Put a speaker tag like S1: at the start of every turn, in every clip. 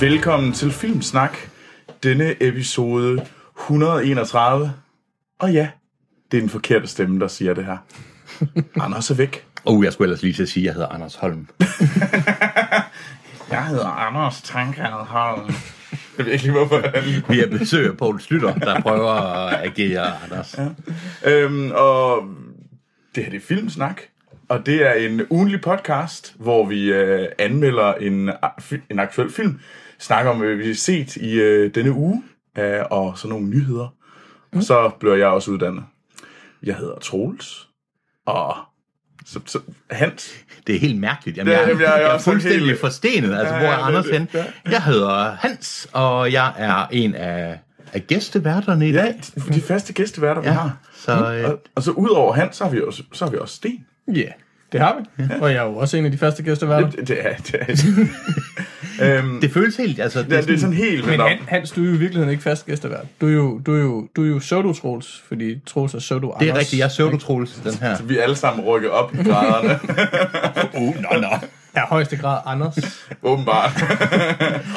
S1: Velkommen til Filmsnak, denne episode 131. Og ja, det er den forkerte stemme, der siger det her. Anders er væk.
S2: Oh, jeg skulle ellers lige til at sige, at jeg hedder Anders Holm.
S1: Jeg hedder Anders Tankad Holm. Jeg ved ikke lige, hvorfor han
S2: Vi er besøg af Poul Slytter, der prøver at agere Anders.
S1: Øhm, og det her det er Filmsnak, og det er en ugenlig podcast, hvor vi øh, anmelder en, a- fi- en aktuel film, snakker om, hvad vi har set i øh, denne uge, øh, og sådan nogle nyheder. Mm. Så bliver jeg også uddannet. Jeg hedder Troels, og så, så, Hans.
S2: Det er helt mærkeligt. Jamen,
S1: Ja,
S2: jeg,
S1: jamen, jeg er
S2: jeg er
S1: også
S2: fuldstændig
S1: helt-
S2: helt... forstenet. Altså,
S1: Ja,
S2: hvor er
S1: ja,
S2: Anders
S1: det er
S2: hen?
S1: det.
S2: Jeg hedder Hans, og jeg er en af, af gæsteværterne i
S1: Ja, Mm.
S2: dag.
S1: de, de faste gæsteværter, vi
S2: Ja,
S1: har.
S2: så, øh,
S1: Og, og så udover Hans, så har vi også, så har vi også Sten.
S3: Ja, yeah, det har vi. Ja. Og jeg er jo også en af de første gæster, der
S1: Det, det er... Det er. øhm,
S2: det føles helt... Altså, det,
S1: det, er, det er sådan helt
S3: Men
S1: vendt om.
S3: Han, Hans, du er jo i virkeligheden ikke fast gæstevært. Du er jo, du er jo, du er jo pseudo Troels, fordi Troels er pseudo Anders.
S2: det er rigtigt. Jeg er pseudotroles, den her.
S1: Vi er alle sammen rykket op i graderne.
S2: Uh, nå, nå.
S3: Er i højeste grad Anders.
S1: Åbenbart.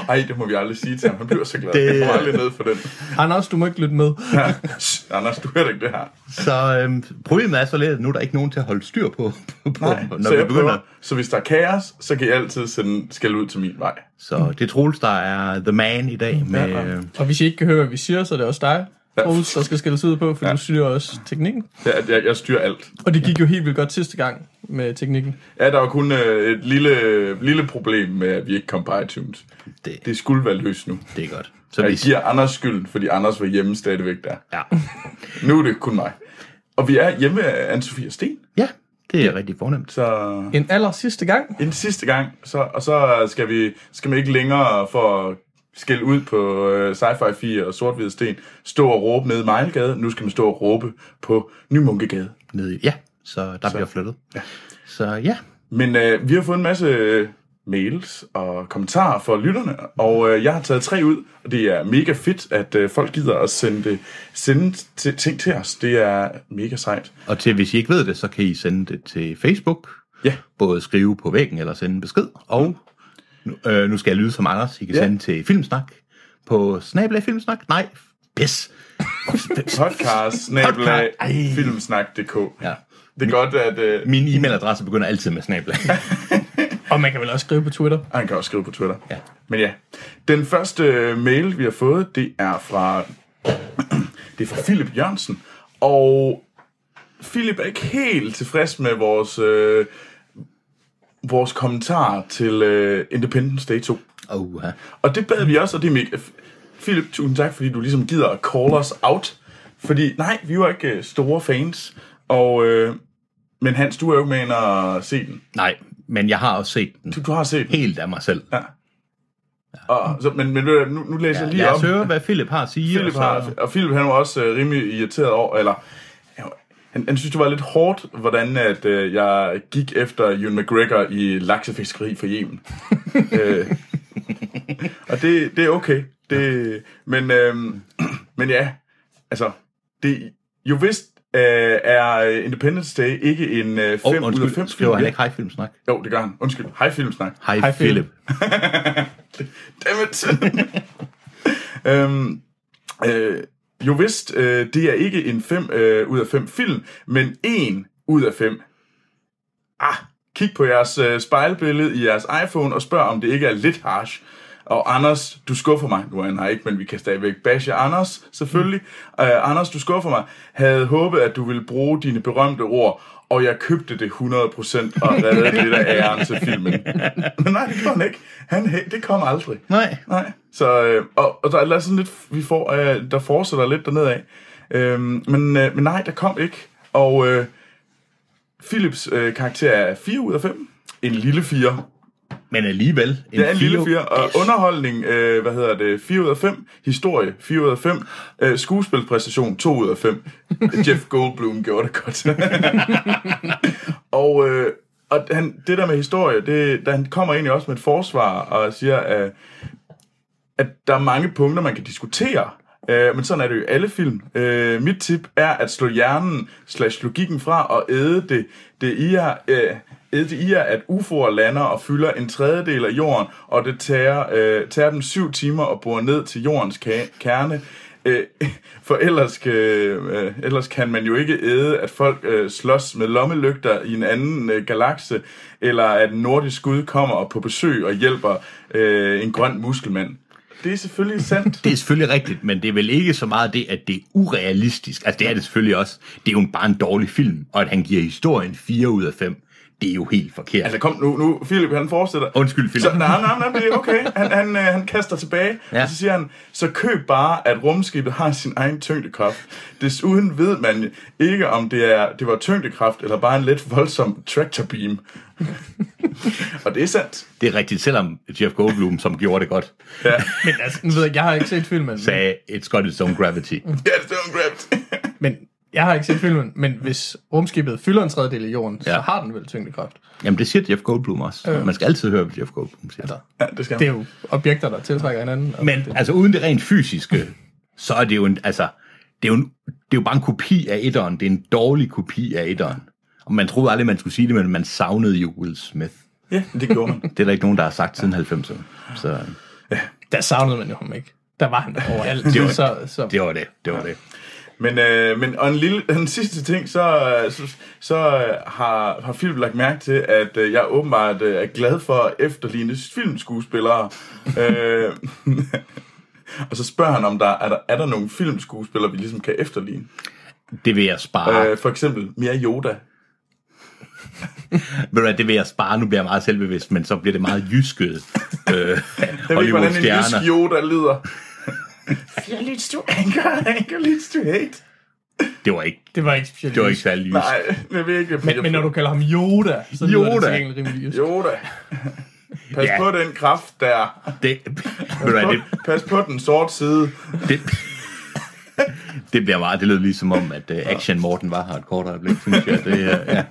S1: Ej, det må vi aldrig sige til ham. Han bliver så glad.
S2: Det-
S1: Det... Jeg kommer aldrig ned for den.
S3: Anders, du må ikke lytte med.
S1: Ja. Shh, Anders, du hører da ikke det her.
S2: Så øhm, problemet er således, at nu er der ikke nogen til at holde styr på, på, på
S1: så,
S2: når vi
S1: jeg prøver,
S2: begynder.
S1: så hvis der er kaos, så kan I altid sende skæld ud til min vej.
S2: Så det er Troels, der er the man i dag med...
S3: Ja.
S2: øh,
S3: Og hvis I ikke kan høre, hvad vi siger, så er det også dig,
S1: Ja.
S3: Troels, der skal skældes ud på, for ja. du styrer også teknikken.
S1: Jeg, jeg, jeg styrer alt.
S3: Og det gik jo helt vildt godt sidste gang med teknikken.
S1: Ja, der var kun øh, et lille, lille problem med, at vi ikke kom på iTunes.
S2: Det, det,
S1: Det skulle være løst nu.
S2: det er godt. Så
S1: Jeg
S2: vi,
S1: giver Anders skylden, fordi Anders var hjemme stadigvæk der.
S2: ja.
S1: Nu er det kun mig. Og vi er hjemme af Anne-Sophie Sten,
S2: Ja, det er rigtig fornemt.
S1: så
S3: En aller sidste gang.
S1: En sidste gang, så, og så skal, vi, skal man ikke længere for at skælde ud på øh, Sci-Fi 4 og sort sten, stå og råbe ned i Mejlgade. Nu skal man stå og råbe på Nymunkegade.
S2: Nede i, ja, så der så. bliver flyttet. Ja. Så ja,
S1: Men øh, vi har fået en masse øh, mails og kommentarer fra lytterne, og øh, jeg har taget tre ud, og det er mega fedt, at øh, folk gider at sende, det, sende t- ting til os. Det er mega sejt.
S2: og til hvis I ikke ved det, så kan I sende det til Facebook.
S1: Ja.
S2: Både skrive på væggen eller sende en besked. Og nu, øh, nu skal jeg lyde som Anders. I kan
S1: Ja.
S2: Mm. ja. sende til Filmsnak på Snabla Filmsnak. Nej, pis.
S1: Podcast, snabla,
S2: Podcast. Ej.
S1: filmsnak.dk.
S2: Ja.
S1: Det er godt, at... Øh,
S2: Min e-mailadresse begynder altid med Snabla.
S3: Og man kan vel også skrive på Twitter.
S1: Og han kan også skrive på Twitter.
S2: Ja.
S1: Men ja, den første øh, mail, vi har fået, det er fra, det er fra Philip Jørgensen. Og Philip er ikke helt tilfreds med vores, øh, vores kommentar til øh, Independence Day 2.
S2: oh, ja.
S1: Og det bad vi også, og det er mega... Philip, tusind tak, fordi du ligesom gider at call us out. Fordi, nej, vi var ikke øh, store fans. Og, øh, men Hans, du er jo ikke med ind og se den.
S2: Nej, men jeg har også set den
S1: Du, du har set den.
S2: helt af mig selv.
S1: Ja. Og, så, men men ved du, nu, nu læser jeg lige
S2: Lad
S1: op.
S2: os høre, hvad Philip har at sige.
S1: Philip
S2: og så-
S1: har, og Philip han var også øh, rimelig irriteret over, eller han, han, han synes, det var lidt hårdt, hvordan at, øh, jeg gik efter Ewan McGregor i laksefiskeri for Yemen. øh, og det, det er okay. Det, men, øh, men ja, altså, det, jo vist øh, er Independence Day ikke en øh, 5
S2: Åh,
S1: oh, ud af 5
S2: undskyld, skriver han
S1: film.
S2: ikke hej Filmsnak?
S1: Jo, det gør han. Undskyld. Hej, Filmsnak.
S2: Hej,
S3: Hej,
S2: hej
S3: Philip.
S2: Philip.
S1: Dammit! øhm, øh, jo vist, øh, det er ikke en 5 øh, ud af 5 film, men en ud af 5. Ah, kig på jeres øh, spejlbillede i jeres iPhone og spørg, om det ikke er lidt harsh. Og Anders, du skuffer mig. Nu er han her ikke, men vi kan stadigvæk bashe Anders, selvfølgelig. Mm. Uh, Anders, du skuffer mig. Havde håbet, at du ville bruge dine berømte ord, og jeg købte det 100% og reddede lidt af æren til filmen. Men nej, det gjorde han ikke. Han, hæ- det kom aldrig.
S2: Nej.
S1: Nej. Så, øh, og, og der er der er sådan lidt, vi får, øh, der fortsætter lidt dernede af. Øh, men, øh, men nej, der kom ikke. Og øh, Philips øh, karakter er 4 ud af 5. En lille 4.
S2: Men alligevel. En
S1: Det er en lille
S2: fire-
S1: 4. Og underholdning, øh, hvad hedder det, 4 ud af 5. Historie, 4 ud af 5. Øh, skuespilpræstation, 2 ud af 5. Jeff Goldblum gjorde det godt. og øh, og han, det der med historie, det, der, han kommer egentlig også med et forsvar og siger, øh, at der er mange punkter, man kan diskutere, Øh, men sådan er det jo i alle film. Øh, mit tip er at slå hjernen slash logikken fra og æde det, det i jer, øh, æde det i jer, at UFO'er lander og fylder en tredjedel af jorden, og det tager, øh, tager dem syv timer at bore ned til jordens ka- kerne. Øh, for ellers, kan- øh, ellers kan man jo ikke æde, at folk øh, slås med lommelygter i en anden øh, galakse, eller at en nordisk skud kommer på besøg og hjælper øh, en grøn muskelmand. Det er selvfølgelig sandt.
S2: Det er selvfølgelig rigtigt, men det er vel ikke så meget det, at det er urealistisk. Altså, det er det selvfølgelig også. Det er jo bare en dårlig film, og at han giver historien 4 ud af 5, det er jo helt forkert.
S1: Altså kom nu, nu Philip han fortsætter.
S2: Undskyld, Philip.
S1: Så, nej, nej, nej, det er okay. Han, han, øh, han kaster tilbage, ja.
S2: Ja.
S1: og så siger han, så køb bare, at rumskibet har sin egen tyngdekraft. Desuden ved man ikke, om det, er, det var tyngdekraft, eller bare en let voldsom traktorbeam. og det er sandt.
S2: Det er rigtigt, selvom Jeff Goldblum, som gjorde det godt,
S1: Ja,
S3: Men altså, nu ved jeg, jeg har ikke set filmen. men-
S2: sagde, it's got its own gravity.
S1: ja det er grabbed.
S3: Men jeg har ikke set filmen, men hvis rumskibet fylder en tredjedel af jorden, ja. så
S2: Ja.
S3: har den vel tyngdekraft.
S2: Jamen, det siger Jeff Goldblum også. Man skal altid høre, hvad Jeff Goldblum siger.
S1: ja, det skal
S3: Det er
S1: man.
S3: jo objekter, der tiltrækker hinanden. Og
S2: Men altså uden det rent fysiske, så er det jo en, altså, det er jo, en, det er jo bare en kopi af etteren. Det er en dårlig kopi af etteren. Og man troede aldrig, man skulle sige det, men man savnede jo Will Smith.
S1: Ja, det gjorde man.
S2: Det er der ikke nogen, der har sagt siden 90'erne. Så
S3: der savnede man jo ham ikke. Der var han overalt.
S2: Det var-
S3: så, så,
S2: det var det. Det var det.
S1: Men, øh, men og en lille, den sidste ting, så, øh, så, så øh, har, har Philip lagt mærke til, at øh, jeg åbenbart øh, er glad for at efterligne filmskuespillere. øh, og så spørger han, om der er, der er der nogle filmskuespillere, vi ligesom kan efterligne.
S2: Det vil jeg
S3: Ah.
S2: spare. Øh.
S1: Øh, for eksempel Mia Yoda.
S2: Ved du hvad, det vil jeg spare. Nu bliver jeg meget selvbevidst, men så bliver det meget jysket. øh,
S1: Jeg ved ikke, hvordan en jysk
S2: Hollywood-stjerner.
S1: Yoda lyder. Fear leads to anger, anger leads to hate.
S2: Det var ikke,
S3: det var ikke specielt.
S2: det var ikke
S3: jysk.
S2: særlig jysk.
S1: Nej, det ved jeg ikke.
S3: men, men når du kalder ham Yoda, så lyder det
S2: Yoda.
S3: til gengæld rimelig jysk.
S1: Yoda. Pas
S2: Ja.
S1: på den kraft, der
S2: Det, ved du hvad, det,
S1: Pas på den sorte side.
S2: det, det bliver meget, det lød ligesom om, at uh, Action Morten var her et kort øjeblik, synes jeg. Det, uh, ja.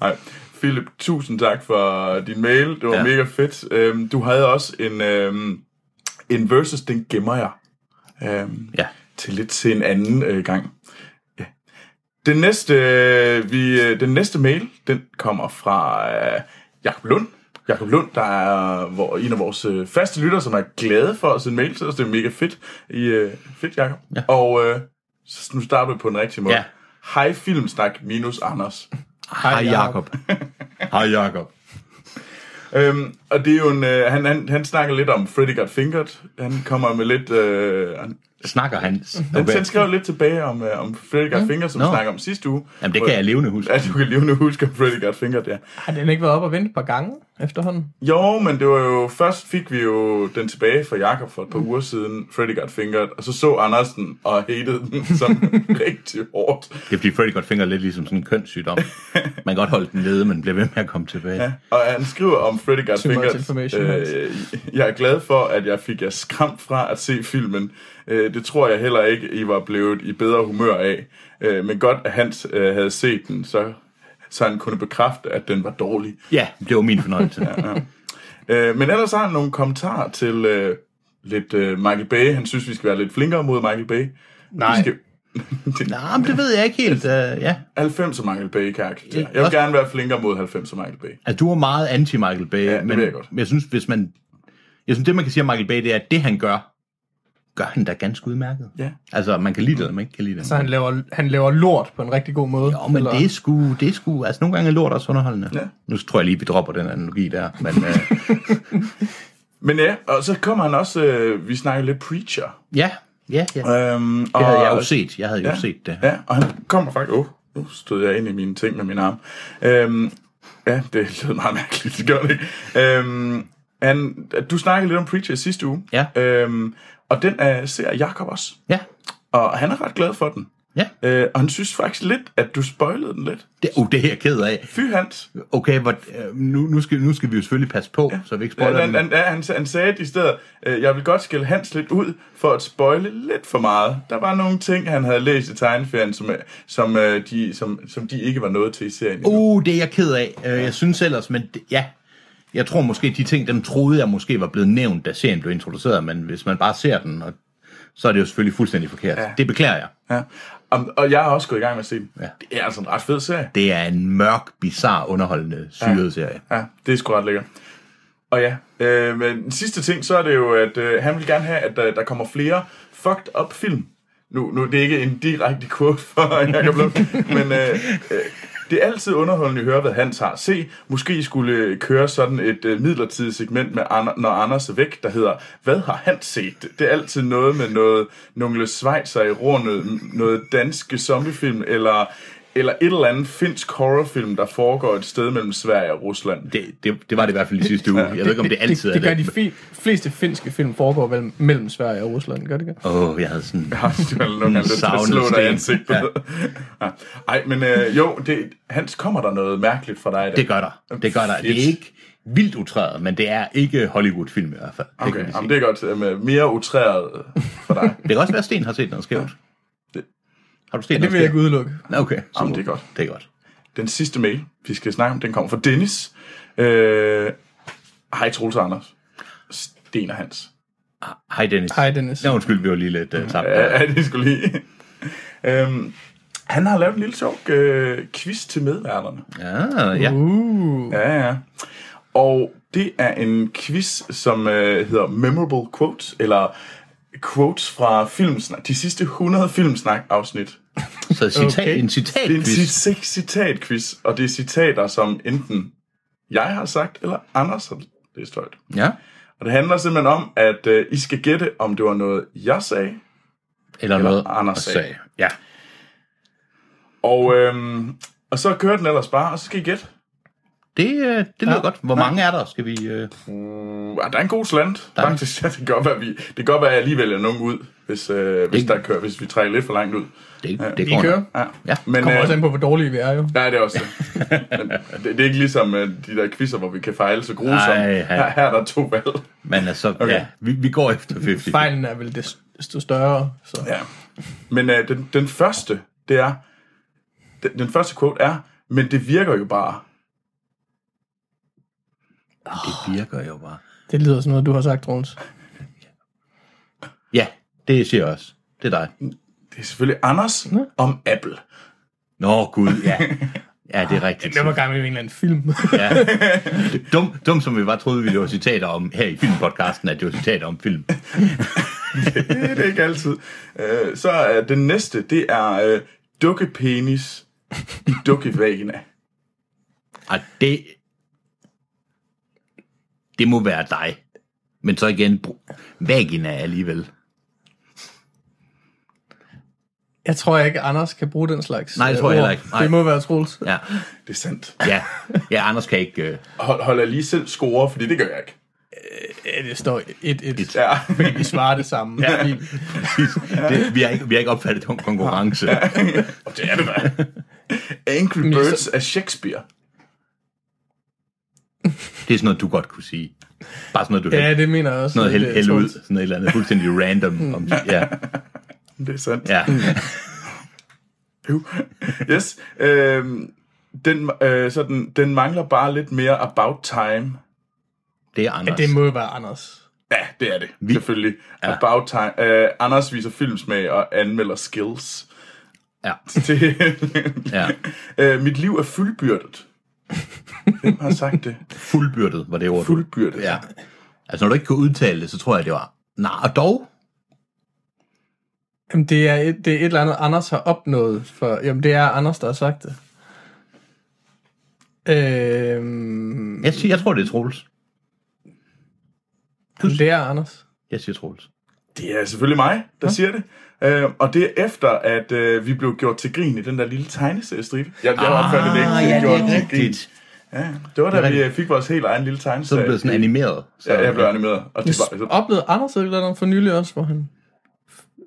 S1: Nej, Philip, tusind tak for din mail. Det var ja.
S2: Ja.
S1: mega fedt. Øhm, du havde også en, øhm, en versus, den gemmer jeg. Øhm,
S2: Ja.
S1: Til lidt til en anden øh, gang. Ja. Den næste, øh, vi, øh, den næste mail, den kommer fra øh, Jakob Lund. Jakob Lund, der er hvor, en af vores øh, faste lytter, som er glade for at sende mail til os. Det er mega fedt. I, øh, fedt, Jakob. Ja. Og øh, så nu starter vi på den rigtige måde. Ja.
S2: Ja.
S1: Hej Filmsnak minus Anders.
S2: Hej
S3: Jakob.
S2: Jakob. Hej Jakob.
S1: Øhm, og det er jo en, øh, han, han, han snakker lidt om Freddy Got Fingered. Han kommer med lidt... Øh, han,
S2: Snakker hans.
S1: han, han skrev lidt tilbage om, øh, om Freddy Got Fingered, som no.
S2: Nå.
S1: snakker om sidste uge.
S2: Jamen, det kan jeg levende huske.
S1: Ja, du kan lige nu huske om Freddy Got Fingered, ja.
S3: Har den ikke været op og vente et par gange efterhånden?
S1: Jo, men det var jo... Først fik vi jo den tilbage fra Jakob for et
S2: Mm.
S1: par uger siden, Freddy Got Fingered, og så så Andersen og hatede den som rigtig hårdt.
S2: Det bliver Freddy godt finger lidt ligesom sådan en kønssygdom. Man kan godt holde den nede, men bliver ved med at komme tilbage. Ja.
S1: Og han skriver om Freddy Got
S3: Too much
S1: Fingered.
S3: information,
S1: Øh, jeg er glad for, at jeg fik jer skræmt fra at se filmen. Øh, det tror jeg heller ikke, I var blevet i bedre humør af. Øh, men godt, at Hans øh, havde set den, så, så han kunne bekræfte, at den var dårlig.
S2: ja, det var min fornøjelse. ja.
S1: Øh, men ellers har han nogle kommentarer til øh, lidt øh, Michael Bay. Han synes, vi skal være lidt flinkere mod Michael Bay.
S3: Nej.
S1: Vi skal...
S2: Nå, men det ved jeg ikke helt. Uh, ja.
S1: 90'er Michael Bay-karakter. Jeg vil
S2: Også-
S1: gerne være flinkere mod 90'er Michael Bay.
S2: Altså, du var meget anti-Michael Bay,
S1: Ja, det
S2: men
S1: ved jeg godt.
S2: men jeg synes, hvis man... Jeg synes, det man kan sige om Michael Bay, det er, at det han gør, gør han da ganske udmærket.
S1: Ja.
S2: Altså, man kan lide det, eller man ikke kan lide det.
S3: Så han laver, han laver lort på en rigtig god måde.
S2: Jo, men det er, sgu, det er sgu... Altså, nogle gange er lort også underholdende.
S1: Ja.
S2: Nu tror jeg lige, vi dropper den analogi der, men... Uh,
S1: Men ja, og så kommer han også... Øh, vi snakker lidt Preacher.
S2: ja, ja, ja.
S1: Øhm, og,
S2: Det havde jeg jo set. Jeg havde jo set det.
S1: Ja, og han kommer faktisk... Åh, nu stod jeg ind i mine ting med min arm. Øhm, ja, det lød meget mærkeligt, det gør det ikke. Øhm, han, du snakkede lidt om Preacher i sidste uge.
S2: Ja.
S1: Øhm, og den øh, ser Jakob også.
S2: Ja.
S1: Og han er ret glad for den.
S2: Ja.
S1: Øh, og han synes faktisk lidt, at du spoilede den lidt.
S2: Det, uh, det er jeg ked af.
S1: Fy Hans.
S2: Okay, hvor, øh, nu, nu, skal, nu skal vi jo selvfølgelig passe på, ja. så vi ikke spoiler
S1: han,
S2: den.
S1: han, han, han sagde i stedet, øh, jeg vil godt skille Hans lidt ud for at spoile lidt for meget. Der var nogle ting, han havde læst i tegneferien, som, øh, som, øh, de, som, som de ikke var nået til i serien. endnu.
S2: Uh, det er jeg ked af. Uh, jeg synes ellers, men det, ja. Jeg tror måske, de ting, dem troede jeg måske var blevet nævnt, da serien blev introduceret, men hvis man bare ser den og så er det jo selvfølgelig fuldstændig forkert. Ja. Det beklager jeg.
S1: Ja. Om, og jeg har også gået i gang med at se den.
S2: Ja.
S1: Det er altså en ret fed serie.
S2: Det er en mørk, bizarre, underholdende, syret ja. serie.
S1: Ja, det er sgu ret lækkert. Og ja, øh, men den sidste ting, så er det jo, at øh, han vil gerne have, at der, der kommer flere fucked up film. Nu, nu det er ikke en direkte quote for Jacob Lund, men øh, øh, det er altid underholdende at høre, hvad Hans har at se. Måske skulle øh, køre sådan et øh, midlertidigt segment med, Ander, når Anders er væk, der hedder, hvad har han set? Det, det er altid noget med noget, nogle svejser i rundet, noget danske zombiefilm, eller eller et eller andet finsk horrorfilm, der foregår et sted mellem Sverige og Rusland.
S2: Det, det, det var det i hvert fald i sidste uge. Jeg ved ikke, om det altid
S3: det, det
S2: er
S3: gør de fi- fleste finske film foregår vel mellem Sverige og Rusland, gør det ikke?
S2: Åh, oh, jeg havde sådan...
S1: Ja, du har nok lyst til at
S2: savnet
S1: slå dig i
S2: sten.
S1: ansigtet. Ja. Ej, men øh, jo, det, Hans, kommer der noget mærkeligt fra dig? i dag?
S2: Det gør der. Det gør der. Det
S1: Fedt.
S2: er ikke vildt utræret, men det er ikke Hollywood-film i hvert fald. Det,
S1: Okay,
S2: kan vi sige.
S1: jamen, det er godt. øh, med Mere utræret for dig.
S2: det kan også være, at Sten har set noget skævt.
S1: Det-
S2: Har du set
S3: Det
S2: noget
S3: vil jeg ikke
S2: skævt?
S3: udelukke.
S2: Nå, Okay,
S1: Jamen, det er
S2: super.
S1: godt.
S2: Det er godt.
S1: Den sidste mail, vi skal snakke om, den kommer fra Dennis. Øh, Hej, Troels og Anders. Sten og Hans.
S2: Hej Dennis.
S3: Hej, Dennis.
S2: Nå, undskyld, vi var lige lidt uh,
S1: Mm.
S2: tabt.
S1: Ja, ja, det skulle lige. øhm, han har lavet en lille sjov øh, quiz til medværterne.
S2: Ja, ja.
S3: Uh.
S1: Ja, ja. Og det er en quiz, som øh, hedder Memorable Quotes, eller quotes fra filmsnak, de sidste 100 filmsnak-afsnit.
S2: Så citat,
S3: Okay.
S2: okay. en citat
S1: Det er en
S2: quiz.
S1: cit- citat-quiz, og det er citater, som enten jeg har sagt, eller Anders har læst højt.
S2: Ja.
S1: Og det handler simpelthen om, at øh, I skal gætte, om det var noget, jeg sagde,
S2: Eller,
S1: Eller
S2: noget,
S1: Anders
S2: at
S1: sagde.
S2: sige. Ja.
S1: og, øhm, og så kører den ellers bare, og så skal I gætte.
S2: Det, øh, det lyder ja. godt. Hvor mange er der? Skal vi... øh,
S1: Uh, der er en god slant,
S2: Der er-
S1: faktisk. Ja, det kan godt være, vi, det kan godt være, at jeg alligevel er nogen ud, hvis, øh, hvis,
S2: Det-
S1: der kører, hvis vi trækker lidt for langt ud.
S2: Det,
S3: Vi
S2: det går
S3: kører.
S2: nok.
S1: Ja.
S2: Ja.
S1: Men,
S3: Kommer
S1: øh,
S3: også an på, hvor dårlige vi er jo.
S1: Nej, det er også det. Men det, det er ikke ligesom øh, de der quizzer, hvor vi kan fejle så grusomt.
S2: Nej, ja.
S1: Her, her er der to valg.
S2: Men altså, okay. ja, vi, vi går efter 50.
S3: Fejlen er vel desto større. Så.
S1: Ja. Men øh, den, den første, det er... Den, den første quote er, men det virker jo bare.
S2: Det virker jo bare.
S3: Det lyder sådan noget, du har sagt, Troels.
S2: Ja, det siger jeg også. Det er dig.
S1: Det er selvfølgelig Anders om Apple.
S2: Nå, Gud, ja. Ja, det er rigtigt.
S3: Det var gang med en eller anden film.
S2: Ja. Dum, dum som vi bare troede, vi det var citater om her i filmpodcasten, at det var citater om film.
S1: det er det ikke altid. Øh, så øh, den næste, det er øh, dukkepenis i dukkevagina.
S2: Og det... Det må være dig. Men så igen, br- vagina alligevel.
S3: jeg tror ikke, Anders kan bruge den slags
S2: Nej, det
S3: øh,
S2: tror jeg
S3: ord.
S2: heller ikke. Nej.
S3: Det må være Troels.
S2: Ja,
S1: Det er sandt.
S2: ja. ja Anders kan ikke... Øh,
S1: Hold, holder jeg lige selv score, fordi det gør jeg ikke.
S3: Ja, det står 1-1.
S1: Ja.
S3: Fordi vi svarer det samme.
S2: Ja.
S3: Fint.
S2: det, vi, har ikke, vi har ikke opfattet den konkurrence.
S1: Og det er det da. Angry
S3: jeg
S1: Birds af Shakespeare.
S2: Det er sådan noget, du godt kunne sige. Bare sådan noget, du ja,
S3: ja det Mm. mener jeg også.
S2: noget held,
S3: lidt,
S2: held ud.
S3: Troels.
S2: Sådan et eller andet fuldstændig random. Om, ja,
S1: Det er sandt.
S2: ja.
S1: Jo. Yes. Øhm, den, øh, så den, den mangler bare lidt mere about time.
S2: Det er Anders.
S3: Det må jo være Anders.
S1: Ja, det er det. Vi. Selvfølgelig. Ja. About time. Øh, Anders viser filmsmag og anmelder skills.
S2: Ja.
S1: Det,
S2: ja.
S1: øh, mit liv er fuldbyrdet. Hvem har sagt det?
S2: Fuldbyrdet var det ord. du-
S1: Fuldbyrdet.
S2: Ja. Altså, når du ikke kunne udtale det, så tror jeg, det var... Nej, og dog...
S3: Jamen, det er, et, det er et eller andet, Anders har opnået. For, jamen, det er Anders, der har sagt det. Øhm,
S2: Jeg, siger, jeg tror, det er Troels.
S3: det er Anders.
S2: Jeg siger Troels.
S1: Det er selvfølgelig mig, der siger det. Øh, og det er efter, at øh, vi blev gjort til grin i den der lille tegneseriestribe. Jeg, jeg opfattede det ikke. Vi
S2: Ah, ja,
S1: gjorde
S2: det er
S1: til grin.
S2: rigtigt.
S1: Ja, det var da
S2: er
S1: vi
S2: rigtigt.
S1: øh, fik vores helt egen lille
S2: Så er
S1: tegneserie.
S2: du blevet sådan animeret. Så,
S1: Ja, jeg blev animeret. Og det var, så,
S3: Oplevede Anders et eller andet for nylig også, hvor han,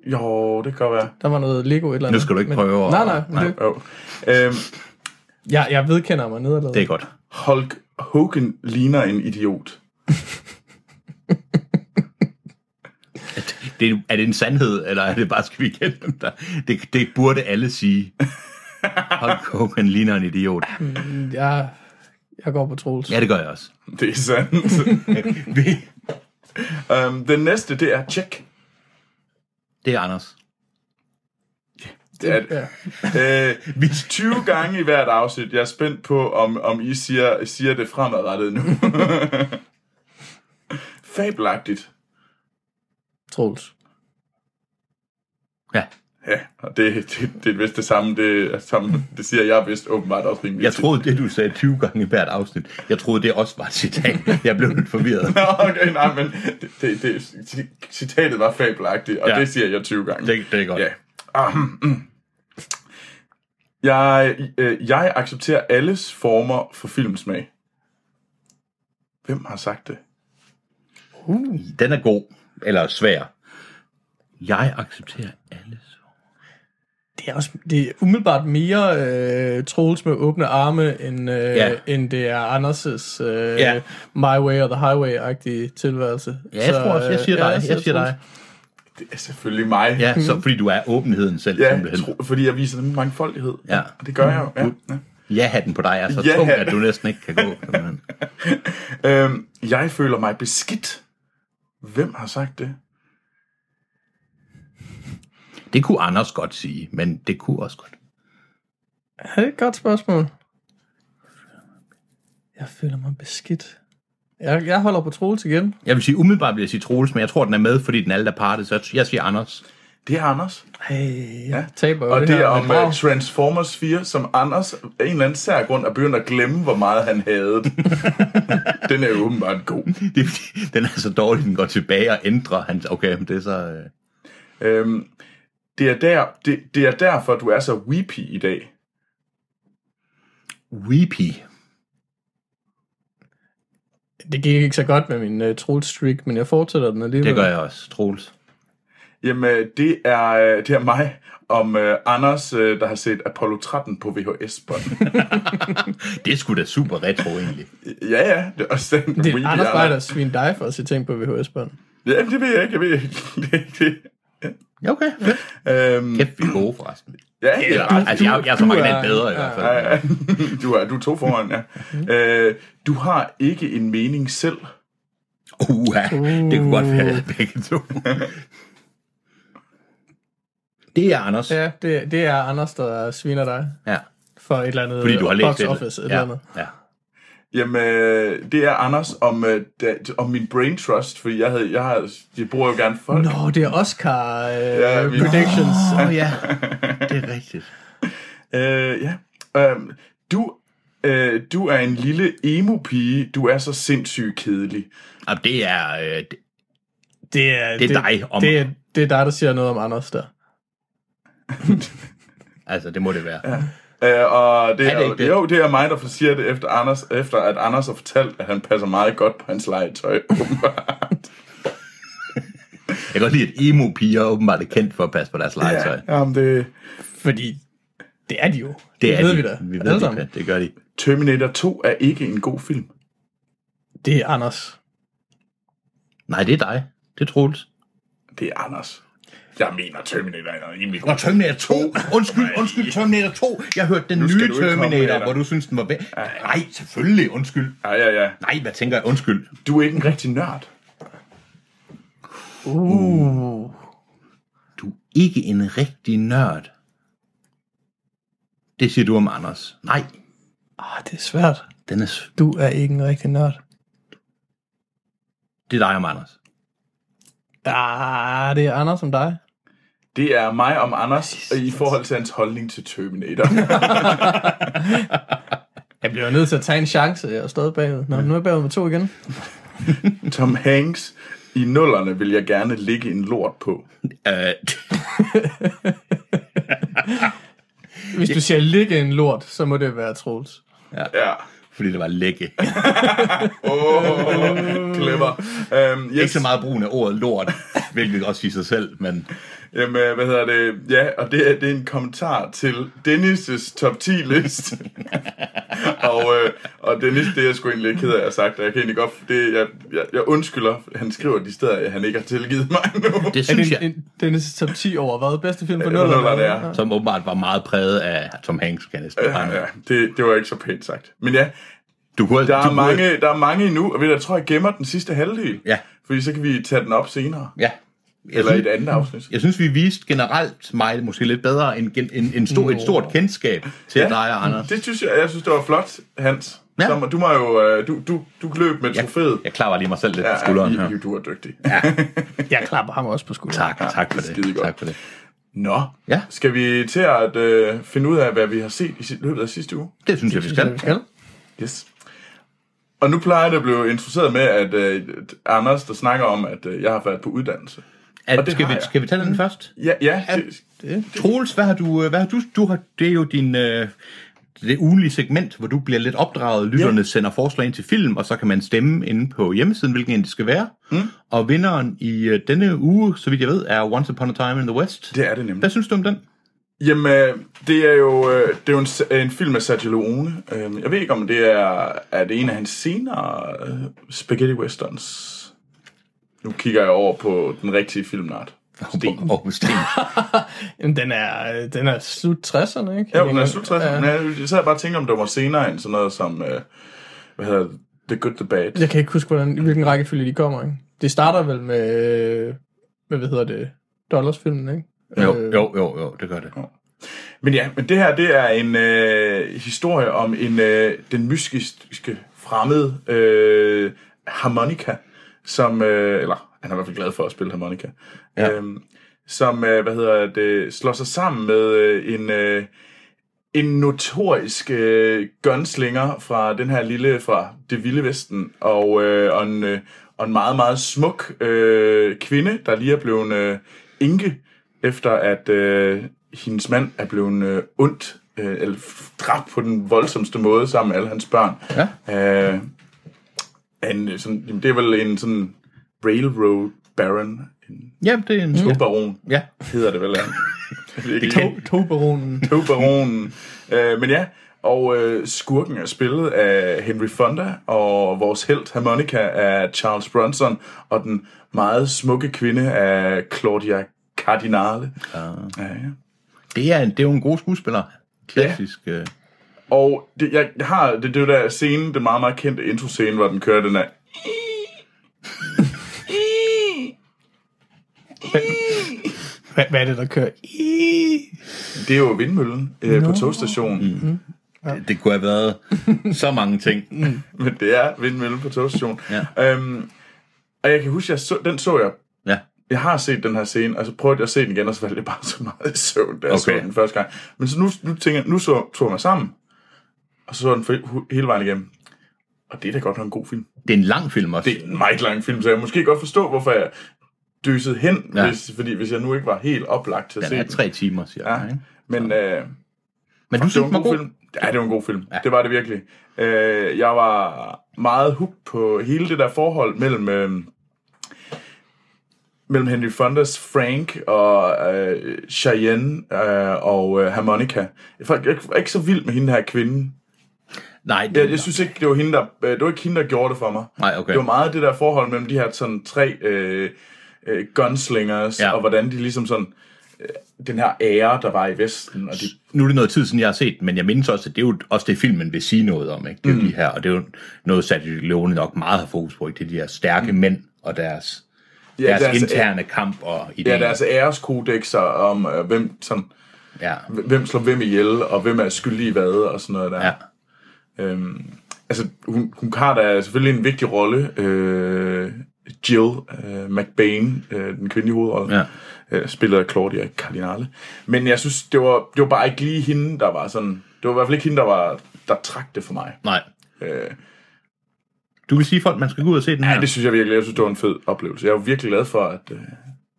S1: jo, det kan godt være.
S3: der var noget Lego et eller andet.
S2: Nu skal du ikke
S3: men-
S2: prøve at-
S3: Nej, nej.
S2: Nej.
S3: nej. Det,
S1: Jo. Øhm,
S3: jeg, jeg vedkender mig nederlaget.
S2: Det er godt.
S1: Hulk Hogan ligner en idiot.
S2: Det, er det en sandhed, eller er det bare, skal vi kende dem der? Det, det burde alle sige. Hulk Hogan ligner en idiot.
S3: Jeg, jeg går på Troels.
S2: Ja, det gør jeg også.
S1: Det er sandt.
S2: Vi,
S1: øhm, den næste, det er Tjek.
S2: Det er Anders.
S1: Det er det.
S3: Ja.
S1: Øh, vi 20 gange i hvert afsnit. Jeg er spændt på, om, om I siger, siger det fremadrettet nu. Fabelagtigt.
S3: Troels.
S2: Ja.
S1: Ja, og det, det, det er vist det samme. Det, er samme, det siger jeg vist åbenbart også rimelig
S2: Jeg troede, det du sagde 20 gange i hvert afsnit, jeg troede, det også var et citat. Jeg blev lidt forvirret.
S1: Nå, okay, nej, men det, det, det, citatet var fabelagtigt, og ja.
S2: Ja.
S1: det siger jeg 20 gange.
S2: Det, det er godt.
S1: Ja. Ahem, mm. Jeg, øh, jeg accepterer alles former for filmsmag. Hvem har sagt det?
S2: Uh, den er god. Eller svær. Jeg accepterer alle.
S3: Det er, også, det er umiddelbart mere øh, Troels med åbne arme, end, øh,
S2: Ja.
S3: end det er Anders' øh,
S2: Ja.
S3: My Way or the Highway-agtige tilværelse.
S2: Ja, jeg tror også, jeg siger
S3: øh,
S2: dig.
S3: siger
S2: Jeg siger
S3: Troels.
S2: dig.
S1: Det er selvfølgelig mig.
S2: Ja, så fordi du er åbenheden selv, ja,
S1: ja
S2: simpelthen.
S1: tro, fordi jeg viser dem mangfoldighed.
S2: Ja. Mm,
S1: Og det gør jeg jo. Ja. Ja.
S2: Ja-hatten på dig er så
S1: Ja.
S2: tung, at du næsten ikke kan gå. simpelthen.
S1: Øhm, jeg føler mig beskidt. Hvem har sagt det?
S2: Det kunne Anders godt sige, men det kunne også godt.
S3: Ja, det er et godt spørgsmål. Jeg føler mig beskidt. Jeg, jeg holder på Troels igen.
S2: Jeg vil sige, umiddelbart vil jeg sige Troels, men jeg tror, den er med, fordi den er alt er partet, så jeg siger Anders.
S1: Det er Anders.
S3: Hey, jeg
S1: Ja.
S3: ja. taber jo
S1: Og det
S3: her,
S1: er
S3: men
S1: om
S3: wow.
S1: uh, Transformers 4, som Anders af en eller anden sær grund er begyndt at glemme, hvor meget han havde. Den er jo åbenbart god.
S2: Det er, fordi, den er så dårlig, den går tilbage og ændrer hans... Okay, men det er så... Øh...
S1: Øhm, det, er der, det, det er derfor, du er så weepy i dag.
S2: Weepy.
S1: øh,
S3: Det gik ikke så godt med min uh, Troels streak, men jeg fortsætter den alligevel.
S2: Det gør jeg også, Troels.
S1: Jamen, øh, det er, øh, det er mig om uh, Anders, uh, der har set Apollo 13 på VHS-bånd.
S2: Det er sgu da super retro, egentlig.
S1: ja, ja, det er også den
S3: Det er
S1: weepy,
S3: Anders
S1: jeg-
S3: bare, der svin dig for at se ting på VHS-bånd.
S1: Jamen, det ved jeg ikke, jeg ved ikke. Det, er ikke det.
S2: Ja, okay. Fedt.
S1: Øhm, ja,
S2: Kæft, vi er gode, forresten.
S1: ja,
S2: Eller, altså, jeg, jeg er så
S3: du
S2: mange
S3: er-
S2: lidt bedre, i hvert fald.
S1: ja, ja. du, er, du er to foran, ja.
S3: Mhm.
S1: øh, du har ikke en mening selv.
S2: Uha, det kunne godt være, at jeg
S3: Uh.
S2: havde begge to. Det er Anders.
S3: Ja, det, det er Anders, der sviner dig
S2: Ja.
S3: for et eller andet
S2: Fordi du har læst
S3: box
S2: det.
S3: office, et
S2: ja.
S3: eller andet.
S2: ja.
S1: Jamen, øh, det er Anders om, øh, da, om min brain trust, fordi jeg, havde, jeg, havde, jeg bruger jo gerne folk.
S3: Nå, det er Oscar uh,
S1: Ja, vi-
S3: predictions.
S2: Åh, oh, ja. Det er rigtigt.
S1: Øh, ja. Øhm, du, øh, du er en lille emo-pige. Du er så sindssygt kedelig.
S2: Jamen, det er... Øh, det,
S3: Det er,
S2: Det er dig om-
S3: det, er, det er dig, der siger noget om Anders der.
S2: altså, det må det være. Ja.
S1: Øh, og det er,
S2: Er det ikke det?
S1: jo, det er mig, der siger det, efter, Anders, efter at Anders har fortalt, at han passer meget godt på hans legetøj.
S2: Jeg kan godt lide, at emo-piger åbenbart er kendt for at passe på deres legetøj. Ja.
S1: Jamen, det...
S3: Fordi det er de jo. Det,
S2: Det er
S3: ved
S2: de.
S3: vi da.
S2: Vi
S3: alle
S2: ved det,
S3: sammen.
S2: kan. det gør de.
S1: Terminator 2 er ikke en god film.
S3: Det er Anders.
S2: Nej, det er dig. Det er Troels.
S1: Det er Anders. Jeg mener, Terminator er en rimelig
S2: Nå,
S1: god film.
S2: Terminator 2. Undskyld, undskyld, Terminator 2. Jeg hørte
S1: skal
S2: den nye
S1: du ikke komme med
S2: Terminator,
S1: dig.
S2: hvor du synes, den var væk. Nej, selvfølgelig. Undskyld.
S1: Ja, ja, ja.
S2: Nej, hvad tænker jeg? Undskyld.
S1: Du er ikke en rigtig nørd.
S3: Uh.
S2: Du er ikke en rigtig nørd. Det siger du om Anders. Nej,
S3: Ah, det er svært.
S2: den er, s-
S3: Du er ikke en rigtig nørd.
S2: det er dig om Anders.
S3: Ah, det er Anders som dig.
S1: Det er mig om Anders i forhold til hans holdning til Terminator.
S3: Jeg bliver nødt til at tage en chance. Jeg er stadig bagud. Nå, nu er jeg bagud med to igen.
S1: Tom Hanks i nullerne vil jeg gerne ligge en lort på.
S2: Øh,
S3: Hvis du siger ligge en lort, så må det være Troels.
S1: Ja.
S2: fordi det var lække.
S1: Oh, clever. Um, yes.
S2: Ikke så meget brugen af ordet lort, hvilket også i sig selv, men
S1: Jamen, øh, hvad hedder det? Ja, og det er, det er en kommentar til Dennis' top 10 liste. og, øh, og Dennis, det er jeg sgu egentlig ked af, at jeg har sagt. og Jeg kan egentlig godt... Det, jeg, jeg, jeg undskylder. Han skriver de steder, han ikke har tilgivet mig nu.
S2: det
S3: Er
S2: synes
S3: det en,
S2: jeg,
S3: en, den er top 10 over hvad? Bedste film på
S1: Hvor nullerne er.
S3: Ja.
S2: som åbenbart var meget præget af Tom Hanks, kan jeg næsten regne ud.
S1: Ja, det, det var ikke så pænt sagt. Men ja,
S2: Du kunne,
S1: der
S2: du
S1: er,
S2: kunne-
S1: mange, der er mange endnu, og ved du, jeg tror, jeg gemmer den sidste halvdel.
S2: Ja.
S1: Fordi så kan vi tage den op senere.
S2: Ja, jeg
S1: Eller
S2: synes,
S1: et andet afsnit.
S2: jeg synes, vi viste generelt mig måske lidt bedre end, gen- end, end stor, et stort kendskab til ja. dig og Anders.
S1: Det synes jeg, jeg synes, det var flot, Hans.
S2: Ja.
S1: Ja. Som, du må jo, øh, du, du, du løb med trofæet.
S2: Jeg klapper lige mig selv lidt på skulderen
S1: ja,
S2: her.
S1: I- I- du er dygtig.
S3: Jeg klapper ham også på skulderen.
S2: Tak, tak for
S1: det er
S2: det.
S1: skidegodt.
S2: Tak for det.
S1: Nå,
S2: Ja.
S1: skal vi til at øh, finde ud af, hvad vi har set i si- løbet af sidste uge?
S2: Det synes jeg, vi
S3: Skal
S2: skal.
S3: vi skal?
S1: Yes. Og nu plejer det at blive introduceret med, at øh, Anders, der snakker om, at øh, jeg har været på uddannelse.
S2: Er,
S1: Og det
S2: skal,
S1: har
S2: vi,
S1: jeg. Mm.
S2: skal vi tage den først?
S1: Ja, ja, det,
S3: Det.
S2: Troels, hvad har du, øh, hvad har du, du har, det er jo din, øh, det ugenlige segment, hvor du bliver lidt opdraget, lytterne ja. sender forslag ind til film, og så kan man stemme inde på hjemmesiden, hvilken en det skal være. Mm. Og vinderen i øh, denne uge, så vidt jeg ved, er Once Upon a Time in the West.
S1: det er det nemlig.
S2: Hvad synes du om den?
S1: Jamen, øh, det er jo, øh, det er jo en, s- en film af Sergio Leone. Øh, Jeg ved ikke, om det er, er det en af hans senere øh, spaghetti westerns. Nu kigger jeg over på den rigtige filmnart. Sten.
S2: Oh, Sten.
S3: Jamen, den er, øh, den er slut 60'erne, ikke?
S1: Ja, den er slut 60'erne. Men jeg- Jeg sad bare og tænkte, om det var senere end sådan noget som, øh, hvad hedder det, The Good, The Bad.
S3: Jeg kan ikke huske, hvordan, i hvilken rækkefølge de kommer, ikke? Det starter vel med, øh, hvad, hvad hedder det, dollarsfilmen, ikke?
S2: Jo,
S3: Øh,
S2: jo, jo, jo, det gør det.
S1: Men ja, men det her, det er en øh, historie om en øh, den mystiske fremmede øh, harmonika, som, øh, eller han er i hvert fald glad for at spille harmonika,
S2: Ja.
S1: ja. øhm, som, øh, hvad hedder det, slår sig sammen med øh, en, øh, en notorisk øh, gunslinger fra den her lille, fra det vilde vesten, og, øh, og, en, øh, og en meget, meget smuk øh, kvinde, der lige er blevet øh, enke, efter at øh, hendes mand er blevet øh, ondt, øh, eller f- dræbt på den voldsomste måde sammen med alle hans børn. Ja. Øh, en, øh, sådan, jamen, det er vel en sådan railroad baron, en
S2: Ja, det er en skub.
S1: togbaron,
S2: Ja,
S1: hedder det vel. ja. det
S3: Tog- Togbaronen.
S1: Togbaronen. øh, men ja, og øh, skurken er spillet af Henry Fonda, og vores held Harmonica er Charles Bronson, og den meget smukke kvinde er Claudia Cardinale. Ja. Ja, ja. Mm.
S2: det er, en, det er jo en god skuespiller. Klassisk. øh, Ja.
S1: Og det, jeg, jeg har det, det er jo der scene, den meget, meget kendte intro-scene, hvor den kører den her...
S3: Hvad, hvad er det, der kører? I-
S1: Det er jo vindmøllen øh, på togstationen. Mm.
S2: Det, det kunne have været så mange ting.
S1: Men det er vindmøllen på togstationen.
S2: Ja.
S1: Øhm, og jeg kan huske, jeg så, den så jeg
S2: Ja.
S1: jeg har set den her scene, og så prøvede jeg at se den igen, og så faldt det bare så meget i søvn, da jeg
S2: Okay.
S1: så den første gang. Men så nu, nu tænker jeg, nu så tog jeg mig sammen, og så så den fe- hu- hele vejen igennem. Og det er da godt nok en god film.
S2: Det er en lang film også.
S1: Det er en meget lang film, så jeg kan måske godt forstå, hvorfor jeg døsede hen,
S2: Ja.
S1: ja. hvis, fordi hvis jeg nu ikke var helt oplagt til at
S2: Den
S1: se
S2: er
S1: den.
S2: tre timer, siger jeg.
S1: Ja.
S2: ikke?
S1: Men øh,
S2: Men du
S1: det var
S2: synes,
S1: en
S2: den var
S1: god,
S2: god.
S1: film. Ja, det var en god film. Ja. Det var det virkelig. Øh, jeg var meget hooked på hele det der forhold mellem... Øh, mellem Henry Fondas Frank og øh, Cheyenne øh, og øh, Harmonica. Jeg var, jeg var ikke så vild med hende her kvinde.
S2: Nej, det,
S1: Jeg, jeg synes ikke, det var, hende, der, øh, det var ikke hende, der gjorde det for mig.
S2: Nej, okay.
S1: Det var meget det der forhold mellem de her sådan, tre øh, øh, gunslingers,
S2: Ja.
S1: ja. og hvordan de ligesom sådan... Øh, den her ære, der var i Vesten, og de
S2: nu er det noget tid siden, jeg har set, den, men jeg mindes også, at det er jo også det, filmen vil sige noget om. Ikke? Det er mm. de her, og det er jo noget, Sergio Leone nok meget har fokus på. Ikke? Det er de her stærke mm. mænd og deres, ja, deres, deres
S1: deres-
S2: interne kamp og idéer.
S1: Ja, deres æreskodexer om, øh, hvem, sådan,
S2: ja.
S1: hvem slår hvem ihjel, og hvem er skyldig i hvad, og sådan noget der.
S2: Ja.
S1: Øhm, altså, hun, hun har da selvfølgelig en vigtig rolle. Øh, Jill øh, McBain, øh, den kvindelige hovedrolle,
S2: Ja.
S1: øh, spillet af Claudia Cardinale. Men jeg synes, det var, det var bare ikke lige hende, der var sådan... Det var i hvert fald ikke hende, der, var, der trak det for mig.
S2: Nej.
S1: Øh,
S2: Du vil sige folk, man skal gå ud og se den her?
S1: ja. Det synes jeg virkelig, jeg synes, det var en fed oplevelse. Jeg er jo virkelig glad for, at... Øh,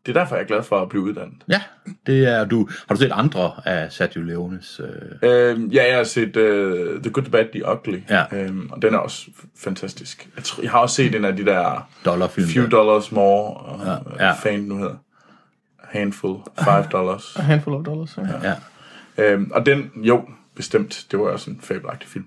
S1: det er derfor, jeg er glad for at blive uddannet.
S2: ja, det er du. Har du set andre af Sergio Leones? Øh...
S1: Øh, ja, jeg har set uh, The Good, The Bad, The Ugly,
S2: Ja.
S1: øhm, og den er også f- fantastisk. Jeg, tror, jeg har også set en af de der
S2: Dollarfilm,
S1: Few
S2: ja.
S1: Dollars More, og ja.
S2: ja.
S1: ja. fan nu hedder. Handful, Five Dollars.
S3: A handful of dollars, ikke?
S2: Ja.
S1: øhm, og den, jo, bestemt, det var også en fabelagtig film.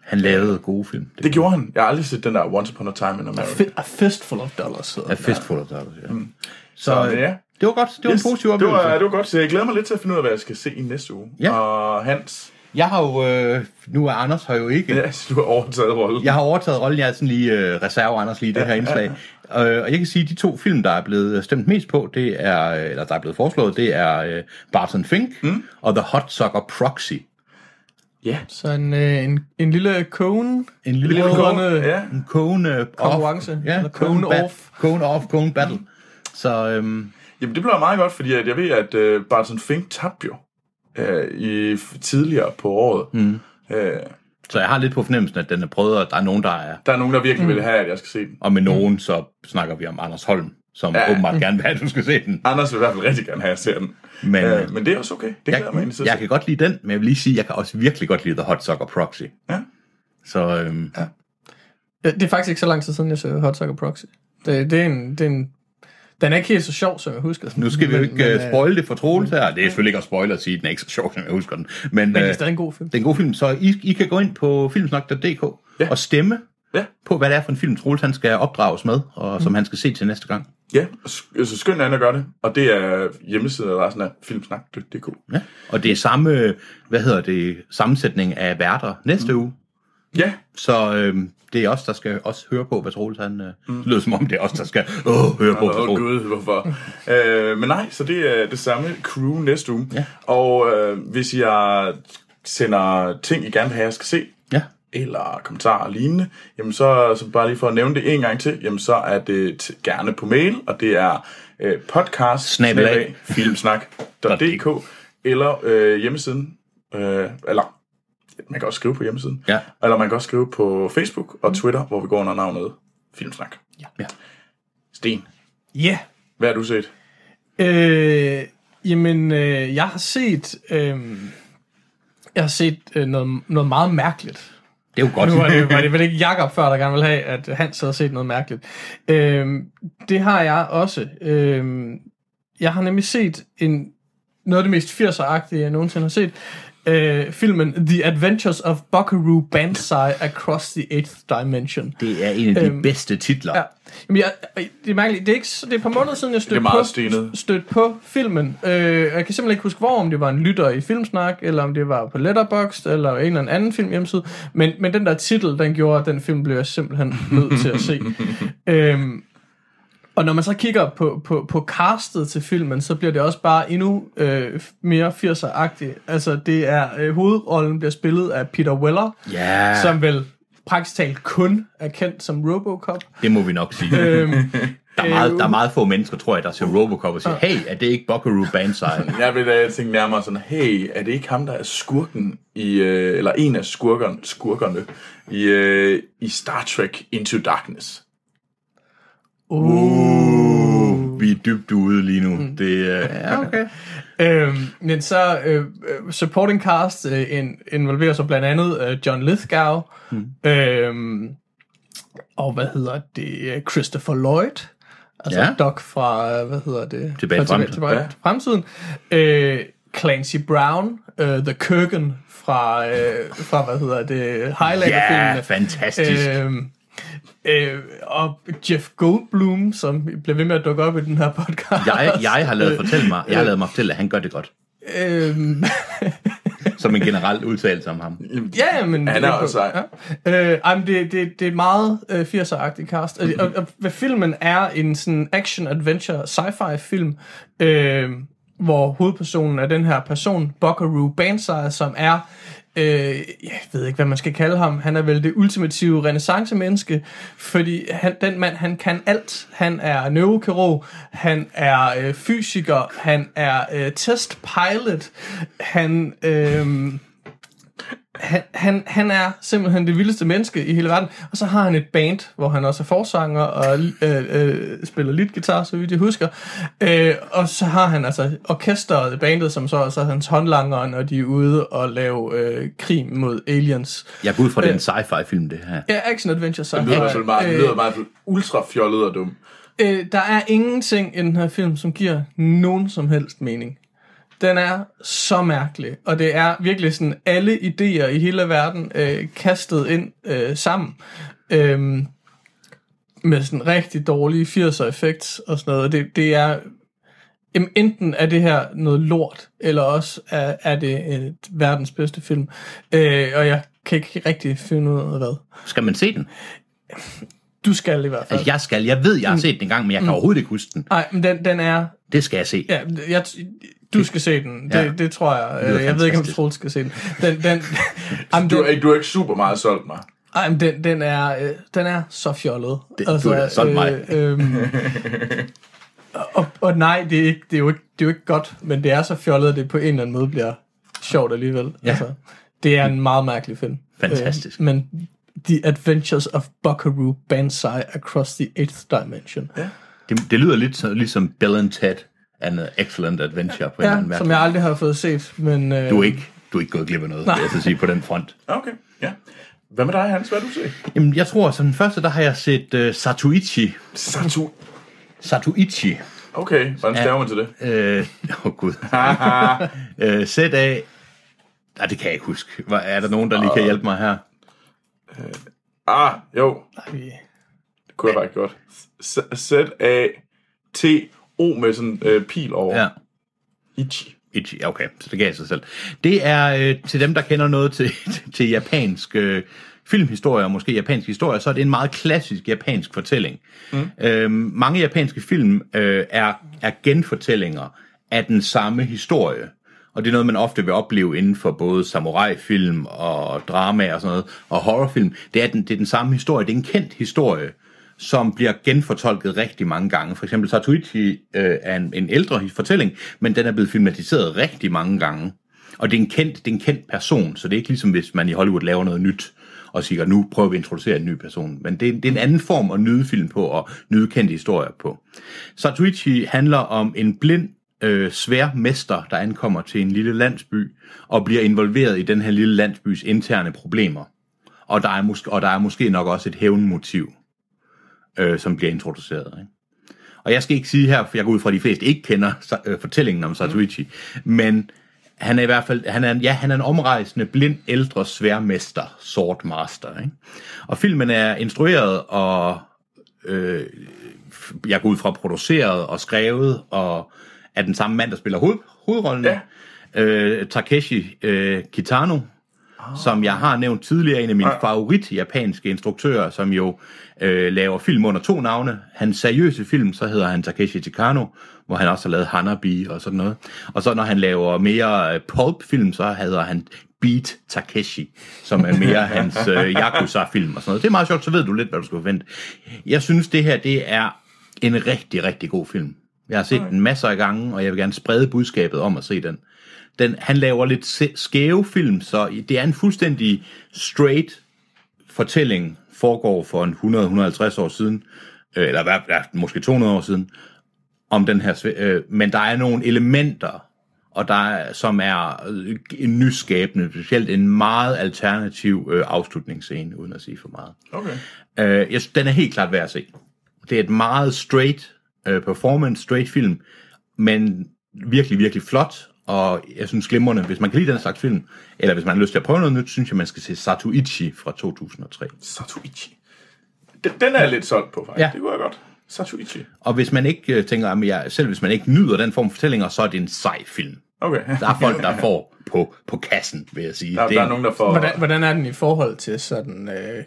S2: Han lavede gode film. Det
S1: Det gjorde han. Jeg har aldrig set den der Once Upon a Time in America.
S3: Fi- A fistful of dollars hedder
S2: er
S3: den.
S2: Fistful of Dollars, ja. Mm. Så,
S1: Så,
S2: øh,
S1: ja.
S2: det var godt. Det var en positiv
S1: det
S2: oplevelse.
S1: var, det var godt, så jeg glæder mig lidt til at finde ud af, hvad jeg skal se i næste uge.
S2: Ja.
S1: Og Hans,
S2: Jeg har jo... Øh, nu er Anders her jo ikke.
S1: Ja, så du har overtaget rollen.
S2: Jeg har overtaget rollen. Jeg er sådan lige øh, reserve, Anders, lige i det her indslag. Øh, og jeg kan sige, at de to film, der er blevet øh, stemt mest på, det er, øh, eller der er blevet foreslået, det er øh, Barton Fink mm. og The Hot Sucker Proxy.
S1: Ja.
S3: Så en, øh, en, en lille cone.
S2: En lille,
S1: Lille
S2: lille
S1: kone.
S3: kone.
S1: Ja.
S2: en kone off.
S3: Konkurrence,
S2: Ja,
S3: eller
S2: kone,
S3: kone
S2: kone off.
S3: off.
S2: Kone off, kone battle. Så øhm,
S1: Jamen, det blev meget godt, fordi at jeg ved, at øh, Barton Fink tabte jo øh, i, f- tidligere på året. Mm. Øh,
S2: Så jeg har lidt på fornemmelsen, at den er prøvet, og der er nogen, der er.
S1: der er nogen, der virkelig mm. vil have, at jeg skal se den.
S2: Og med nogen, så snakker vi om Anders Holm, som
S1: Ja.
S2: Mm. ja. åbenbart gerne vil have, at du skal se den.
S1: Anders vil i hvert fald rigtig gerne have, at jeg ser den.
S2: Men,
S1: øh, men det er også okay. Det glæder jeg, mig
S2: Jeg,
S1: egentlig til.
S2: jeg kan godt lide den, men jeg vil lige sige, at jeg kan også virkelig godt lide The Hot Soccer Proxy.
S1: Ja.
S2: Så øhm, ja.
S3: Ja, Det er faktisk ikke så lang tid siden, jeg så Hot Sucker Proxy. Det, det, er en, det er en, den er ikke helt så sjov, som jeg husker.
S2: nu skal vi jo
S3: Men-
S2: ikke øh,
S3: men, øh,
S2: spoil det for Troels her. Det er selvfølgelig ikke at spoil at sige, at den er ikke så sjov, som jeg husker den. Men,
S3: Men det
S2: øh,
S3: er stadig en god film.
S2: den gode film, så I, I kan gå ind på filmsnak.dk
S1: Ja.
S2: ja. og stemme
S1: Ja.
S2: på, hvad det er for en film, Troels han skal opdrages med, og som han skal se til næste gang.
S1: Ja, så så skynd dig ind og gør det. Og det er hjemmesiden af filmsnak.dk.
S2: Ja. Og det er samme, hvad hedder det, sammensætning af værter næste mm. uge.
S1: Ja,
S2: Så øh, det er os, der skal også høre på, hvad Troels han... Øh, mm. Det lyder som om, det er os, der skal åh, høre på, hvad
S1: Åh oh,
S2: Troels...
S1: gud, hvorfor? øh, men nej, så det er det samme crew næste uge. Ja. Og øh, hvis jeg sender ting, I gerne vil have, jeg skal se,
S2: Ja.
S1: eller kommentarer og lignende, jamen så, så bare lige for at nævne det en gang til, jamen så er det t- gerne på mail, og det er øh, podcast
S2: Snabelag.
S1: snabelag filmsnak.dk eller øh, hjemmesiden, øh, eller man kan også skrive på hjemmesiden,
S2: Ja.
S1: eller man kan også skrive på Facebook og Twitter, hvor vi går under navnet Filmsnak.
S2: ja.
S1: Sten,
S3: Ja.
S1: hvad har du set?
S3: Yeah. Øh, jamen, øh, jeg har set... Øh, jeg har set øh, noget, noget meget mærkeligt.
S2: Det er jo godt.
S3: Nu var det, var det vel ikke Jakob før, der gerne ville have, at Hans havde set noget mærkeligt. Øhm, det har jeg også. Øhm, jeg har nemlig set en, noget af det mest 80'er-agtige, jeg nogensinde har set. Øh, filmen The Adventures of Buckaroo Banzai Across the Eighth Dimension.
S2: Det er en af de
S3: Øhm,
S2: øhm, bedste titler.
S3: Ja. Jamen, jeg, det er mærkeligt. Det er, ikke, så- det er et par måneder siden, jeg
S1: Det er
S3: stødte
S1: meget
S3: på,
S1: stenet.
S3: stødte på filmen. Øh, og jeg kan simpelthen ikke huske, hvor om det var en lytter i Filmsnak, eller om det var på Letterboxd, eller en eller anden anden film hjemmeside. Men, men den der titel, den gjorde, at den film blev jeg simpelthen nødt til at se. øhm, og når man så kigger på, på, på castet til filmen, så bliver det også bare endnu øh, mere 80'er-agtigt. Altså, det er, øh, hovedrollen bliver spillet af Peter Weller,
S2: Ja,
S3: som vel praktisk talt kun er kendt som Robocop.
S2: det må vi nok sige.
S3: Øhm,
S2: Der er,
S3: øh,
S2: meget, der er meget få mennesker, tror jeg, der ser Robocop og siger, hey, er det ikke Buckaroo Banzai?
S1: Jeg vil da tænke nærmere sådan, hey, er det ikke ham, der er skurken i, øh, eller en af skurkerne, skurkerne i, øh, i Star Trek Into Darkness?
S2: uh, vi er dybt ude lige nu.
S3: Mm.
S2: Det, øh, ja, okay.
S3: Øhm, men så øh, øh, supporting cast øh, in, involverer så blandt andet øh, John Lithgow
S2: Hmm.
S3: mm. øhm, og hvad hedder det øh, Christopher Lloyd altså ja.
S2: Ja.
S3: Doc fra øh, hvad hedder det
S2: Tilbage til
S3: fra
S2: fremtiden.
S3: tilbage,
S1: Ja.
S3: tilbage til fremtiden øh, Clancy Brown øh, The Kurgan fra øh, fra hvad hedder det
S2: Ja,
S3: Highlander
S2: fantastisk.
S3: Øhm, øh, og Jeff Goldblum, som bliver ved med at dukke op i den her podcast.
S2: Jeg, jeg har lavet fortælle mig, jeg har lavet mig fortælle, at han gør det godt.
S3: Øhm,
S2: Som en generel udtalelse om ham.
S3: ja, men...
S1: Han er også sej.
S3: Ja. Øh, ej, men det, det, det er et meget øh, 80'er-agtigt cast. Og, og, og, hvad filmen er en sådan action-adventure sci-fi film, øh, hvor hovedpersonen er den her person, Buckaroo Banzai, som er... Øh, jeg ved ikke, hvad man skal kalde ham. Han er vel det ultimative renaissance-menneske, fordi han, den mand, han kan alt. Han er neurokirurg, han er øh, fysiker, han er øh, testpilot, han... Øh, han, han, han er simpelthen det vildeste menneske i hele verden. Og så har han et band, hvor han også er forsanger og øh, øh, spiller lidt guitar, så vidt jeg husker. Øh, og så har han altså orkestret, bandet, som så også er hans håndlanger, når de er ude og lave øh, krig mod aliens.
S2: Jeg går ud fra, det er
S3: Øh.
S2: en sci-fi-film, det her.
S3: Ja, action adventure så.
S1: Det lyder i hvert fald meget, det lyder
S2: Øh.
S1: meget ultra fjollet og dum.
S3: Øh, der er ingenting i den her film, som giver nogen som helst mening. Den er så mærkelig, og det er virkelig sådan alle idéer i hele verden øh, kastet ind øh, sammen. Øhm, med sådan rigtig dårlige 80'er effekts og sådan noget. Det, det er jamen, enten er det her noget lort, eller også er, er det et verdens bedste film. Øh, og jeg kan ikke rigtig finde ud af hvad.
S2: Skal man se den?
S3: Du skal i hvert fald.
S2: Altså, jeg skal. Jeg ved, jeg har
S3: Mm.
S2: set den engang, men jeg kan overhovedet ikke huske den.
S3: Nej, men den, den er...
S2: Det skal jeg se.
S3: Ja, jeg, du skal se den. Det,
S2: Ja.
S3: det tror jeg. Øh, Jeg ved ikke, om
S2: fantastisk.
S3: Troels skal se den. Den, den, jamen,
S1: Du
S3: den,
S1: er, ikke, du er ikke super meget solgt mig.
S3: Ej, men den, den, er, øh, den er så fjollet.
S2: Det- du er da solgt mig.
S3: Øh, og, og nej, det er, ikke, det, er jo ikke, det er jo ikke godt, men det er så fjollet, at det på en eller anden måde bliver sjovt alligevel. Altså,
S2: Ja.
S3: det er en meget mærkelig film.
S2: Fantastisk.
S3: Øh, men The Adventures of Buckaroo Banzai Across the Eighth Dimension. Ja,
S2: Det, det lyder lidt så, ligesom Bill and Ted and an Excellent Adventure på en eller anden
S3: ja som
S2: måde.
S3: jeg aldrig har fået set, men... Øh,
S2: Du er ikke, du er ikke gået glip af noget, vil jeg så sige, på den front.
S1: Okay, ja. Hvad med dig, Hans? Hvad har du set?
S2: Jamen, jeg tror, som den første, der har jeg set uh, Satuichi.
S1: Satu.
S2: Satuichi.
S1: Okay, hvordan staver man til det?
S2: Øh, Åh, oh, gud. øh, sæt af... Nej, det kan jeg ikke huske. Hvor- Er der nogen, der lige kan hjælpe mig her?
S1: Ah, jo.
S3: vi-
S1: Det kunne jeg faktisk godt. Z-A-T-O med sådan øh, pil over.
S2: Ja.
S1: Ichi.
S2: Ichi, ja, okay, så det gav sig selv. Det er øh, til dem, der kender noget til, til japansk øh, filmhistorie, og måske japansk historie, så er det en meget klassisk japansk fortælling. Mm. Øh, mange japanske film øh, er, er genfortællinger af den samme historie. Og det er noget, man ofte vil opleve inden for både samurai-film og drama og sådan noget, og horrorfilm. Det er den, det er den samme historie, det er en kendt historie, som bliver genfortolket rigtig mange gange. For eksempel Satuichi øh, er en, en ældre hi- fortælling, men den er blevet filmatiseret rigtig mange gange. Og det er, en kendt, det er en kendt person, så det er ikke ligesom, hvis man i Hollywood laver noget nyt og siger, nu prøver vi at introducere en ny person. Men det er, det er en anden form at nyde film på og nyde kendte historier på. Satuichi handler om en blind øh, sværmester, der ankommer til en lille landsby og bliver involveret i den her lille landsbys interne problemer. Og der er, måske, og der er måske nok også et hævnmotiv øh, som bliver introduceret. Ikke? Og jeg skal ikke sige her, for jeg går ud fra, at de fleste ikke kender sa- øh, fortællingen om Satuichi, men han er i hvert fald, han er, en- ja, han er en omrejsende, blind, ældre sværmester, sword master. Ikke? Og filmen er instrueret og, øh, f- jeg går ud fra, produceret og skrevet, og er den samme mand, der spiller hoved, hovedrollen.
S1: Ja.
S2: Øh, Takeshi øh, Kitano, som jeg har nævnt tidligere, en af mine favorit japanske instruktører, som jo øh, laver film under to navne. Hans seriøse film, så hedder han Takeshi Chikano, hvor han også har lavet Hanabi og sådan noget. Og så når han laver mere øh, pulp-film, så hedder han Beat Takeshi, som er mere hans øh, Yakuza-film og sådan noget. Det er meget sjovt, så ved du lidt, hvad du skal forvente. Jeg synes, det her det er en rigtig, rigtig god film. Jeg har set den masser af gange, og jeg vil gerne sprede budskabet om at se den den, han laver lidt se- skæve film, så i- det er en fuldstændig straight fortælling, foregår for en 100-150 år siden, øh, eller hvad, ja, måske 200 år siden, om den her, sve- øh, men der er nogle elementer, og der er, som er øh, en nyskabende, specielt en meget alternativ øh, afslutningsscene, uden at sige for meget.
S1: Okay.
S2: Øh, jeg, synes, den er helt klart værd at se. Det er et meget straight øh, performance, straight film, men virkelig, virkelig flot, og jeg synes glimrende, hvis man kan lide den slags film, eller hvis man har lyst til at prøve noget nyt, synes jeg, man skal se Satuichi fra 2003.
S1: Satuichi. Den, den er jeg lidt solgt på, faktisk.
S2: Ja.
S1: Ja. Det kunne jeg godt. Satuichi.
S2: Og hvis man ikke øh, tænker, at jeg, selv hvis man ikke nyder den form for fortællinger, så er det en sej film.
S1: Okay.
S2: Der er folk, der får på, på kassen, vil jeg sige.
S1: Der,
S2: det
S1: der er nogen, der får...
S3: Hvordan, hvordan er den i forhold til sådan øh,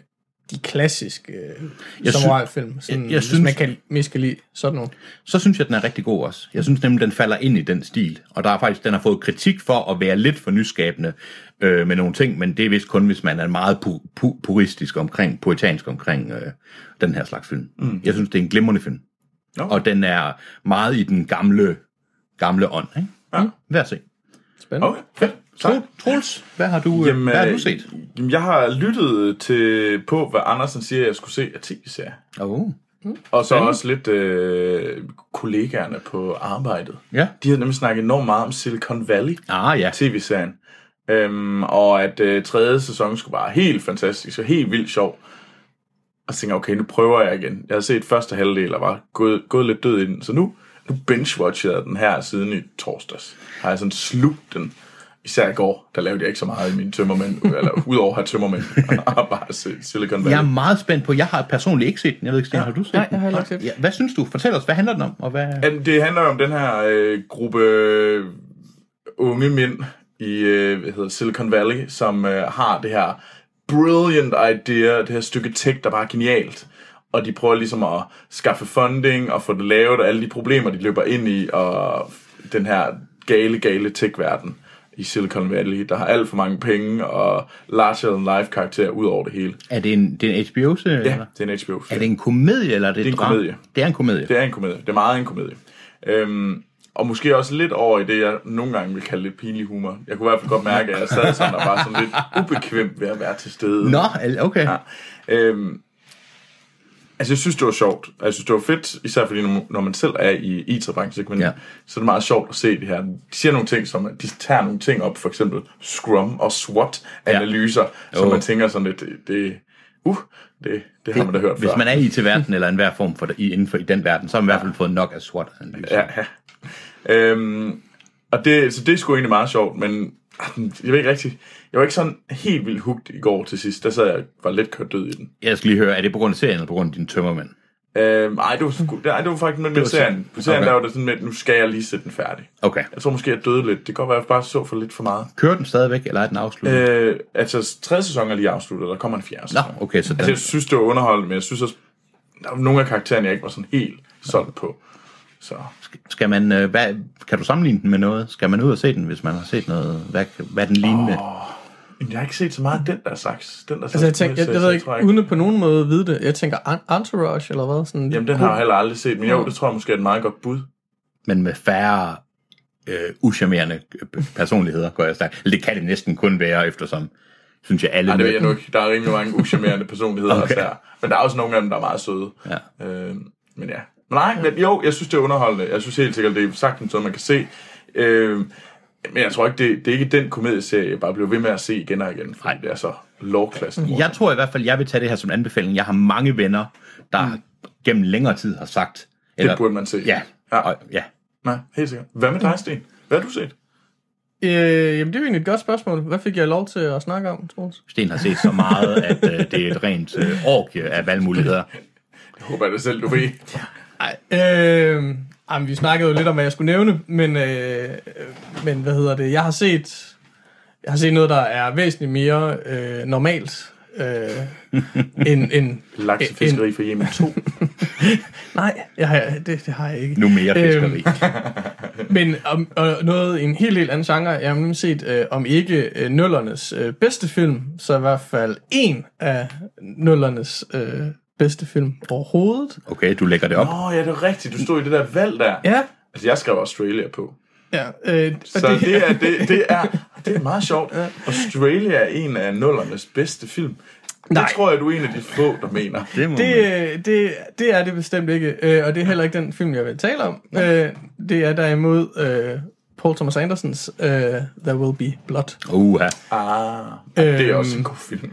S3: de klassiske øh,
S2: Jeg sy-
S3: samurai-film? Sådan,
S2: jeg
S3: jeg, jeg synes,
S2: synes-
S3: man kan mest kan lide sådan nogle.
S2: så synes jeg, den er rigtig god også. Jeg synes nemlig, den falder ind i den stil. Og der er faktisk, den har fået kritik for at være lidt for nyskabende øh, med nogle ting, men det er vist kun, hvis man er meget pu- pu- puristisk omkring, puritansk omkring øh, den her slags film. Mm. Jeg synes, det er en glimrende film.
S1: Nå.
S2: Og den er meget i den gamle, gamle ånd. Ikke?
S1: Ja.
S2: Vær se.
S3: Spændende.
S1: Okay, fedt. Tak.
S2: Tro- Troels, hvad har du, Jamen, hvad har
S1: øh,
S2: du set?
S1: Jamen, jeg har lyttet til, på, hvad Andersen siger, jeg skulle se af tv-serier.
S2: Oh.
S1: Og så også lidt øh, kollegaerne på arbejdet.
S2: Ja.
S1: De havde nemlig snakket enormt meget om Silicon Valley,
S2: Ah ja,
S1: tv-serien. Øhm, og at øh, tredje sæson skulle være helt fantastisk og helt vildt sjov. Og så tænkte jeg, okay, nu prøver jeg igen. Jeg havde set første halvdel og var gået, gået lidt død i den. Så nu, nu binge-watchede jeg den her siden i torsdags. Har jeg sådan slugt den. Især i går, der lavede jeg ikke så meget i mine tømmermænd, eller udover at have tømmermænd og bare se Silicon Valley.
S2: Jeg er meget spændt på, jeg har personligt ikke set den. Jeg ved ikke, Sten, har du set
S3: Nej,
S2: den?
S3: jeg har heller ikke set den.
S2: Ja, hvad synes du? Fortæl os, hvad handler den om? Og hvad...
S1: Jamen, det handler jo om den her øh, gruppe øh, unge mænd i øh, hvad hedder Silicon Valley, som øh, har det her brilliant idea, det her stykke tech, der bare er genialt. Og de prøver ligesom at skaffe funding og få det lavet, og alle de problemer, de løber ind i, og den her gale, gale tech-verden i Silicon Valley, der har alt for mange penge og larger than life karakter ud over det hele.
S2: Er det en, det er en HBO-serie?
S1: Ja,
S2: Eller?
S1: det er en HBO.
S2: Er det en komedie, eller er det,
S1: Det er en
S2: drama?
S1: komedie.
S2: Det er en komedie.
S1: Det er en komedie. Det er meget en komedie. Øhm, og måske også lidt over i det, jeg nogle gange vil kalde lidt pinlig humor. Jeg kunne i hvert fald godt mærke, at jeg sad sådan og var sådan lidt ubekvemt ved at være til stede.
S2: Nå, al- okay.
S1: Ja. Øhm, altså, jeg synes, det var sjovt. Og Jeg synes, det var fedt, især fordi, når- når man selv er i IT-branchen, men
S2: Ja.
S1: ja. så er det meget sjovt at se det her. De siger nogle ting, som de tager nogle ting op, for eksempel Scrum og SWOT-analyser, ja. som
S2: Jo.
S1: man tænker sådan lidt, det, det, uh, det, det har man da hørt
S2: Hvis
S1: før.
S2: man er i til verden eller enhver form for i, inden for i den verden, så har man i hvert fald fået nok af SWOT.
S1: Ja, ja. Øhm, og det, så det er sgu egentlig meget sjovt, men ah, den- jeg ved ikke rigtigt. Jeg var ikke sådan helt vildt hugt i går til sidst. Der sad jeg var lidt kørt død i den.
S2: Jeg skal lige høre, er det på grund af serien eller på grund af din tømmermænd?
S1: Øhm, ej, det var, sgu, nej, det var faktisk med, med
S2: var serien.
S1: serien. På serien
S2: Okay.
S1: okay. der var det sådan med, at nu skal jeg lige sætte den færdig.
S2: Okay.
S1: Jeg tror måske, jeg døde lidt. Det kan godt være, at jeg bare så for lidt for meget.
S2: Kører den stadigvæk, eller er den afsluttet? Øh,
S1: Øh, altså, tredje sæson er lige afsluttet, og der kommer en fjerde sæson.
S2: Nå, okay, så den,
S1: Altså, jeg synes, det var underholdende, men jeg synes også, der var nogle af karaktererne, jeg ikke var sådan helt solgt på. Så
S2: skal man, øh, hvad, kan du sammenligne den med noget? Skal man ud og se den, hvis man har set noget? Hvad, hvad er den lignende? Oh.
S1: men jeg har ikke set så meget af den der slags. Den der
S3: Altså, jeg, tænker, jeg, jeg ved ikke, uden at på nogen måde vide det, jeg tænker en- Entourage eller hvad? Sådan,
S1: Jamen, den har jeg heller aldrig set, men jo, det tror jeg måske er et meget godt bud.
S2: Men med færre øh, uschammerende øh, personligheder, går jeg stærkt. Eller det kan det næsten kun være, eftersom, synes jeg, alle...
S1: Nej, det ved jeg
S2: med-
S1: nu ikke. Der er rimelig mange uschammerende personligheder okay. også
S2: Okay.
S1: der. Men der er også nogle af dem, der er meget søde.
S2: Ja.
S1: Øh, men ja. Men nej, men jo, jeg synes, det er underholdende. Jeg synes helt sikkert, det er sagtens noget, man kan se. Øh, men jeg tror ikke, det, det er ikke den komedieserie, jeg bare bliver ved med at se igen og igen, fordi det er så lovklassen.
S2: Jeg tror i hvert fald, jeg vil tage det her som en anbefaling. Jeg har mange venner, der mm. gennem længere tid har sagt...
S1: Det burde man se.
S2: Ja,
S1: Ja.
S2: Og, ja.
S1: Nej, helt sikkert. Hvad med dig, Sten? Hvad har du set?
S3: Øh, jamen, det er jo egentlig et godt spørgsmål. Hvad fik jeg lov til at snakke om, Troels?
S2: Sten har set så meget, at øh, det er et rent øh, orgie af valgmuligheder.
S1: Jeg håber det selv, du ved.
S3: Øh, jamen, vi snakkede jo lidt om, hvad jeg skulle nævne, men, øh, men hvad hedder det? Jeg har set, jeg har set noget, der er væsentligt mere øh, normalt øh, end, end, end,
S1: Laksefiskeri fra hjemme 2.
S3: Nej, jeg har, det, det har jeg ikke.
S2: Nu mere
S3: Øhm,
S2: fiskeri. Øhm,
S3: Men om, og noget i en helt helt anden genre, jeg har nemlig set, øh, om ikke øh, nullernes øh, bedste film, så i hvert fald en af nullernes øh, bedste film overhovedet.
S2: okay, du lægger det op.
S1: Åh, oh, ja, det er rigtigt. Du stod i det der valg der.
S3: Ja,
S1: Altså, jeg skrev Australia på.
S3: ja. Øh, og
S1: Så det, er, det, det, er, det er meget sjovt. Australia er en af nullernes bedste film. Nej.
S3: Nej.
S1: Det tror jeg, du er en af de få, der mener.
S2: Det må
S3: Det,
S2: man-
S3: øh, det, det er det bestemt ikke, øh, og det er heller ikke den film, jeg vil tale om. Øh, det er derimod øh, Paul Thomas Andersens øh, There Will Be Blood.
S2: Uha.
S1: Ah, det er også en god film.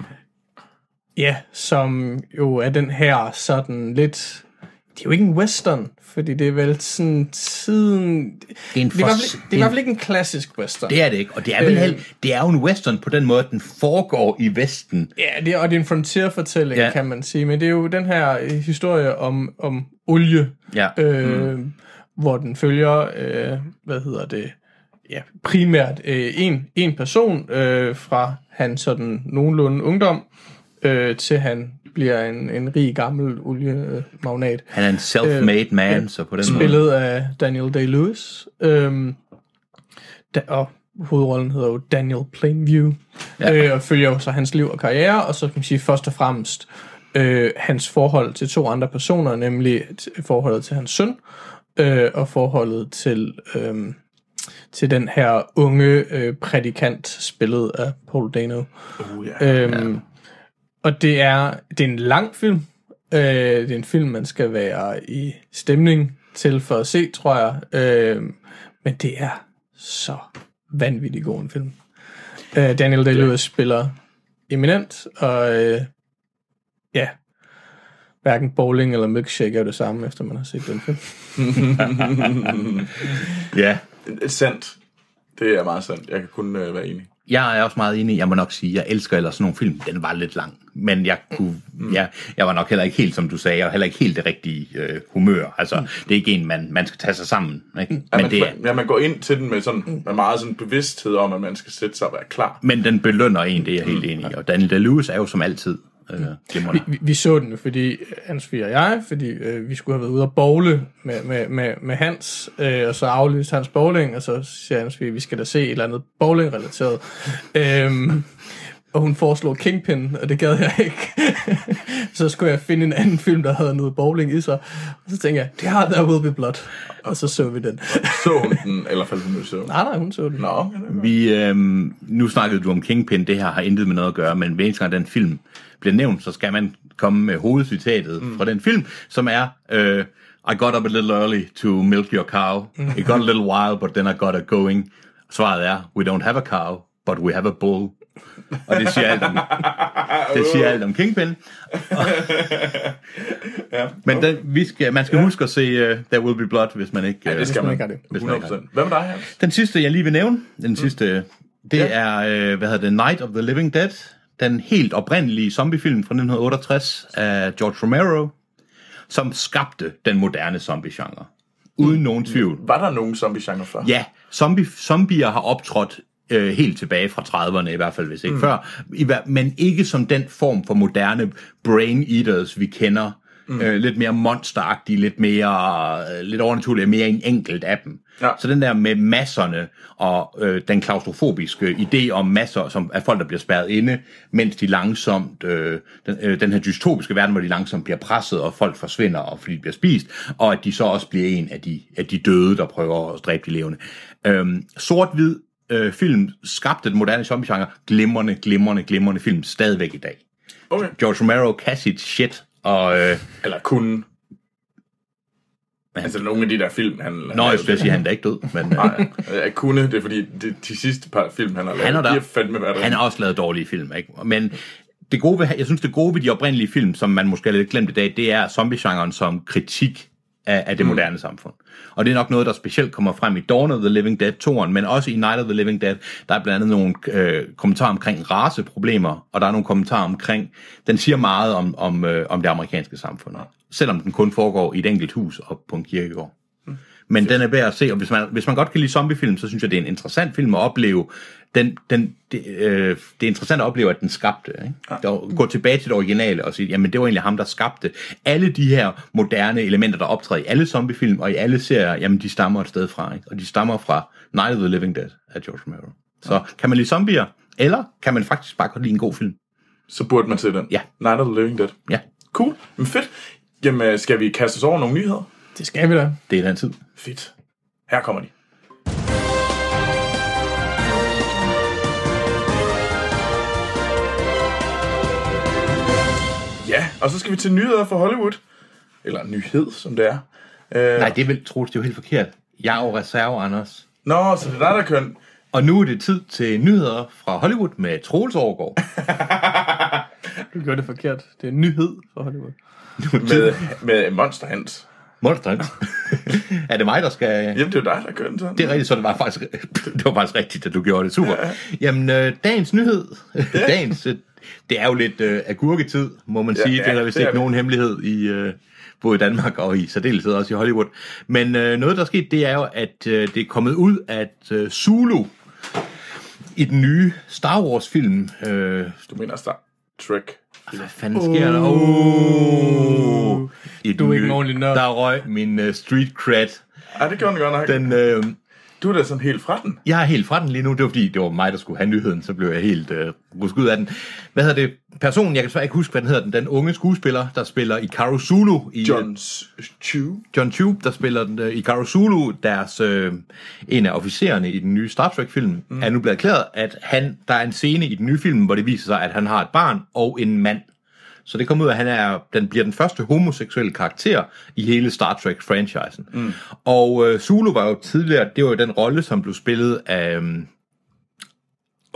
S3: Ja, som jo er den her sådan lidt... Det er jo ikke en western, fordi det er vel sådan tiden... Det
S2: er en
S3: det er, i hvert fald,
S2: fors-
S3: det er i hvert fald ikke en klassisk western.
S2: Det er det ikke, og det er, vel
S3: Øh.
S2: held, det er jo en western på den måde, at den foregår i Vesten.
S3: Ja, det er, og det er en frontier-fortælling,
S2: Ja.
S3: ja. kan man sige. Men det er jo den her øh, historie om, om olie,
S2: Ja.
S3: øh, mm. hvor den følger, øh, hvad hedder det, ja, primært øh, en, en person øh, fra han sådan nogenlunde ungdom, øh, til han bliver en, en rig gammel oliemagnat.
S2: Han er en self-made man, så på den måde.
S3: Spillet af Daniel Day-Lewis. Øhm, da, og hovedrollen hedder jo Daniel Plainview. Ja. Øh, og følger jo så hans liv og karriere, og så kan man sige først og fremmest øh, hans forhold til to andre personer, nemlig t- forholdet til hans søn, øh, og forholdet til, øh, til den her unge øh, prædikant, spillet af Paul Dano.
S1: Uh, ja.
S3: Øhm, ja. Og det er, det er en lang film. Øh, det er en film, man skal være i stemning til for at se, tror jeg. Øh, men det er så vanvittig god en film. Øh, Daniel Day-Lewis spiller eminent, og øh, ja, hverken bowling eller milkshake er det samme, efter man har set den film.
S2: Ja.
S1: Sandt. Det er meget sandt. Jeg kan kun øh, være enig.
S2: Jeg er også meget enig, jeg må nok sige, jeg elsker ellers sådan nogle film. Den var lidt lang, men jeg, kunne, mm. jeg, jeg var nok heller ikke helt, som du sagde, og heller ikke helt det rigtige øh, humør. Altså, mm. det er ikke en, man, man skal tage sig sammen. Ikke? Mm.
S1: Ja,
S2: Men,
S1: man,
S2: det, er-
S1: man, ja, man går ind til den med, sådan, med meget sådan bevidsthed om, at man skal sætte sig og være klar.
S2: men den belønner en, det er jeg helt enig i. Og Daniel Day-Lewis er jo som altid øh, glimrende.
S3: Vi, vi så den, jo, fordi hans og jeg, fordi øh, vi skulle have været ude og bowle med, med, med, med Hans, øh, og så aflyste Hans bowling, og så siger hans vi skal da se et eller andet bowling-relateret. øhm, og hun foreslog Kingpin, og det gad jeg ikke. så skulle jeg finde en anden film, der havde noget bowling i sig. Og så tænkte jeg, det har There Will Be Blood. Og så så vi den.
S1: Så hun den, eller faldt hun nu så.
S3: nej, nej, hun så den.
S1: Nå, okay, det er godt.
S2: Vi, øh, nu snakkede du om Kingpin, det her har intet med noget at gøre, men hver eneste gang den film bliver nævnt, så skal man komme med hovedcitatet mm. fra den film, som er, øh, I got up a little early to milk your cow. It got a little while, but then I got it going. Svaret er, we don't have a cow, but we have a bull. Og det siger alt om, det siger alt om Kingpin. ja, men den, vi skal, man skal ja. huske at se uh, There Will Be Blood, hvis man ikke... øh,
S1: Ja, det skal
S3: man
S1: man.
S3: ikke har det.
S1: 100%. Hvad med dig, Hans?
S2: Den sidste, jeg lige vil nævne, den sidste, det
S1: Ja.
S2: er, øh, hvad hedder det, Night of the Living Dead. Den helt oprindelige zombiefilm fra 1968 af George Romero, som skabte den moderne zombie-genre. Uden nogen tvivl.
S1: Var der nogen zombie-genre før?
S2: Ja, zombie, zombier har optrådt øh, helt tilbage fra 30'erne i hvert fald, hvis ikke mm. før. I, hver- men ikke som den form for moderne brain eaters, vi kender. Mm. Øh, lidt mere monsteragtige, lidt mere øh, lidt overnaturlige, mere en enkelt af dem.
S1: Ja.
S2: Så den der med masserne og øh, den klaustrofobiske idé om masser som af folk, der bliver spærret inde, mens de langsomt, øh, den, øh, den her dystopiske verden, hvor de langsomt bliver presset, og folk forsvinder, og fordi de bliver spist, og at de så også bliver en af de, af de døde, der prøver at dræbe de levende. Øhm, Sort-hvid øh, film skabte den moderne zombie-genre. Glimrende, glimrende, glimrende film stadigvæk i dag.
S1: Okay.
S2: George Romero kan sit shit, og... Øh,
S1: Eller kunne. Altså nogle af de der film, han
S2: Nå, jeg skulle sige, at han er da ikke død, men... Øh,
S1: Nej, jeg kunne, det er fordi de, de sidste par film, han har lavet,
S2: Han er der.
S1: de har fandme været der.
S2: Han har også lavet dårlige film, ikke? Men det gode ved, jeg synes, det gode ved de oprindelige film, som man måske har lidt glemt i dag, det er zombie-genren som kritik af, af det mm. moderne samfund. Og det er nok noget, der specielt kommer frem i Dawn of the Living Dead 2'eren, men også i Night of the Living Dead, der er blandt andet nogle øh, kommentarer omkring raceproblemer, og der er nogle kommentarer omkring, den siger meget om, om, øh, om det amerikanske samfund, selvom den kun foregår i et enkelt hus og på en kirkegård. Men den er værd at se, og hvis man, hvis man godt kan lide zombiefilm, så synes jeg, det er en interessant film at opleve. Den, den, det, øh, det er interessant at opleve, at den skabte. Ikke? Ja. Der, gå tilbage til det originale og sige, jamen det var egentlig ham, der skabte. Alle de her moderne elementer, der optræder i alle zombiefilm og i alle serier, jamen de stammer et sted fra. Ikke? Og de stammer fra Night of the Living Dead af George Romero. Så kan man lide zombier, eller kan man faktisk bare godt lide en god film?
S1: Så burde man se den.
S2: Ja.
S1: Night of the Living Dead.
S2: Ja,
S1: Cool. Men fedt. Jamen, øh, skal vi kaste os over nogle nyheder?
S3: Det skal vi da.
S2: det er den tid.
S1: Fedt. Her kommer de. Ja, og så skal vi til nyheder fra Hollywood. Eller nyhed, som det er. Øh,
S2: Nej, det er vel, Troels, det er jo helt forkert. Jeg er jo reserve, Anders.
S1: Nå, så det er dig, der kører den.
S2: Og nu er det tid til nyheder fra Hollywood med Troels Overgaard.
S3: Du gjorde det forkert. Det er en nyhed for Hollywood.
S1: med, med Monster Hans.
S2: Monster Hunter. er det mig, der skal...
S1: Jamen, det er jo dig, der kører den sådan.
S2: Det er rigtigt, så det var faktisk, det var faktisk rigtigt, at du gjorde det. Super. Jamen, øh, dagens nyhed. dagens, øh, det er jo lidt øh, agurketid, må man
S1: Ja,
S2: sige.
S1: ja,
S2: det er der vist
S1: det er
S2: ikke
S1: det.
S2: nogen hemmelighed i... Øh, både i Danmark og i særdeleshed også i Hollywood. Men øh, noget, der er sket, det er jo, at øh, det er kommet ud, at øh, Zulu i den nye Star Wars-film... Øh,
S1: Du mener Star Trek.
S2: hvad fanden sker der? Oh. I den
S3: Du er
S2: nye-
S3: ikke en ordentlig nørd.
S2: Der røg min øh, street cred.
S1: Ja, det gjorde den godt nok. Den...
S2: Den, øh,
S1: Du er da sådan helt fra den.
S2: jeg er helt fra den lige nu. Det var fordi, det var mig, der skulle have nyheden, så blev jeg helt øh, rusket ud af den. Hvad hedder det? Personen, jeg kan desværre ikke huske, hvad den hedder, den, den unge skuespiller, der spiller Ikaru Zulu i...
S1: John S- Chu.
S2: John Tube, der spiller den, øh, Ikaru Zulu, deres, øh, en af officererne i den nye Star Trek-film, mm. er nu blevet erklæret, at han, der er en scene i den nye film, hvor det viser sig, at han har et barn og en mand. Så det kommer ud, at han er, den bliver den første homoseksuelle karakter i hele Star Trek-franchisen. Mm. Og øh, Zulu var jo tidligere, det var jo den rolle, som blev spillet af... Øh,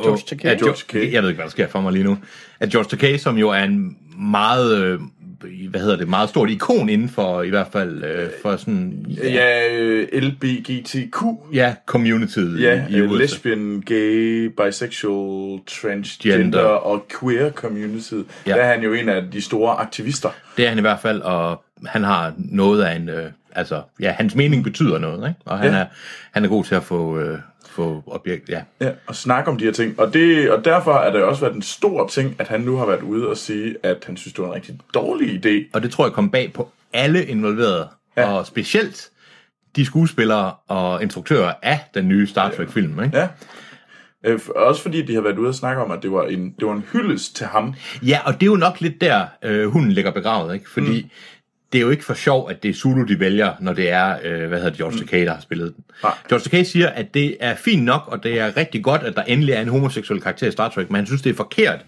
S3: George Takei.
S2: af George
S1: George Takei.
S2: Jeg ved ikke, hvad der sker for mig lige nu. At George Takei, som jo er en meget øh, hvad hedder det, meget stort ikon inden for i hvert fald øh, for sådan
S1: Ja, øh, LBGTQ.
S2: ja communityet
S1: Ja,
S2: i, i
S1: øh,
S2: USA.
S1: lesbian, gay, bisexual, transgender
S2: Gender.
S1: og queer community. Ja.
S2: Ja.
S1: Der er han jo en af de store aktivister.
S2: Det er han i hvert fald, og han har noget af en, øh, altså, ja, hans mening betyder noget, ikke? Og han,
S1: Ja.
S2: er, han er god til at få, øh, få objekt, ja.
S1: Ja, og snakke om de her ting. Og, det, og derfor har det også været en stor ting, at han nu har været ude og sige, at han synes, det var en rigtig dårlig idé.
S2: Og det tror jeg kom bag på alle involverede,
S1: Ja.
S2: ja. og specielt de skuespillere og instruktører af den nye Star Trek-film, ikke?
S1: Ja. Øh, f- også fordi de har været ude og snakke om, at det var en, det var en hyldest til ham.
S2: Ja, og det er jo nok lidt der, øh, hunden ligger begravet, ikke? Fordi mm. det er jo ikke for sjov, at det er Zulu, de vælger, når det er, øh, hvad hedder George Takei, der har spillet den.
S1: Nej.
S2: George Takei siger, at det er fint nok, og det er rigtig godt, at der endelig er en homoseksuel karakter i Star Trek, men han synes, det er forkert,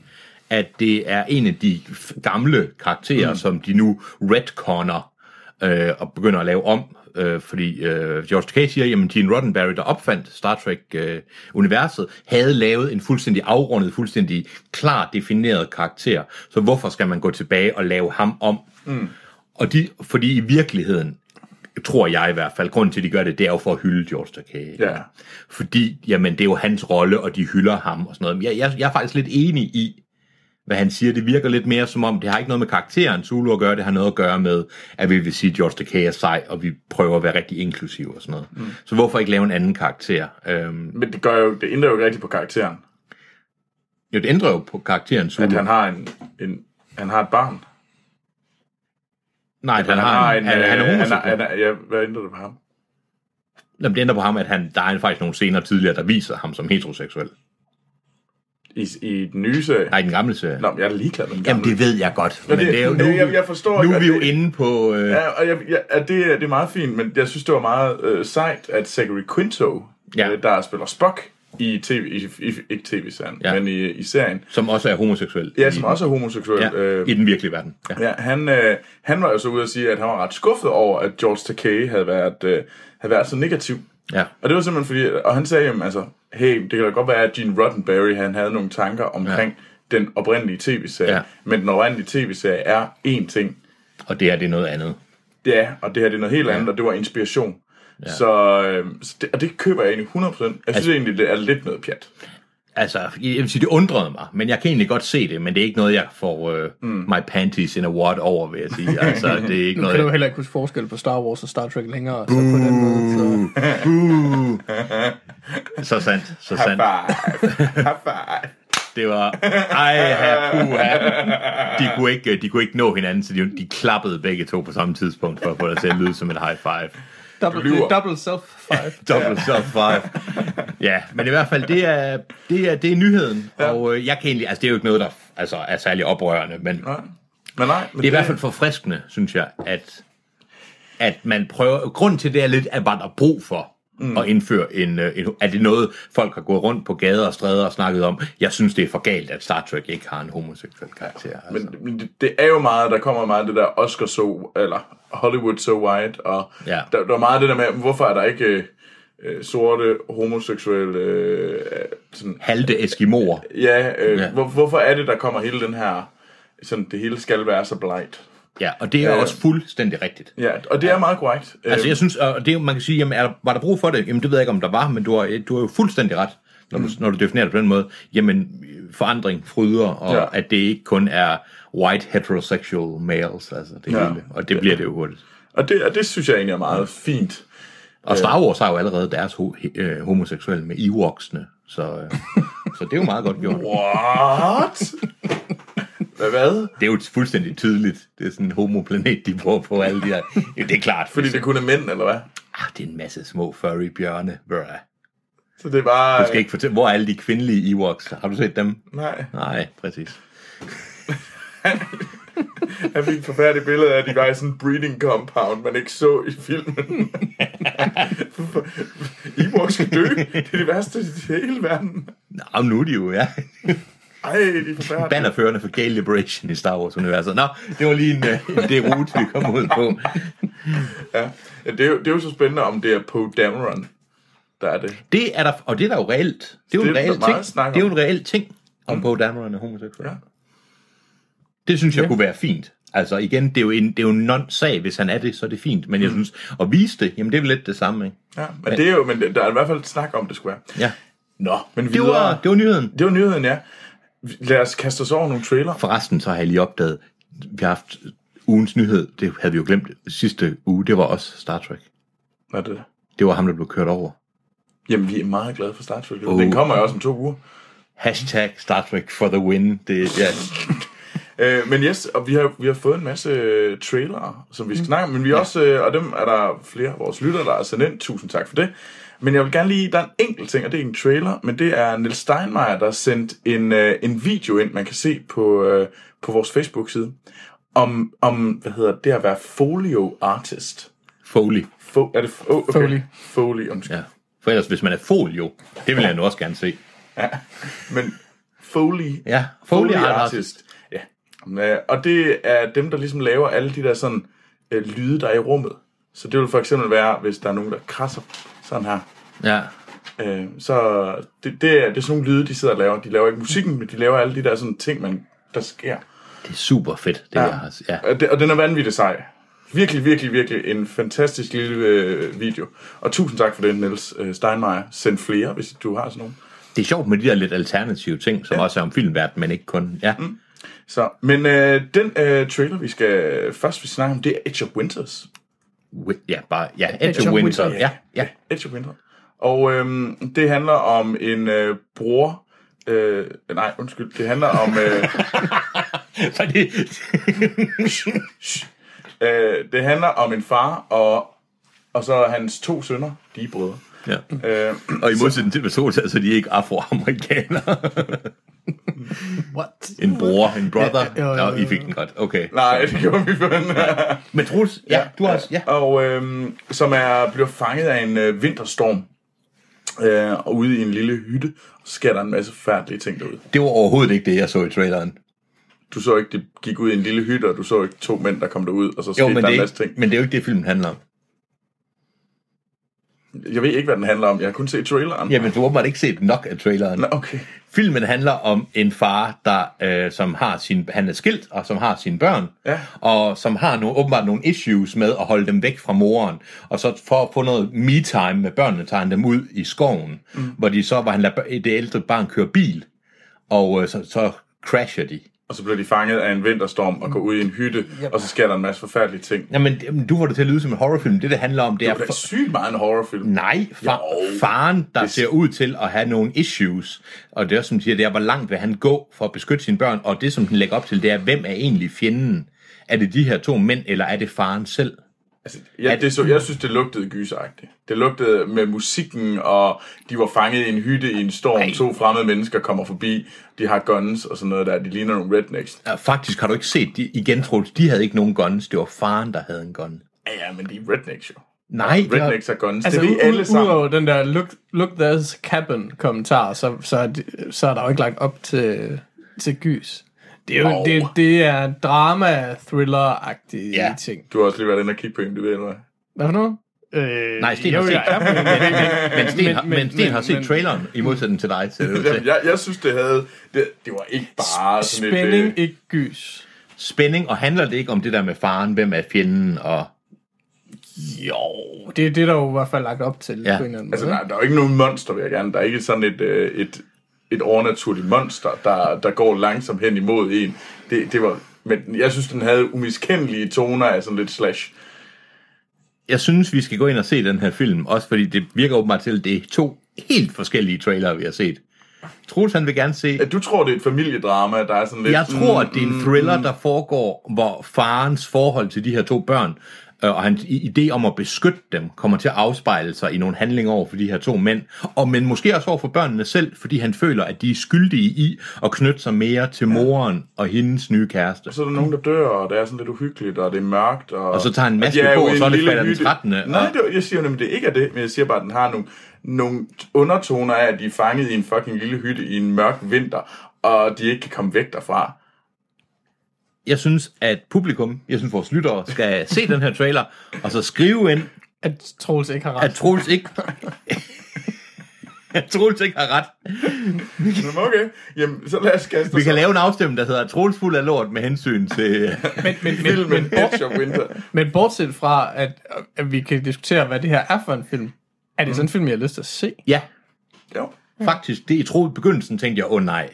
S2: at det er en af de f- gamle karakterer, mm. som de nu retconner øh, og begynder at lave om. Øh, fordi øh, George Takei siger, jamen Gene Roddenberry, der opfandt Star Trek-universet, havde lavet en fuldstændig afrundet, fuldstændig klar defineret karakter. Så hvorfor skal man gå tilbage og lave ham om? Mm. Og de, fordi i virkeligheden, tror jeg i hvert fald, grunden til, at de gør det, det er jo for at hylde George Takei.
S1: Ja.
S2: Fordi, jamen, det er jo hans rolle, og de hylder ham og sådan noget. Men jeg, jeg, jeg er faktisk lidt enig i, hvad han siger. Det virker lidt mere som om, det har ikke noget med karakteren Zulu at gøre, det har noget at gøre med, at vi vil sige, at George Takei er sej, og vi prøver at være rigtig inklusive og sådan noget. Mm. Så hvorfor ikke lave en anden karakter? Øhm,
S1: Men det, gør jo, det ændrer jo ikke rigtigt på karakteren.
S2: jo, det ændrer jo på karakteren Zulu.
S1: At han har, en, en, han har et barn.
S2: Nej, at han,
S1: Han
S2: har, en, han,
S1: øh,
S2: han er
S1: han,
S2: homoseksuel.
S1: han, er- ja, hvad ændrer det på ham?
S2: Jamen, det ændrer på ham, at han, der er faktisk nogle scener tidligere, der viser ham som heteroseksuel.
S1: I, I den nye serie?
S2: Nej, i den gamle serie.
S1: Nå, men jeg er ligeglad med den
S2: Jamen,
S1: gamle.
S2: det ved jeg godt. Men
S1: det-
S2: det, det er jo, nu,
S1: jeg- jeg forstår
S2: nu
S1: ikke,
S2: er vi
S1: at
S2: jo
S1: det-
S2: inde på... Øh, ja.
S1: Ja, og jeg, jeg, at det, det er meget fint, men jeg synes, det var meget øh, sejt, at Zachary Quinto, ja.
S2: Ja.
S1: øh, der spiller Spock i tv, i, i, ikke tv-serien, ja.
S2: Ja.
S1: men i, i serien,
S2: Som også er homoseksuel.
S1: ja,
S2: i-
S1: som også er homoseksuel,
S2: ja, øh, i den virkelige verden. Ja.
S1: Ja, han, øh, han var jo så ude at sige, at han var ret skuffet over, at George Takei havde været, øh, havde været så negativ.
S2: ja.
S1: Og det var simpelthen fordi, og han sagde, jamen, altså, hey, det kan da godt være, at Gene Roddenberry, han havde nogle tanker omkring ja. den oprindelige tv-serie, ja.
S2: Ja.
S1: men den oprindelige tv-serie er én ting,
S2: Og det her, det er noget andet.
S1: Ja, og det her det er noget helt andet, og det var inspiration. Ja. Så, øh, så det, og det køber jeg egentlig 100%. Jeg synes altså, egentlig, det er lidt noget pjat.
S2: Altså, jeg vil sige, det undrede mig, men jeg kan egentlig godt se det, men det er ikke noget, jeg får øh,
S1: Mm.
S2: my panties in a wad over, vil jeg sige. Altså, det er ikke
S3: Nu kan du jo
S2: noget...
S3: heller ikke huske forskel på Star Wars og Star Trek længere. Så på den måde, så.
S2: Så sandt, så
S1: High
S2: sandt.
S1: five. High five.
S2: Det var, ej, her, puha. De kunne, ikke, øh, de kunne ikke nå hinanden, så de, de klappede begge to på samme tidspunkt, for at få det til at lyde som en high five.
S1: Du lyver.
S3: Double, double self five.
S2: Double sub five. Ja, men i hvert fald, det er, det er, det er nyheden. Ja. Og øh, jeg kan egentlig, altså det er jo ikke noget, der altså, er særlig oprørende, men det
S1: Nej. Men nej, men
S2: er i hvert fald forfriskende, synes jeg, at, at man prøver, grunden til det er lidt, at man har brug for mm. at indføre en, øh, en, er det noget, folk har gået rundt på gader og stræder og snakket om, jeg synes, det er for galt, at Star Trek ikke har en homoseksuel karakter. Altså.
S1: Men, men det, det er jo meget, der kommer meget det der Oscar so, eller Hollywood so white, og
S2: Ja.
S1: der, der er meget det der med, hvorfor er der ikke øh, øh, sorte, homoseksuelle, øh, sådan,
S2: Halte Eskimoer.
S1: ja, øh, ja.
S2: Ja.
S1: Hvor, hvorfor er det, der kommer hele den her, sådan, det hele skal være så blegt.
S2: Ja, og det er
S1: Øh.
S2: også fuldstændig rigtigt.
S1: Ja, og det er meget korrekt.
S2: Altså,
S1: Øh,
S2: jeg synes, og det, er jo- man kan sige, jamen, er der, var der brug for det? Jamen, det ved jeg ikke, om der var, men du har, du har jo fuldstændig ret, når
S1: Mm.
S2: du, når du definerer det på den måde. Jamen, forandring fryder, og
S1: Ja.
S2: ja. at det ikke kun er white heterosexual males, altså det
S1: Ja.
S2: ja. hele. Og det bliver det jo hurtigt.
S1: Og det, og det synes jeg egentlig er meget fint.
S2: Og Star Wars har jo allerede deres ho- he- øh, homoseksuelle med Ewoks'ene, så, øh, så det er jo meget godt gjort.
S1: What? Hvad? hvad?
S2: Det er jo fuldstændig tydeligt. Det er sådan en homoplanet, de bor på, alle de her. Det er klart,
S1: Fordi
S2: fordi
S1: det kun er mænd, eller hvad?
S2: ah, det er en masse små furry bjørne, bruh.
S1: Så det er bare...
S2: Jeg skal ikke fortælle, hvor er alle de kvindelige Ewoks? Har du set dem?
S1: Nej,
S2: Nej, præcis.
S1: jeg fik et forfærdeligt billede af, at de var i sådan en breeding compound, man ikke så i filmen. Ewoks skal dø. Det er det værste i hele verden.
S2: Nå, nu er de jo, ja.
S1: Ej, de er forfærdelige.
S2: Bannerførende for Gay Liberation i Star Wars-universet. Nå, det var lige en, øh, en derute, vi kom ud på.
S1: Ja. Ja, Det, er jo, det er jo så spændende, om det er Poe Dameron, der er det.
S2: Det er der, og det er der jo reelt. Det er jo
S1: Det er
S2: en
S1: der
S2: reel
S1: meget
S2: ting.
S1: snak om. Mm.
S2: Det er jo en reel ting, om Poe Dameron er homoseksuel.
S1: Ja.
S2: Det synes jeg kunne være fint. Altså igen, det er jo en, det er jo en non-sag. Hvis han er det, så er det fint. Men jeg
S1: Mm.
S2: synes, at vise det, jamen det er vel lidt det samme, ikke?
S1: Ja, men, det er jo, men der er i hvert fald snak om, det skulle være.
S2: Ja.
S1: Nå, men
S2: Det
S1: videre.
S2: var, det var nyheden.
S1: det var nyheden, ja. Lad os kaste os over nogle trailer.
S2: Forresten, så har jeg lige opdaget, vi har haft ugens nyhed, det havde vi jo glemt sidste uge, det var også Star Trek.
S1: Hvad er det?
S2: Det var ham, der blev kørt over.
S1: Jamen, vi er meget glade for Star Trek.
S2: Oh.
S1: Den kommer jo også om to uger.
S2: Hashtag Star Trek for the win. Det, ja.
S1: Øh, men yes, og vi har, vi har fået en masse øh, trailere, som vi skal snakke om, men vi er også, øh, og dem er der flere af vores lyttere, der har sendt ind. Tusind tak for det. Men jeg vil gerne lige, der er en enkelt ting, og det er ikke en trailer, men det er Nils Steinmeier, der har sendt en, øh, en video ind, man kan se på, øh, på vores Facebook-side, om, om, hvad hedder det, at være folio-artist.
S2: Foley.
S1: Fo, er det fo- oh, okay.
S3: Foley.
S1: Foley, undskyld.
S2: Ja. For ellers, hvis man er folio, det vil jeg nu også gerne se.
S1: Ja. Men Foley
S2: Ja,
S1: Foley
S2: Foley
S1: Artist. Ja. Øh, Og det er dem, der ligesom laver alle de der sådan øh, lyde, der er i rummet. Så det vil for eksempel være, hvis der er nogen, der krasser sådan her.
S2: Ja.
S1: Øh, så det, det, er, det er sådan nogle lyde, de sidder og laver. De laver ikke musikken, men de laver alle de der sådan ting, man, der sker.
S2: Det er super fedt, det ja. jeg har. Ja.
S1: Og, det, og den er vanvittig sej. Virkelig, virkelig, virkelig en fantastisk lille øh, video. Og tusind tak for det, Niels øh, Steinmeier. Send flere, hvis du har sådan nogle.
S2: Det er sjovt med de der lidt alternative ting, som ja. også er om filmverden, men ikke kun. Ja. Mm.
S1: Så, men øh, den øh, trailer, vi skal først vi snakker om, det er Edge of Winters.
S2: Ja, bare, ja, Edge
S3: Edge
S2: of
S3: of
S2: Winter.
S3: Winter.
S2: Ja, ja.
S1: Edge of Winter. Og øhm, det handler om en øh, bror... Øh, nej, undskyld. Det handler om... Øh,
S2: Fordi,
S1: øh, det handler om en far og, og så hans to sønner. De er brødre.
S2: ja.
S1: Øh,
S2: Og i modsætning til personen, så er de ikke afroamerikanere.
S3: What?
S2: En bror, en brother.
S3: Ja, ja, ja, ja.
S2: Nå, I fik den godt. Okay.
S1: nej, det gjorde vi før.
S2: Men Troels, ja, du har også, ja.
S1: Og øhm, som er bliver fanget af en øh, vinterstorm. Øh, og ude i en lille hytte, og så sker der en masse forfærdelige ting derude.
S2: Det var overhovedet ikke det, jeg så i traileren.
S1: Du så ikke, det gik ud i en lille hytte, og du så ikke to mænd, der kom derud, og så skete
S2: Jo, men
S1: der
S2: det,
S1: en
S2: er
S1: masse
S2: ikke,
S1: ting.
S2: men det er jo ikke det, filmen handler om.
S1: Jeg ved ikke, hvad den handler om. Jeg har kun set traileren.
S2: Jamen, du har åbenbart ikke set nok af traileren.
S1: Nå, okay.
S2: Filmen handler om en far, der, øh, som har sin, han er skilt, og som har sine børn,
S1: Ja.
S2: og som har no, åbenbart nogle issues med at holde dem væk fra moren. Og så for at få noget me-time med børnene, tager han dem ud i skoven, mm. hvor de så, hvor han lader bør- det ældre barn køre bil, og øh, så, så crasher de.
S1: Og så bliver de fanget af en vinterstorm og går ud i en hytte, og så sker der en masse forfærdelige ting. Det
S2: Jamen, jamen, du får det til at lyde som en horrorfilm. Det, det handler om, det er...
S1: er da sygt meget en horrorfilm.
S2: Nej, far,
S1: Jo.
S2: faren, der
S1: Det-
S2: det... ser ud til at have nogle issues, og det er også, som de siger, det er, hvor langt vil han gå for at beskytte sine børn, og det, som den lægger op til, det er, hvem er egentlig fjenden? Er det de her to mænd, eller er det faren selv?
S1: Altså, jeg, det så, jeg synes, det lugtede gyseragtigt. Det lugtede med musikken, og de var fanget i en hytte i en storm.
S2: Ej.
S1: To fremmede mennesker kommer forbi. De har guns og sådan noget der. De ligner nogle rednecks.
S2: Ja, Faktisk har du ikke set, de, igen Troels, de havde ikke nogen guns, det var faren, der havde en gun.
S1: Ja, ja, men de er rednecks jo.
S2: Nej, det var,
S1: Rednecks har guns.
S3: Altså,
S1: det er vi alle sammen.
S3: udover den der look, look there's cabin kommentar, så, så, er det, så er der jo ikke lagt op til, til gys. Det er jo
S1: Jo.
S3: det, det er drama, thriller-agtige
S2: Ja.
S3: ja. ting.
S1: Du har også lige været inde og kigge på IMDb, eller hvad?
S3: Hvad for noget? Øh,
S2: Nej, Sten
S3: jo,
S2: har set-
S3: jeg er på IMDb.
S2: men Sten, har-
S3: Men- men-
S2: men Sten har
S3: men-
S2: set
S3: men-
S2: traileren, i modsætning til dig, ser det ud
S1: Jamen,
S2: til.
S1: jeg, jeg synes, det havde... Det, det var ikke bare sådan et... øh,
S3: Spænding, ikke gys.
S2: Spænding, og handler det ikke om det der med faren, hvem er fjenden, og...
S3: Jo, det er det, der jo i hvert fald er lagt op til
S2: Ja.
S3: på en eller anden
S1: Altså,
S3: måde.
S1: der, der er jo ikke nogen monster, vil jeg gerne. Der er ikke sådan et, øh, et, et overnaturligt monster, der, der går langsomt hen imod en. Det, det var, men jeg synes, den havde umiskendelige toner af sådan lidt slash.
S2: jeg synes, vi skal gå ind og se den her film, også fordi det virker åbenbart til, at det er to helt forskellige trailere, vi har set. Troels, han vil gerne se...
S1: Du tror, det er et familiedrama, der er sådan lidt...
S2: Jeg tror, at det
S1: mm,
S2: er en thriller, der foregår, hvor farens forhold til de her to børn øh, og hans i- idé om at beskytte dem, kommer til at afspejle sig i nogle handlinger over for de her to mænd. Og men måske også over for børnene selv, fordi han føler, at de er skyldige i at knytte sig mere til moren og hendes nye kæreste.
S1: Så er der nogen, der dør, og det er sådan lidt uhyggeligt, og det er mørkt. Og,
S2: Og så tager han en maske
S1: de er
S2: på,
S1: jo
S2: og
S1: i
S2: så er
S1: en
S2: det
S1: lille
S2: fredag den
S1: hytte.
S2: 13.,
S1: Nej,
S2: og-
S1: det, var- jeg siger jo nemlig, det ikke er det, men jeg siger bare, at den har nogle, nogle undertoner af, at de er fanget i en fucking lille hytte i en mørk vinter, og de ikke kan komme væk derfra.
S2: Jeg synes, at publikum, jeg synes, vores lyttere skal se den her trailer, og så skrive ind,
S3: At Troels ikke har ret.
S2: at Troels ikke... at Troels ikke har ret.
S1: Nå, men okay, jamen, så lad os kaste
S2: Vi
S1: os
S2: kan
S1: over
S2: lave en afstemning, der hedder Troels fuld af lort med hensyn til... øh,
S3: Men, men, men,
S1: filmen
S3: men,
S1: Edge of Winter.
S3: men bortset fra, at, at vi kan diskutere, hvad det her er for en film, er
S2: Mm.
S3: det sådan en film, jeg har lyst til at se?
S2: ja,
S1: Jo.
S2: faktisk. Det, jeg troede i begyndelsen, tænkte jeg, åh oh, nej.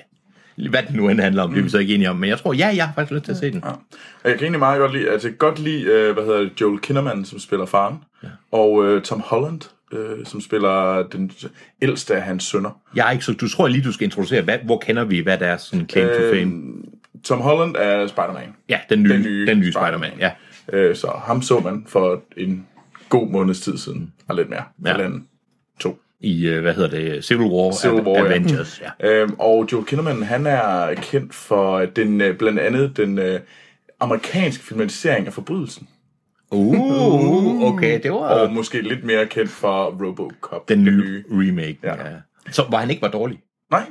S2: Hvad den nu end handler om, det er
S1: Mm.
S2: vi så ikke enige om. Men jeg tror, ja, jeg har faktisk lyst til at se den.
S1: Og Jeg kan egentlig meget godt lide, altså jeg kan godt lide, øh, hvad hedder det, Joel Kinnaman, som spiller faren, ja. og øh, Tom Holland, øh, som spiller den ældste af hans sønner.
S2: Jeg er ikke så... Du tror lige, du skal introducere, hvad, hvor kender vi, hvad der er sådan claim to
S1: Øh,
S2: fame?
S1: Tom Holland er Spider-Man,
S2: Ja, den nye,
S1: den nye
S2: den nye
S1: Spider-Man.
S2: Spider-Man. Ja.
S1: øh, så ham så man for en god måneds tid siden, og lidt mere,
S2: Ja.
S1: ja. eller to.
S2: I, øh, hvad hedder det, Civil War,
S1: Civil War, ja.
S2: Avengers. Ja.
S1: Øhm, og Joe Kinnaman, han er kendt for den, øh, blandt andet den øh, amerikanske filmatisering af forbrydelsen.
S2: Uh, okay, det var
S1: Og måske lidt mere kendt for Robocop.
S2: den nye remake.
S1: Ja.
S2: Ja. Så var han ikke var dårlig.
S1: Nej,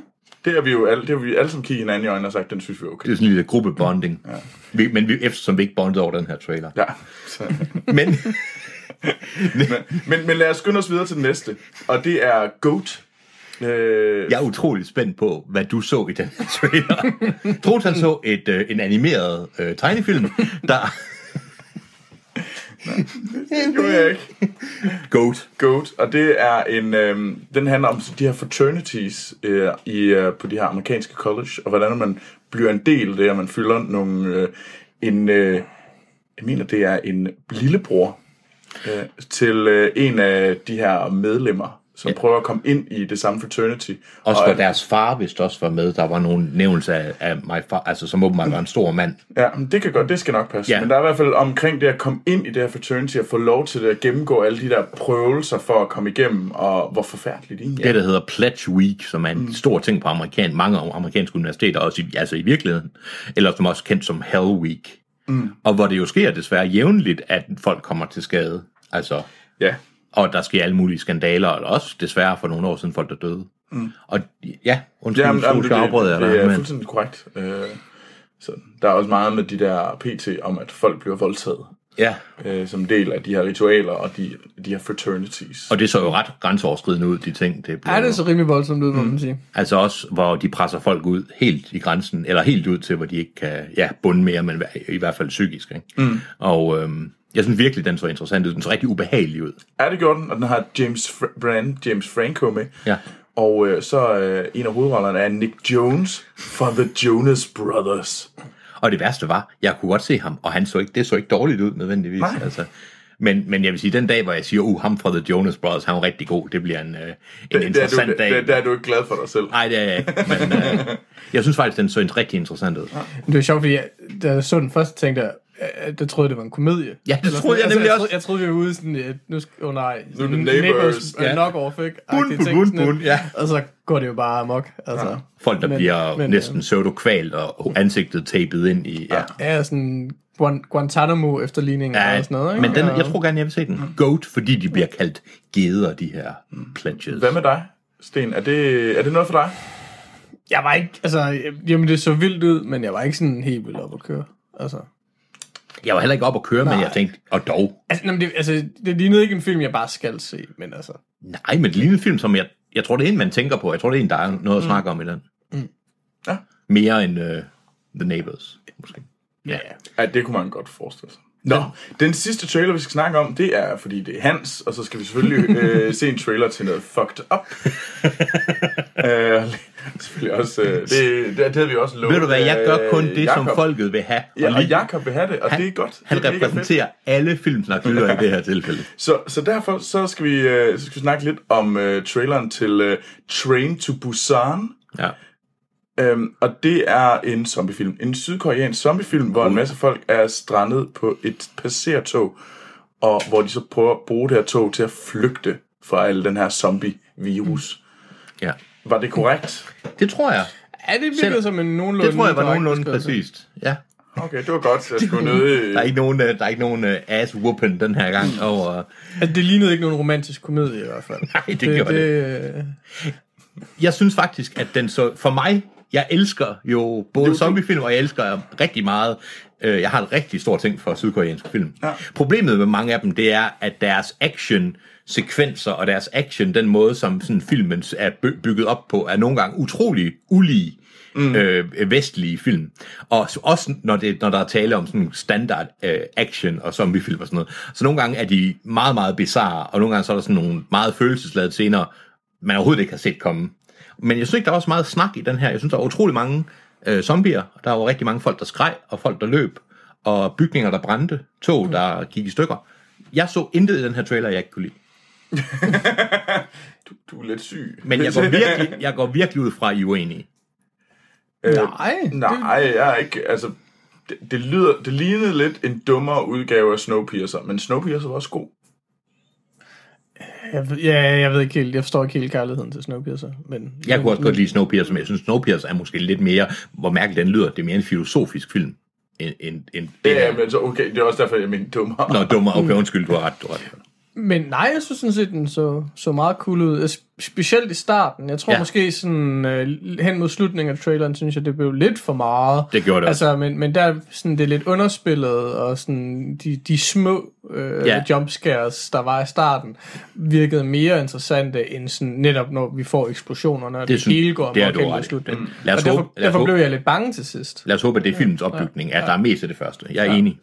S1: det har vi jo alle, det har vi alle sammen kigget hinanden i øjnene og sagt, den synes vi er okay.
S2: Det er sådan en lille gruppebonding. Ja. Vi, men vi, eftersom vi ikke bondede over den her trailer.
S1: Ja. Så,
S2: Men
S1: men, men lad os skynde os videre til den næste, og det er Goat. Øh,
S2: jeg er utrolig spændt på, hvad du så i den her trailer. Troels han så et, øh, en animeret øh, tegnefilm, der
S1: Det gjorde jeg ikke.
S2: Goat.
S1: Goat, og det er en, øh, den handler om de her fraternities øh, i, øh, på de her amerikanske college, og hvordan man bliver en del af det, og man fylder nogle, øh, en, øh, jeg mener det er en lillebror øh, til øh, en af de her medlemmer, som ja. prøver at komme ind i det samme fraternity.
S2: Også hvor
S1: er-
S2: deres far vist også var med. Der var nogle nævnelser af, af my far, altså som åbenbart var en stor mand.
S1: Ja, men det kan godt, det skal nok passe.
S2: Ja.
S1: Ja. Men der er i hvert fald omkring det at komme ind i det her fraternity og få lov til det at gennemgå alle de der prøvelser for at komme igennem, og hvor forfærdeligt det egentlig
S2: Det, der hedder Pledge Week, som er en mm. stor ting på amerikan, mange amerikanske universiteter, også i, altså i virkeligheden, eller som også er kendt som Hell Week. Mm. Og hvor det jo sker desværre jævnligt, at folk kommer til skade. Altså,
S1: er. Ja.
S2: og der sker alle mulige skandaler, og også desværre for nogle år siden folk, der døde. Mm. Og ja, undskyld,
S1: Ja, men,
S2: ja,
S1: jamen,
S2: men,
S1: det,
S2: jeg afbrød
S1: det,
S2: dig,
S1: det er
S2: men
S1: fuldstændig korrekt. Øh, så der er også meget med de der PT om, at folk bliver voldtaget
S2: ja,
S1: øh, som del af de her ritualer og de, de her fraternities.
S2: og det så jo ret grænseoverskridende ud, de ting. Det blev,
S3: Er det så rimelig voldsomt ud, må man sige?
S2: Altså også, hvor de presser folk ud helt i grænsen, eller helt ud til, hvor de ikke kan ja, bunde mere, men i hvert fald psykisk. Ikke? Mm. Og øhm, jeg synes virkelig, den så interessant ud. Den så rigtig ubehagelig ud.
S1: Er det gjort den, og den har James Fr- Brand, James Franco med.
S2: Ja.
S1: Og øh, så øh, en af hovedrollerne er Nick Jones fra The Jonas Brothers.
S2: Og det værste var, jeg kunne godt se ham, og han så ikke, det så ikke dårligt ud nødvendigvis.
S1: Nej.
S2: Altså, men, men jeg vil sige, den dag, hvor jeg siger, uh, ham fra The Jonas Brothers, han var rigtig god, det bliver en, øh, en
S1: Der er, du,
S2: interessant
S1: der,
S2: dag.
S1: der, der er du ikke glad for dig selv.
S2: Nej, det er jeg ikke, men øh, jeg synes faktisk, den så rigtig interessant ud.
S3: Det var sjovt, fordi jeg, da jeg så den første, tænkte jeg, øh, der troede jeg, det var en komedie.
S2: Ja, det
S3: Eller
S2: troede jeg
S3: sådan, altså,
S2: nemlig
S3: jeg
S2: også.
S3: Troede, jeg troede, vi var ude i sådan, øh, nu sk- oh nej, nu
S1: The Neighbors,
S3: ja.
S2: ja.
S3: knock-off, ikke?
S2: Bun,
S3: Agtige
S2: bun,
S3: ting,
S2: bun,
S3: sådan lidt.
S2: bun, ja.
S3: Og så går det jo bare amok, altså.
S2: Folk, der
S3: Men-
S2: bliver
S3: men, øh,
S2: næsten pseudo-kvalt og ansigtet tapet ind i... Ja.
S3: Ja, sådan Guan- Guantanamo-efterligning ja,
S2: Ja,
S3: og sådan noget, ikke?
S2: men den,
S3: Og-
S2: jeg tror gerne, jeg vil se den. Goat, fordi de bliver kaldt geder, de her pledges.
S1: Hvad med dig, Sten? Er det, er det noget for dig?
S3: Jeg var ikke, altså, jamen det så vildt ud, men jeg var ikke sådan helt vildt op at køre. Altså,
S2: Jeg var heller ikke op at køre, men
S3: Nej.
S2: jeg tænkte, og dog.
S3: altså, jamen, det, altså, det lignede ikke en film, jeg bare skal se, men altså,
S2: Nej, men det ligner en film, som jeg, jeg tror, det er en, man tænker på. Jeg tror, det er en, der er noget at snakke om i den.
S1: Mm. Ja.
S2: Mere end uh, The Neighbors, måske.
S3: ja.
S2: Ja.
S3: ja.
S1: Ja, det kunne man godt forestille sig. Nå, den sidste trailer, vi skal snakke om, det er, fordi det er Hans, og så skal vi selvfølgelig øh, se en trailer til noget fucked up. øh, selvfølgelig også, øh, det, det, det havde vi også lovet.
S2: Ved du hvad, jeg gør kun
S1: øh,
S2: det,
S1: Jacob.
S2: som folket vil have.
S1: Ja, og
S2: lige-
S1: Jakob vil have det, og
S2: han,
S1: det er godt.
S2: Han
S1: det er mega fedt.
S2: repræsenterer alle filmsnakkere i det her tilfælde.
S1: Så, så derfor så skal, vi, øh, så skal vi snakke lidt om øh, traileren til øh, Train to Busan.
S2: Ja.
S1: Øhm, og det er en zombiefilm. En sydkoreansk zombiefilm, hvor en masse folk er strandet på et passertog, og hvor de så prøver at bruge det her tog til at flygte fra al den her zombie-virus.
S2: ja.
S1: Var det korrekt?
S2: Det tror jeg.
S3: Er det virkelig
S2: Selv-
S3: som en nogenlunde...
S2: Det tror jeg var
S3: korrekt
S2: nogenlunde
S3: beskrivelse?
S1: altså.
S2: præcist. Ja.
S1: Okay, det var godt. Jeg skulle nede i...
S2: Der er ikke nogen, øh, der er ikke nogen øh, ass-whooping den her gang
S1: Mm.
S2: over...
S3: Altså, det lignede ikke nogen romantisk komedie i hvert fald.
S2: Nej, det gjorde
S3: det. øh,
S2: jeg synes faktisk, at den så... For mig, jeg elsker jo både zombiefilm, og jeg elsker rigtig meget... Øh, jeg har en rigtig stor ting for sydkoreanske film. Ja. Problemet med mange af dem, det er, at deres action sekvenser og deres action, den måde, som sådan filmen er by- bygget op på, er nogle gange utrolig ulige mm. øh, vestlige film. Og s- også når, det, når der er tale om sådan standard øh, action og zombiefilm og sådan noget. Så nogle gange er de meget, meget bizarre, og nogle gange så er der sådan nogle meget følelsesladede scener, man overhovedet ikke har set komme. Men jeg synes ikke, der var så meget snak i den her. Jeg synes, der var utrolig mange øh, zombier. Der var rigtig mange folk, der skreg, og folk, der løb, og bygninger, der brændte, tog, der gik i stykker. Jeg så intet i den her trailer, jeg ikke kunne lide.
S1: Du, du er lidt syg.
S2: Men jeg går virkelig, jeg går virkelig ud fra, at I er uenige.
S1: Øh,
S3: Nej,
S1: Nej, jeg er ikke... Altså, det, det, lyder, det lignede lidt en dummere udgave af Snowpiercer, men Snowpiercer var også god.
S3: Jeg, ved- ja, jeg ved ikke helt. Jeg forstår ikke helt kærligheden til Snowpiercer. Men,
S2: Jeg kunne også godt lide Snowpiercer, men jeg synes, Snowpiercer er måske lidt mere, hvor mærkeligt den lyder, det er mere en filosofisk film, end, end, end det
S1: Ja,
S2: her.
S1: men så okay, det er også derfor, jeg mener dummere.
S2: Nå, dummer. Okay, undskyld, du har ret. Du har ret.
S3: Men nej, jeg synes sådan set, den så, så meget cool ud. Altså, Specielt i starten. Jeg tror
S2: Ja.
S3: ja. måske sådan, øh, hen mod slutningen af traileren, synes jeg, det blev lidt for meget.
S2: Det gjorde det også.
S3: altså, men, men der er sådan, det er lidt underspillet, og sådan, de, de små øh,
S2: Ja.
S3: ja. jumpscares, der var i starten, virkede mere interessante, end sådan, netop når vi får eksplosionerne, og det, det
S2: synes-
S3: hele går
S2: det har
S3: amok
S2: du
S3: hen mod
S2: ret i.
S3: slutningen. Mm.
S2: Lad os
S3: Og derfor,
S2: håbe- lad os
S3: derfor
S2: håbe-
S3: blev jeg lidt bange til sidst.
S2: Lad os håbe, at det er filmens opbygning, at der er mest af det første. Jeg er enig.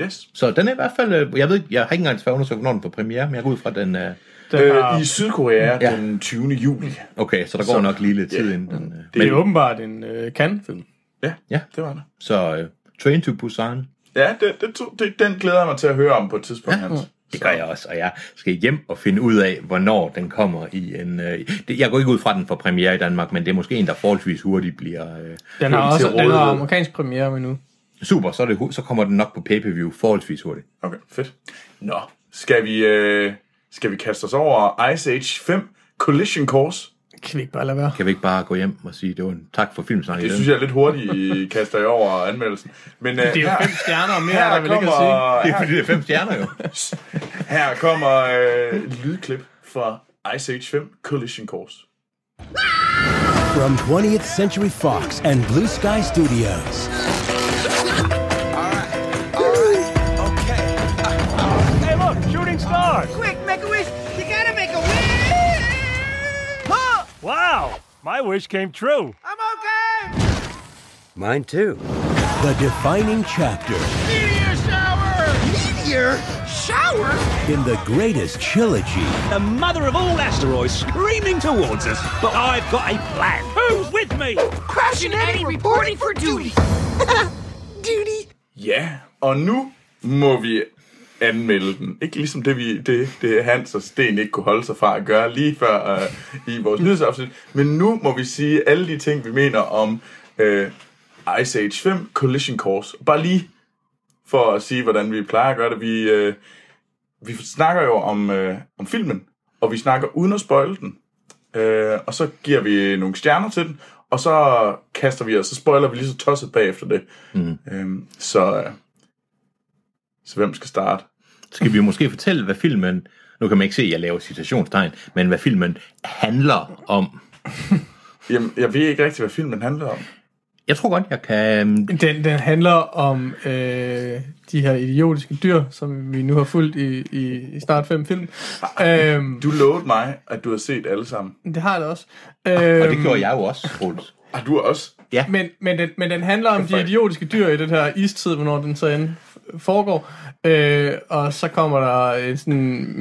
S1: Yes.
S2: Så den er i hvert fald, øh, jeg ved ikke, jeg har ikke engang desværre undersøgt, hvornår den er på premiere, men jeg går ud fra at den, øh,
S3: Der,
S1: Øh, I
S3: øh,
S1: Sydkorea
S2: Ja.
S1: ja. den 20. juli.
S2: okay, så der går
S1: Så-
S2: nok lige lidt tid
S1: ja.
S2: inden den, øh,
S3: det er
S2: men,
S3: åbenbart en øh, kan-film.
S1: Ja,
S2: Ja.
S1: det var det.
S2: så øh, Train to Busan,
S1: Ja, det, det, to- det, den glæder jeg mig til at høre om på et tidspunkt, ja. Hans.
S2: Det gør jeg også, og jeg skal hjem og finde ud af, hvornår den kommer i en... Øh, det, jeg går ikke ud fra, at den får premiere i Danmark, men det er måske en, der forholdsvis hurtigt bliver... Øh,
S3: Den har
S1: Helt til
S3: også den har
S1: rådighed.
S3: amerikansk premiere med nu.
S2: super, så, er det, hu- så kommer den nok på pay-per-view forholdsvis hurtigt.
S1: Okay, fedt. Nå, skal vi, øh, skal vi kaste os over Ice Age 5 Collision Course?
S3: Kan vi ikke bare lade være?
S2: Kan vi ikke bare gå hjem og sige, det var en tak for filmsnak i
S1: Det
S2: den?
S1: synes jeg er lidt hurtigt, I kaster jeg over anmeldelsen. Men øh,
S3: Det er jo
S1: her,
S3: fem stjerner og mere, er der
S1: her
S3: vel ikke at sige.
S1: kommer,
S2: Det er
S1: her,
S2: fordi, det er fem stjerner jo.
S1: her kommer øh, et lydklip fra Ice Age 5 Collision Course.
S4: From 20th Century Fox and Blue Sky Studios.
S5: Quick, make a wish! You gotta make a wish! Huh?
S6: Wow, my wish came true.
S5: I'm okay!
S7: Mine too.
S4: The defining chapter
S5: Meteor shower! Meteor shower?
S4: in the greatest trilogy
S8: The mother of all asteroids screaming towards us. But I've got a plan. Who's with me?
S5: Crashing Eddie reporting for duty! duty!
S1: Ja, og nu må vi anmelde den. Ikke ligesom det, vi, det, det Hans og Sten ikke kunne holde sig fra at gøre lige før øh, i vores nyhedsafsnit. Men nu må vi sige alle de ting, vi mener om øh, Ice Age 5 Collision Course. Bare lige for at sige, hvordan vi plejer at gøre det. Vi, øh, vi snakker jo om, øh, om filmen, og vi snakker uden at spoile den. Øh, og så giver vi nogle stjerner til den, og så kaster vi, og så spoiler vi lige så tosset bagefter det. Mm. Øh, så, øh, så hvem skal starte?
S2: Skal vi måske fortælle, hvad filmen... Nu kan man ikke se, at jeg laver citationstegn, men hvad filmen handler om.
S1: Jamen, jeg ved ikke rigtig, hvad filmen handler om.
S2: Jeg tror godt, jeg kan...
S3: Den, den handler om øh, de her idiotiske dyr, som vi nu har fulgt i, i, i snart fem film. Øhm,
S1: Du lovede mig, at du har set alle sammen.
S3: det har jeg da også. Øhm,
S2: Og det gjorde jeg jo også, Troels.
S1: Har du også?
S3: Men, men, den, men den handler om de idiotiske dyr i den her istid, hvornår den så end foregår. Øh, og så kommer der en sådan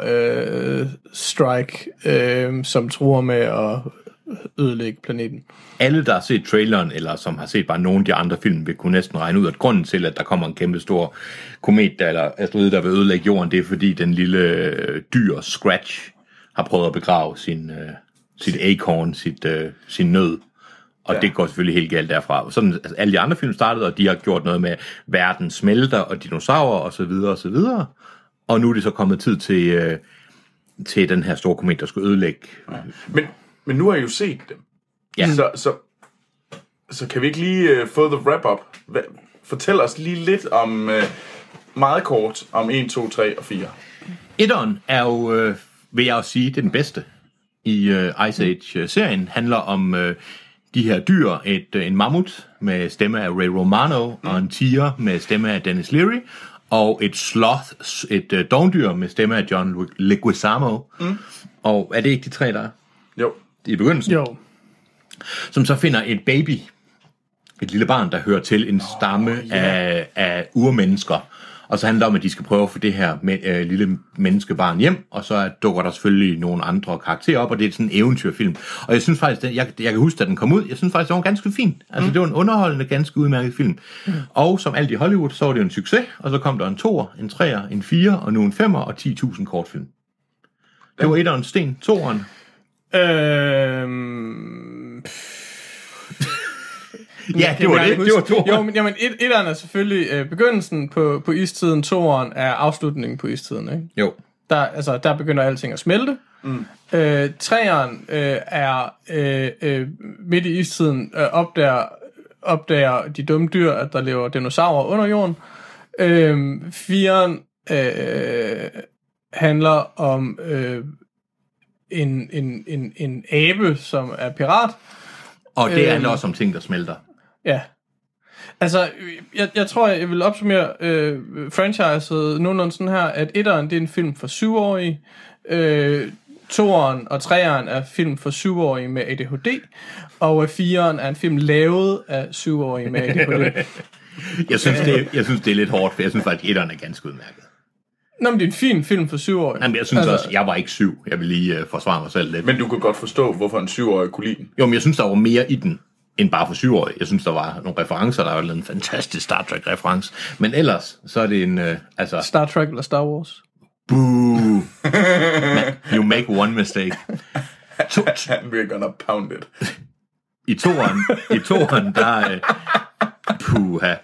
S3: meteor-strike, øh, strike, øh, som truer med at ødelægge planeten.
S2: alle, der har set traileren, eller som har set bare nogle af de andre film, vil kunne næsten regne ud, at grunden til, at der kommer en kæmpe stor komet, der, eller asteroide, der vil ødelægge jorden, det er fordi den lille øh, dyr Scratch har prøvet at begrave sin, øh, sit acorn, sit, øh, sin nød. Og ja. det går selvfølgelig helt galt derfra. Sådan, altså, alle de andre film startede, og de har gjort noget med verden smelter og dinosaurer osv. Og, så videre, og, så videre. og nu er det så kommet tid til, øh, til den her store komet, der skulle ødelægge.
S1: Men, men nu har jeg jo set dem.
S2: Ja.
S1: Så, så, så kan vi ikke lige uh, få the wrap-up? Hva- Fortæl os lige lidt om, uh, meget kort, om 1, 2, 3 og 4.
S2: Etteren er jo, øh, vil jeg også sige, det er den bedste i øh, Ice Age-serien. Handler om øh, de her dyr. Et, øh, en mammut med stemme af Ray Romano, og en tiger med stemme af Dennis Leary, og et sloth, et øh, dogndyr med stemme af John Leguizamo. Mm. Og er det ikke de tre, der er
S1: Jo.
S2: i begyndelsen?
S3: Jo.
S2: Som så finder et baby, et lille barn, der hører til en stamme oh, yeah. af, af urmennesker. Og så handler det om, at de skal prøve at få det her med, øh, lille menneskebarn hjem, og så dukker der selvfølgelig nogle andre karakterer op, og det er sådan en eventyrfilm. Og jeg synes faktisk, den, jeg, jeg kan huske, da den kom ud, jeg synes faktisk, det var en ganske fin. Altså, mm. det var en underholdende, ganske udmærket film. Mm. Og som alt i Hollywood, så var det jo en succes, og så kom der en toer, en treer, en fire, og nu en femmer, og 10.000 kortfilm. Det var etteren Sten, toeren.
S3: Øhm,
S2: Ja, det
S3: kan
S2: var
S3: jeg
S2: det.
S3: ikke
S2: Det var
S3: huske.
S2: toeren.
S3: Jo, men jamen, et, etteren er selvfølgelig øh, begyndelsen på, på istiden, toeren er afslutningen på istiden, ikke?
S2: jo.
S3: Der, altså, der begynder alting at smelte. Mm. Øh, træeren øh, er øh, øh, midt i istiden, øh, opdager, opdager de dumme dyr, at der lever dinosaurer under jorden. Øh, firen øh, handler om øh, en, en, en, en abe, som er pirat.
S2: Og det
S3: Øhm.
S2: handler også om ting, der smelter.
S3: Ja. Altså, øh, jeg, jeg tror, jeg vil opsummere øh, franchiset nogenlunde sådan her, at etteren, det er en film for syvårige, øh, toeren og treeren er film for syvårige med ADHD, og øh, fireren er en film lavet af syvårige med ADHD.
S2: Jeg synes, det, jeg synes, det er lidt hårdt, for jeg synes faktisk, at etteren er ganske udmærket.
S3: Nå, men det er en fin film for syvårige.
S2: Jamen, jeg synes altså, også, jeg var ikke syv. Jeg vil lige øh, forsvare mig selv lidt. Men,
S1: Men du kan godt forstå, hvorfor en syvårig kunne lide den.
S2: jo, men jeg synes, der var mere i den, end bare for syvårige. Jeg synes, der var nogle referencer. Der var en fantastisk Star Trek-reference. Men ellers, så er det en... Øh, altså,
S3: Star Trek eller Star Wars.
S2: boo. You make one mistake. To, to,
S1: We're gonna pound it.
S2: I toren, i toren der... Øh, puha.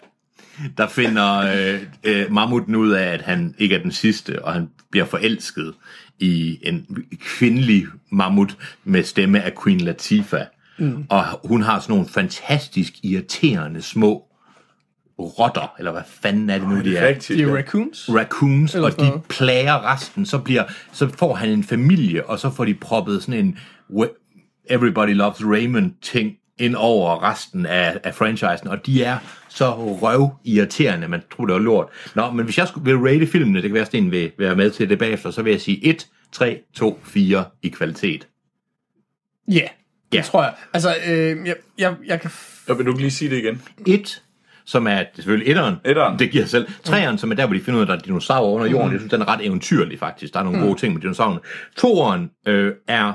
S2: Der finder øh, øh, Mammuten ud af, at han ikke er den sidste, og han bliver forelsket i en kvindelig mammut med stemme af Queen Latifah. Mm. Og hun har sådan nogle fantastisk irriterende små rotter, eller hvad fanden er det nu, de er?
S1: Rigtigt.
S3: De er
S1: ja.
S3: raccoons.
S2: raccoons,
S3: Eller
S2: og
S3: sådan
S2: de
S3: noget.
S2: plager resten, så, bliver, så får han en familie, og så får de proppet sådan en we- Everybody Loves Raymond ting ind over resten af, af franchisen, og de er så røv irriterende, man tror det var lort. Nå, men hvis jeg skulle, vil rate filmene, det kan være, at Sten vil være med til det bagefter, så vil jeg sige 1, 3, 2, 4 i kvalitet.
S3: Ja, yeah,
S2: Ja.
S3: det tror jeg. Altså, øh, jeg, jeg, jeg kan... f-
S1: Og vil du ikke lige sige det igen?
S2: 1, som er det er selvfølgelig etteren.
S1: Etteren.
S2: Det giver sig selv. Treeren, som er der, hvor de finder ud af, at der er dinosaurer under jorden. Jeg synes, den er ret eventyrlig, faktisk. Der er nogle gode ting med dinosaurerne. Toeren øh, er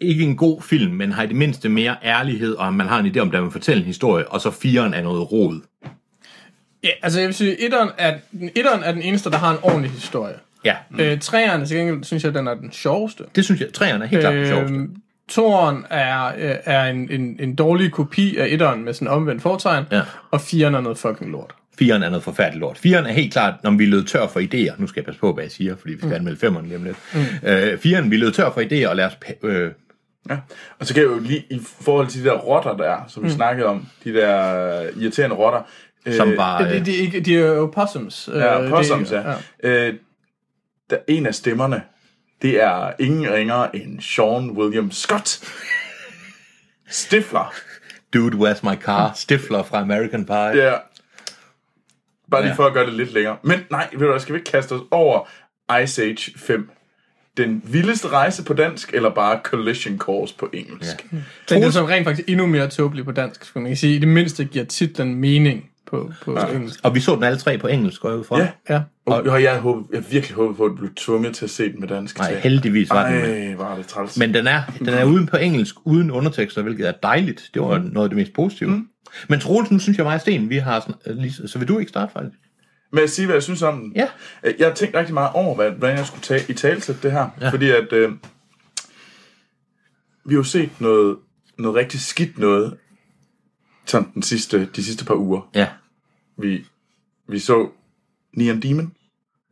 S2: ikke en god film, men har i det mindste mere ærlighed, og man har en idé om, at man fortæller en historie, og så firen er noget rod.
S3: Ja, altså, jeg vil sige, etteren er, etteren er den eneste, der har en ordentlig historie.
S2: Ja,
S3: Øh, træerne, til gengæld, synes jeg, den er den sjoveste.
S2: Mm. det synes jeg. Treeren er helt klart øh, sjovt.
S3: Øhm, Toren er, øh, er en, en, en dårlig kopi af etteren med sådan omvendt fortegn,
S2: Ja.
S3: og firen er noget fucking lort.
S2: Firen er noget forfærdeligt lort. Firen er helt klart, når vi lød tør for idéer. Nu skal jeg passe på, hvad jeg siger, fordi vi skal anmelde femmeren lige om lidt. Mm. Øh, firen, vi lød tør for idéer, og lad os... pa- Øh,
S1: Ja. Og så kan jeg jo lige, i forhold til de der rotter der, som vi snakkede om, de der øh, irriterende rotter.
S2: som
S1: øh,
S2: var...
S3: Det, det,
S2: Øh,
S3: det er ikke, de er jo possums. øh,
S1: Ja,
S3: det-
S1: possums, ja. Øh, der, en af stemmerne, det er ingen ringere end Sean William Scott. Stifler.
S2: Dude, where's my car? Stifler fra American Pie.
S1: Mm. Ja. Bare lige
S2: Ja.
S1: for at gøre det lidt længere. Men nej, ved du hvad, skal vi ikke kaste os over Ice Age 5? Den vildeste rejse på dansk, eller bare Collision Course på engelsk? Ja.
S3: Den er som rent faktisk endnu mere tåbelig på dansk, skulle man kan sige. I det mindste giver titlen mening på, på ja. engelsk.
S2: Og vi så den alle tre på engelsk, går jeg ud fra.
S1: Ja.
S3: Ja.
S1: Og, og jeg havde håbet, jeg havde virkelig håbet på, at du blev tvunget til at se den med dansk
S2: Nej, heldigvis var den med.
S1: Ej, var det træls.
S2: Men den er, den er uden på engelsk, uden undertekster, hvilket er dejligt. Det var noget af det mest positive. Mm. Men Troels, nu synes jeg mig og Sten, vi har... sn- øh, lige- Så vil du ikke starte, faktisk?
S1: Men jeg sige, hvad jeg synes om den?
S2: Ja.
S1: Øh, Jeg har tænkt rigtig meget over, hvad- hvordan jeg skulle tage i talsæt det her. Ja. Fordi at... Øh, vi har jo set noget, noget rigtig skidt noget sådan den sidste, de sidste par uger.
S2: Ja.
S1: Vi, vi så Neon Demon.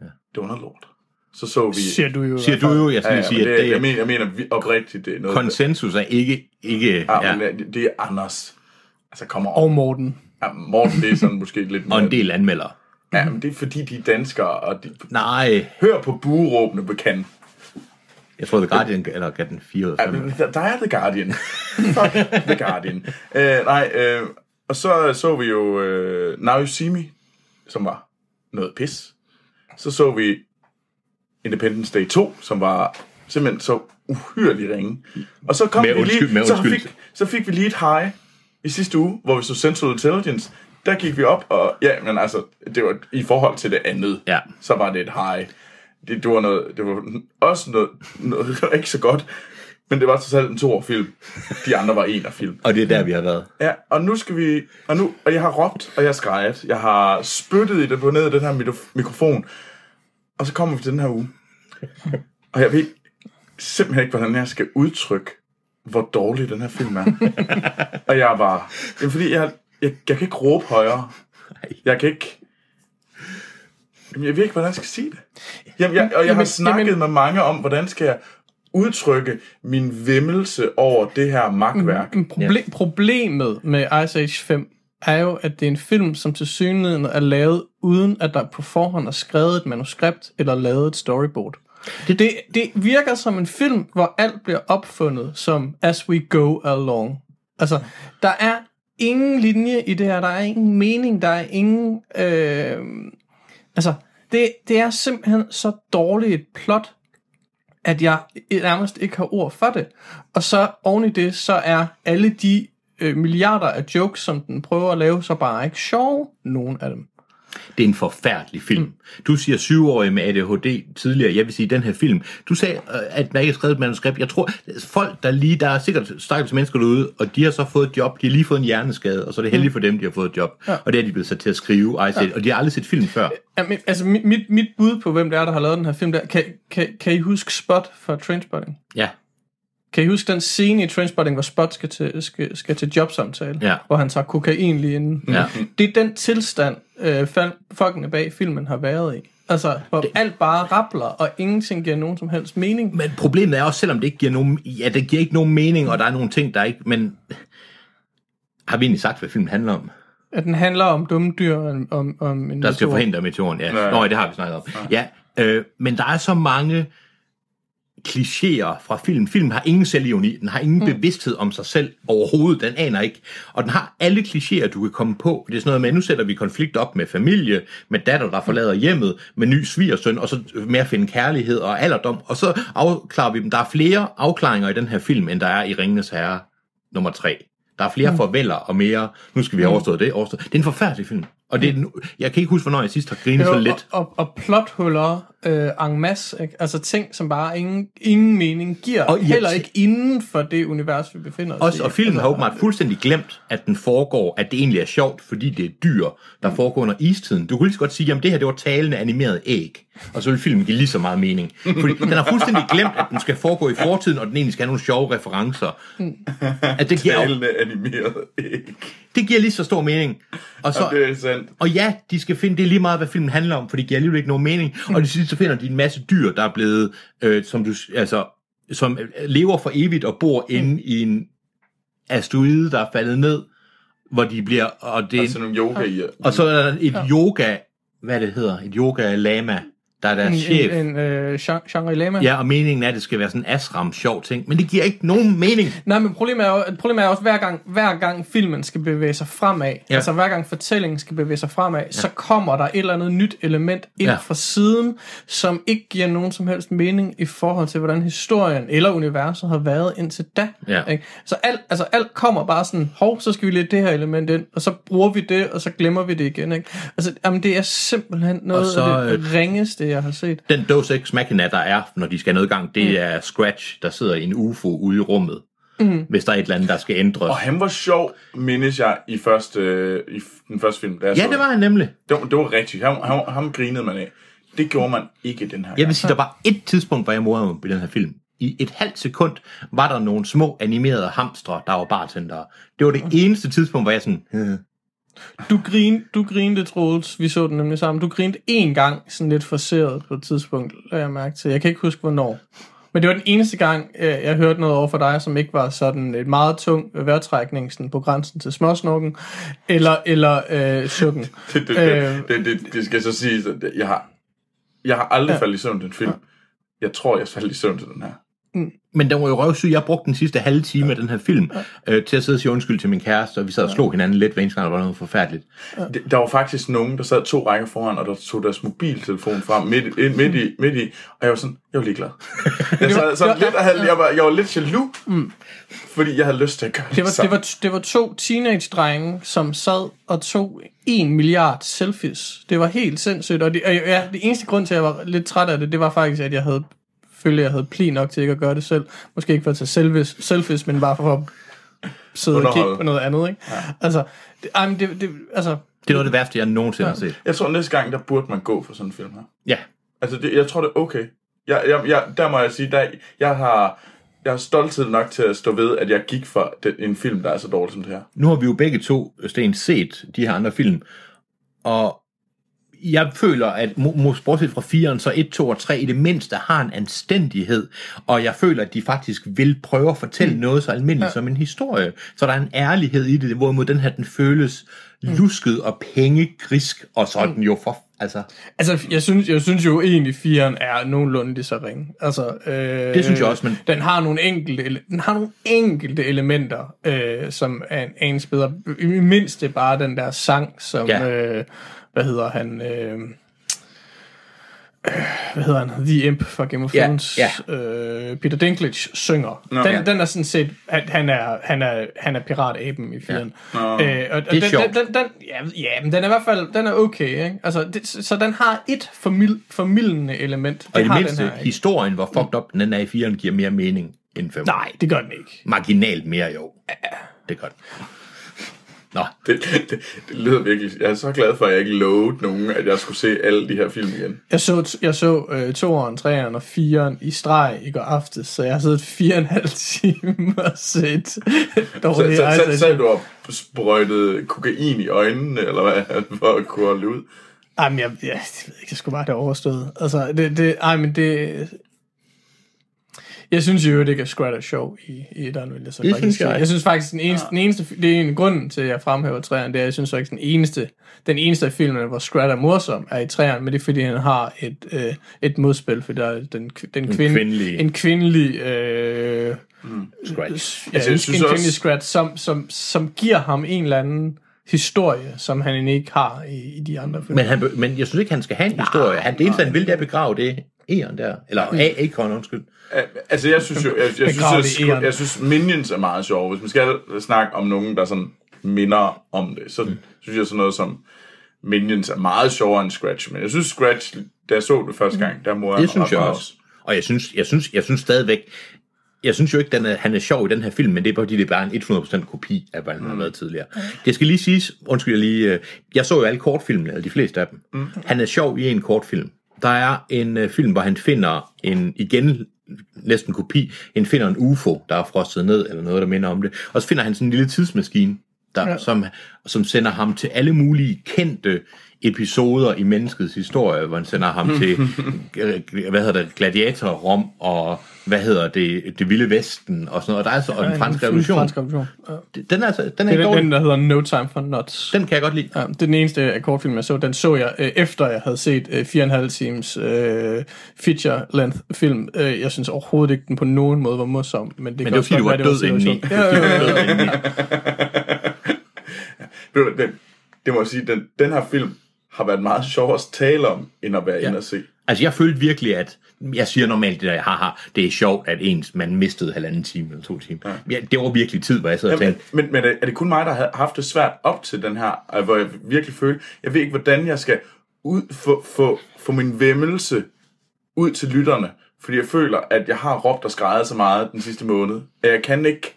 S1: Ja. Det var noget lort. Så så vi...
S3: Siger du jo.
S2: Siger du jo, jeg skal
S1: Ja, ja,
S2: lige sige,
S1: men det,
S2: at det
S1: jeg,
S2: er...
S1: mener, jeg mener vi- oprigtigt, det er noget...
S2: Konsensus er ikke... ikke
S1: ja.
S2: ja.
S1: men det- det er Anders. Altså, kommer over.
S3: Og Morten.
S1: Ja, Morten, det er sådan måske lidt...
S2: Og
S1: mere-
S2: en del anmeldere.
S1: Ja, men det er fordi, de er danskere, og de,
S2: Nej,
S1: hør på bueråbene på kanten.
S2: jeg tror, The Guardian eller gav den 4 ud af
S1: Ja,
S2: fem.
S1: men der, der er The Guardian. Fuck The Guardian. Øh, nej, øh, og så så vi jo øh, Now You See Me, som var noget pis. Så så vi Independence Day 2, som var simpelthen så uhyrelig ringe. Og så kom
S2: Med
S1: vi
S2: undskyld-
S1: lige,
S2: med
S1: så,
S2: undskyld.
S1: fik, så fik vi lige et high i sidste uge, hvor vi så Central Intelligence. Der gik vi op, og ja, men altså, det var i forhold til det andet,
S2: Ja.
S1: så var det et high. Det, det var noget, det var også noget, noget ikke så godt, men det var så selv en to film. De andre var en af film.
S2: Og det er der, vi har været.
S1: Ja, og nu skal vi... Og, nu, og jeg har råbt, og jeg har skrejet. Jeg har spyttet i det på ned i den her mito- mikrofon. Og så kommer vi til den her uge. Og jeg ved simpelthen ikke, hvordan jeg skal udtrykke, hvor dårlig den her film er. og jeg var... Jamen, fordi jeg, jeg, jeg kan ikke råbe højere. Jeg kan ikke... Jamen, jeg ved ikke, hvordan jeg skal sige det. Jamen, jeg, og jeg har
S3: Jamen,
S1: snakket
S3: jamen-
S1: med mange om, hvordan skal jeg udtrykke min vimmelse over det her magtværk.
S3: Men proble- Problemet med Ice Age 5 er jo, at det er en film, som til synligheden er lavet, uden at der på forhånd er skrevet et manuskript eller lavet et storyboard. Det, det, det virker som en film, hvor alt bliver opfundet som as we go along. Altså, der er ingen linje i det her, der er ingen mening, der er ingen... Øh, altså, det, det er simpelthen så dårligt et plot, at jeg nærmest ikke har ord for det. Og så oven i det, så er alle de øh, milliarder af jokes, som den prøver at lave, så bare ikke sjove, nogen af dem.
S2: Det er en forfærdelig film. Mm. Du siger syvårig med ADHD tidligere. Jeg vil sige, den her film. Du sagde, øh, at der ikke er skrevet et manuskript. Jeg tror, folk, der lige... Der er sikkert stakkels mennesker derude, og de har så fået et job. De har lige fået en hjerneskade, og så er det heldigt for dem, de har fået et job. Mm. Ja. Og det er de blevet sat til at skrive. Ice ja. Og de har aldrig set film før.
S3: Jamen, altså, mit, mit, mit bud på, hvem det er, der har lavet den her film, der, kan, kan, kan I huske Spot fra Trainspotting?
S2: Ja.
S3: Kan I huske den scene i Trainspotting, hvor Spot skal til, skal, skal til jobsamtale,
S2: Ja.
S3: hvor han tager kokain lige inden?
S2: Ja.
S3: Det er den tilstand, øh, fal- folkene bag filmen har været i. Altså, hvor det... alt bare rappler, og ingenting giver nogen som helst mening.
S2: Men problemet er også, selvom det ikke giver nogen... Ja, det giver ikke nogen mening, og der er nogle ting, der ikke... Men har vi egentlig sagt, hvad filmen handler om?
S3: At den handler om dumme dyr, og om, om, om en
S2: Der skal
S3: meteor.
S2: forhindre meteoren, ja.
S1: Ja.
S2: Nå, ja, det har vi snakket om. Ja, øh, men der er så mange klichéer fra film. Film har ingen selvironi, den har ingen mm. bevidsthed om sig selv overhovedet, den aner ikke. Og den har alle klichéer, du kan komme på. Det er sådan noget med, nu sætter vi konflikt op med familie, med datter, der forlader hjemmet, med ny svigersøn, og så med at finde kærlighed og alderdom, og så afklarer vi dem. Der er flere afklaringer i den her film, end der er i Ringenes Herre nummer 3. Der er flere mm. farveler og mere, nu skal vi have overstået det, overstået. Det er en forfærdelig film. Og det er, en- jeg kan ikke huske, hvornår jeg sidst har grinet så
S3: Jo,
S2: let.
S3: Og, og, og plothuller øh, en masse, ikke? altså ting, som bare ingen, ingen mening giver,
S2: Og
S3: og
S2: irrit-
S3: heller ikke inden for det univers, vi befinder os i. Altså,
S2: Også, og filmen har åbenbart fuldstændig glemt, at den foregår, at det egentlig er sjovt, fordi det er dyr, der foregår under istiden. Du kunne lige så godt sige, jamen det her, det var talende animeret æg. Og så vil filmen give lige så meget mening. Fordi den har fuldstændig glemt, at den skal foregå i fortiden, og den egentlig skal have nogle sjove referencer. At det giver, jo-
S1: Talende animeret æg.
S2: det giver lige så stor mening. Og så,
S1: Det er sandt.
S2: Og ja, de skal finde det er lige meget, hvad filmen handler om, for det giver alligevel ikke nogen mening. Og til sidst så finder de en masse dyr, der er blevet, øh, som du, s- altså, som øh, lever for evigt og bor inde i en asteroide, der er faldet ned, hvor de bliver, og det,
S1: Altså nogle yoga i.
S2: og så er der et yoga, hvad det hedder, et yoga lama, der er deres
S3: en,
S2: chef.
S3: en, en øh, Shang- Shangri-La.
S2: Ja, og meningen er, at det skal være sådan en asram sjov ting, men det giver ikke nogen mening.
S3: Nej, men problemet er, jo, at problemet er også, hver gang, hver gang filmen skal bevæge sig fremad,
S2: Ja.
S3: ja. altså hver gang fortællingen skal bevæge sig fremad, ja. så kommer der et eller andet nyt element ind
S2: Ja.
S3: ja. fra siden, som ikke giver nogen som helst mening i forhold til, hvordan historien eller universet har været indtil da.
S2: Ja.
S3: Ikke? Så alt, altså alt kommer bare sådan, hov, så skal vi lidt det her element ind, og så bruger vi det, og så glemmer vi det igen. Ikke? Altså, jamen, det er simpelthen noget
S2: så, øh,
S3: så, af det ringeste, jeg har set.
S2: Den Dos Ex Machina, der er, når de skal have noget gang, det mm. er Scratch, der sidder i en UFO ude i rummet. Mm. Hvis der er et eller andet, der skal ændres.
S1: Og han var sjov, mindes jeg, i, første, øh, i f- den første film. Der
S2: Ja, det var han nemlig.
S1: Det var, det var rigtigt. Ham, ham, ham grinede man af. Det gjorde man ikke i den her
S2: Jeg vil
S1: gang.
S2: sige, der var et tidspunkt, hvor jeg morede mig på den her film. I et halvt sekund var der nogle små animerede hamstre, der var bartendere. Det var det eneste tidspunkt, hvor jeg sådan... "Øh."
S3: Du grinede, du grinede, Troels. Vi så den nemlig sammen. Du grinede én gang, sådan lidt forseret på et tidspunkt, lader jeg mærke til. Jeg kan ikke huske, hvornår. Men det var den eneste gang, øh, jeg hørte noget over for dig, som ikke var sådan et meget tung vejrtrækning sådan på grænsen til småsnokken, eller, eller øh, sukken.
S1: Det, det,
S3: Øh.
S1: det, det, det, det skal så sige, at jeg har, jeg har aldrig faldet i søvn til en film. Jeg tror, jeg faldt i søvn til den her.
S2: Men den var jo røvsyg. Jeg brugte den sidste halve time af den her film øh, til at sidde og sige undskyld til min kæreste, og vi sad og slog hinanden lidt, hver eneste gang, der var noget forfærdeligt.
S1: D- Der var faktisk nogen, der sad to rækker foran, og der tog deres mobiltelefon frem midt, i- ind- midt, i, midt i, og jeg var sådan, jeg var ligeglad. Jeg, sad, sådan lidt, og havde, jeg, var, jeg var lidt jaloux, fordi jeg havde lyst til at gøre det,
S3: Det var,
S1: samme.
S3: det, var, det var to teenage-drenge, som sad og tog en milliard selfies. Det var helt sindssygt. Og det, og ja, det eneste grund til, at jeg var lidt træt af det, det var faktisk, at jeg havde følte, at jeg havde pli nok til ikke at gøre det selv. Måske ikke for at tage selfies, selfies men bare for at sidde og kigge
S1: Underholde.
S3: på noget andet. Ikke? Ja. Altså, det, ej, men det, det, altså,
S2: Det er noget af det værste, jeg nogensinde har set.
S1: Jeg tror, næste gang, der burde man gå for sådan en film her.
S2: Ja.
S1: Altså, det, jeg tror, det er okay. Jeg, jeg, jeg, der må jeg sige, der, jeg har... Jeg har stolthed nok til at stå ved, at jeg gik for den, en film, der er så dårlig som det her.
S2: Nu har vi jo begge to, Sten, set de her andre film, og jeg føler, at mo- mo- bortset fra 4'eren, så 1, 2 og 3 i det mindste har en anstændighed, og jeg føler, at de faktisk vil prøve at fortælle mm. noget så almindeligt ja. som en historie. Så der er en ærlighed i det, hvorimod den her, den føles
S3: Mm.
S2: lusket og pengegrisk, og så er den jo for... Altså,
S3: Altså, jeg synes, jeg synes jo egentlig, firen er nogenlunde lige så ringe. Altså, øh, det
S2: synes jeg også, men-
S3: Den har nogle enkelte, ele- den har nogle enkelte elementer, øh, som er en anelse bedre. I det mindste bare den der sang, som...
S2: Ja.
S3: Ja. Øh, hvad hedder han? Øh, øh, hvad hedder han? The Imp fra Game of
S2: Ja,
S3: Thrones.
S2: ja.
S3: Øh, Peter Dinklage synger. Nå, den,
S1: ja.
S3: den er sådan set, at han er, han er, han er pirataben i firen. Ja. Øh, og, og
S2: Det er
S3: den,
S2: sjovt.
S3: Den, den, den, ja, ja, men den er i hvert fald den er okay. Ikke? Altså, det, så så den har et formil, formildende element.
S2: og i det
S3: har
S2: mindste,
S3: den her, ikke? Mm.
S2: historien, hvor fucked up den er i 4'eren, giver mere mening end 5'eren.
S3: Nej, det gør den ikke.
S2: Marginalt mere, jo. Det gør den. Nå,
S1: Det, det, det lyder virkelig... Jeg er så glad for, at jeg ikke lovede nogen, at jeg skulle se alle de her film igen.
S3: Jeg så, jeg så øh, toeren, treeren og fireren i streg i går aftes, så jeg har siddet fire og en halv time og set
S1: Så, så,
S3: dårlige
S1: så,
S2: altså-
S3: Ice
S1: så
S3: Age.
S1: du har sprøjtet kokain i øjnene, eller hvad, for at kunne holde ud?
S3: Jamen, jeg, jeg, jeg ved ikke, jeg skulle bare have det overstået. Altså, det, det, ej, men det... Jeg synes jo, det ikke er Scrat er sjov i, i Dan Williamson.
S2: Det
S3: faktisk.
S2: synes jeg.
S3: Jeg synes faktisk, den eneste, ja. den eneste fi- det er en af grunden til, at jeg fremhæver træerne, det er, jeg synes faktisk, den eneste, den eneste af filmene, hvor Scrat er morsom, er i træerne, men det er, fordi han har et, øh, et modspil, for der er den, kv- den kvinde,
S2: kvindelige.
S3: En kvindelig øh,
S2: scratch.
S3: Ja,
S1: Altså, jeg
S3: en,
S1: synes
S3: en kvindelig
S1: også-
S3: Scrat, som, som, som giver ham en eller anden historie, som han ikke har i, i de andre film.
S2: Men, han, be- men jeg synes ikke, han skal have en historie. Han, det eneste, han vil, det er at begrave det æren der. Eller A- Akon, undskyld.
S1: Altså, jeg synes jo, jeg, jeg, synes,
S3: Begrav
S1: jeg,
S3: det i æren.
S1: jeg, jeg synes, Minions er meget sjov. Hvis man skal snakke om nogen, der sådan minder om det, så mm. synes jeg sådan noget som Minions er meget sjovere end Scratch. Men jeg synes, Scratch, da jeg så det første gang, der må
S2: Mm. Det synes jeg også. Og jeg synes, jeg synes, jeg synes stadigvæk, jeg synes jo ikke, at han er sjov i den her film, men det er bare, fordi det er bare en 100% kopi af, hvad han har været tidligere. Det skal lige siges, undskyld jeg lige, øh, jeg så jo alle kortfilmene, eller de fleste af dem. Han er sjov i en kortfilm. Der er en øh, film, hvor han finder en, igen næsten kopi, en finder en UFO, der er frosset ned, eller noget, der minder om det. Og så finder han sådan en lille tidsmaskine, der, ja. som, som sender ham til alle mulige kendte episoder i menneskets historie, hvor han sender ham til, øh, hvad hedder det, Gladiator Rom, og hvad hedder det, det vilde vesten, og sådan noget. Og der er så og den franske revolution.
S3: Fransk revolution. Ja.
S2: Den er, altså, den er
S3: Det
S2: ikke
S3: er
S2: dårlig.
S3: den, der hedder No Time for Nuts.
S2: Den kan jeg godt lide.
S3: Ja, det er den eneste af kortfilm, jeg så. Den så jeg øh, efter, jeg havde set øh, 4,5 times øh, feature-length film. Øh, jeg synes overhovedet ikke, den på nogen måde var morsom. Men det, men
S2: det var, fordi du var død indeni.
S3: Ja, ja, ja, ja.
S1: Ved du hvad, Den, det må jeg sige, den, den her film har været meget sjovere at tale om, end at være ja. inde og se.
S2: Altså, jeg følte virkelig, at... Jeg siger normalt det der, haha, det er sjovt, at ens man mistede halvanden time eller to timer. Ja. det var virkelig tid, hvor jeg sad og
S1: Jamen,
S2: tænkte,
S1: men, men øh, er det kun mig, der har haft det svært op til den her, øh, hvor jeg virkelig følte, jeg ved ikke, hvordan jeg skal ud få, få, få min vemmelse ud til lytterne, fordi jeg føler, at jeg har råbt og skrejet så meget den sidste måned, at jeg kan ikke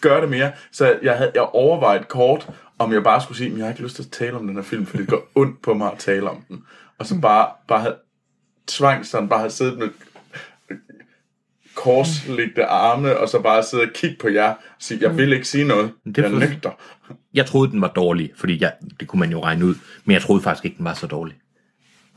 S1: gøre det mere. Så jeg, havde, jeg overvejede kort, om jeg bare skulle sige, at jeg har ikke lyst til at tale om den her film, for det går ondt på mig at tale om den. Og så bare, bare havde tvang, sådan bare havde siddet med korslægte arme, og så bare sidde og kigge på jer og sige, jeg vil ikke sige noget. Det
S2: er
S1: jeg er
S2: for-
S1: nøgter.
S2: jeg troede, den var dårlig, fordi jeg, det kunne man jo regne ud, men jeg troede faktisk ikke, den var så dårlig.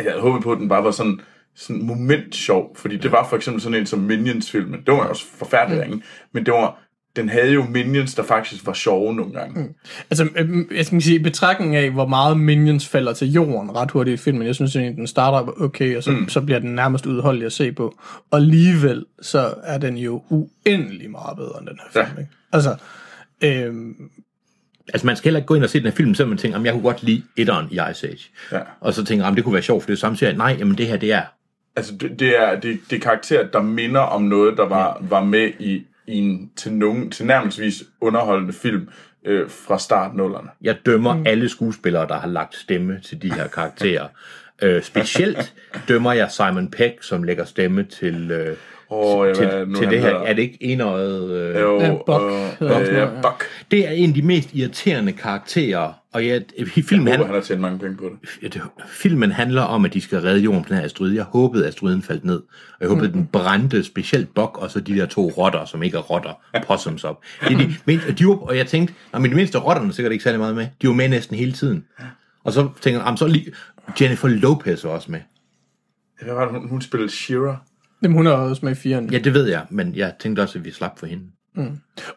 S1: Jeg havde håbet på, at den bare var sådan sådan Mm. moment sjov, fordi det var for eksempel sådan en som Minions-filmen. Det var også forfærdelig ringe, men det var den havde jo minions, der faktisk var sjove nogle gange. Mm.
S3: Altså, øhm, jeg skal sige, i betragtning af, hvor meget Minions falder til jorden ret hurtigt i filmen, jeg synes egentlig, den starter okay, og så, mm. så bliver den nærmest udholdelig at se på. Og alligevel, så er den jo uendelig meget bedre end den her film.
S1: Ja.
S3: Ikke? Altså, øhm,
S2: Altså, man skal heller ikke gå ind og se den her film, selvom man tænker, om jeg kunne godt lide etteren i Ice Age.
S1: Ja.
S2: Og så tænker jeg, det kunne være sjovt, for det er samme serie. Nej, jamen det her, det er...
S1: Altså, det, det er det, det er karakterer, der minder om noget, der var, ja. var med i, i en til nogen, tilnærmelsvis underholdende film øh, fra startnullerne.
S2: Jeg dømmer mm. alle skuespillere, der har lagt stemme til de her karakterer. øh, specielt dømmer jeg Simon Peck, som lægger stemme til, øh,
S1: Åh, ja,
S2: til,
S1: hvad er det nu,
S2: til
S1: han
S2: det her.
S1: hedder?
S2: Er det ikke enøjet... Øh,
S1: Jo,
S3: Ja, Buck hedder han
S1: øh,
S3: sådan noget,
S1: ja,
S3: ja.
S1: Buck.
S2: Det er en af de mest irriterende karakterer, og jeg, i filmen,
S1: Jeg
S2: han,
S1: håber, han har tjent mange penge på det.
S2: det, filmen handler om, at de skal redde jorden på den her asteroide. Jeg håbede, at asteroiden faldt ned. Og jeg håbede, at den brændte specielt Bok, og så de der to rotter, som ikke er rotter, possums op. Det er de, mindste, og, de var, og jeg tænkte, "Nå, men de mindste rotterne er sikkert ikke særlig meget med. De var med næsten hele tiden. Og så tænker jeg, "Jamen, så lige, Jennifer Lopez var også med.
S1: Hvad var det, hun, hun spillede Shira?
S3: dem hun er også med i firen.
S2: Ja, det ved jeg, men jeg tænkte også, at vi slap for hende.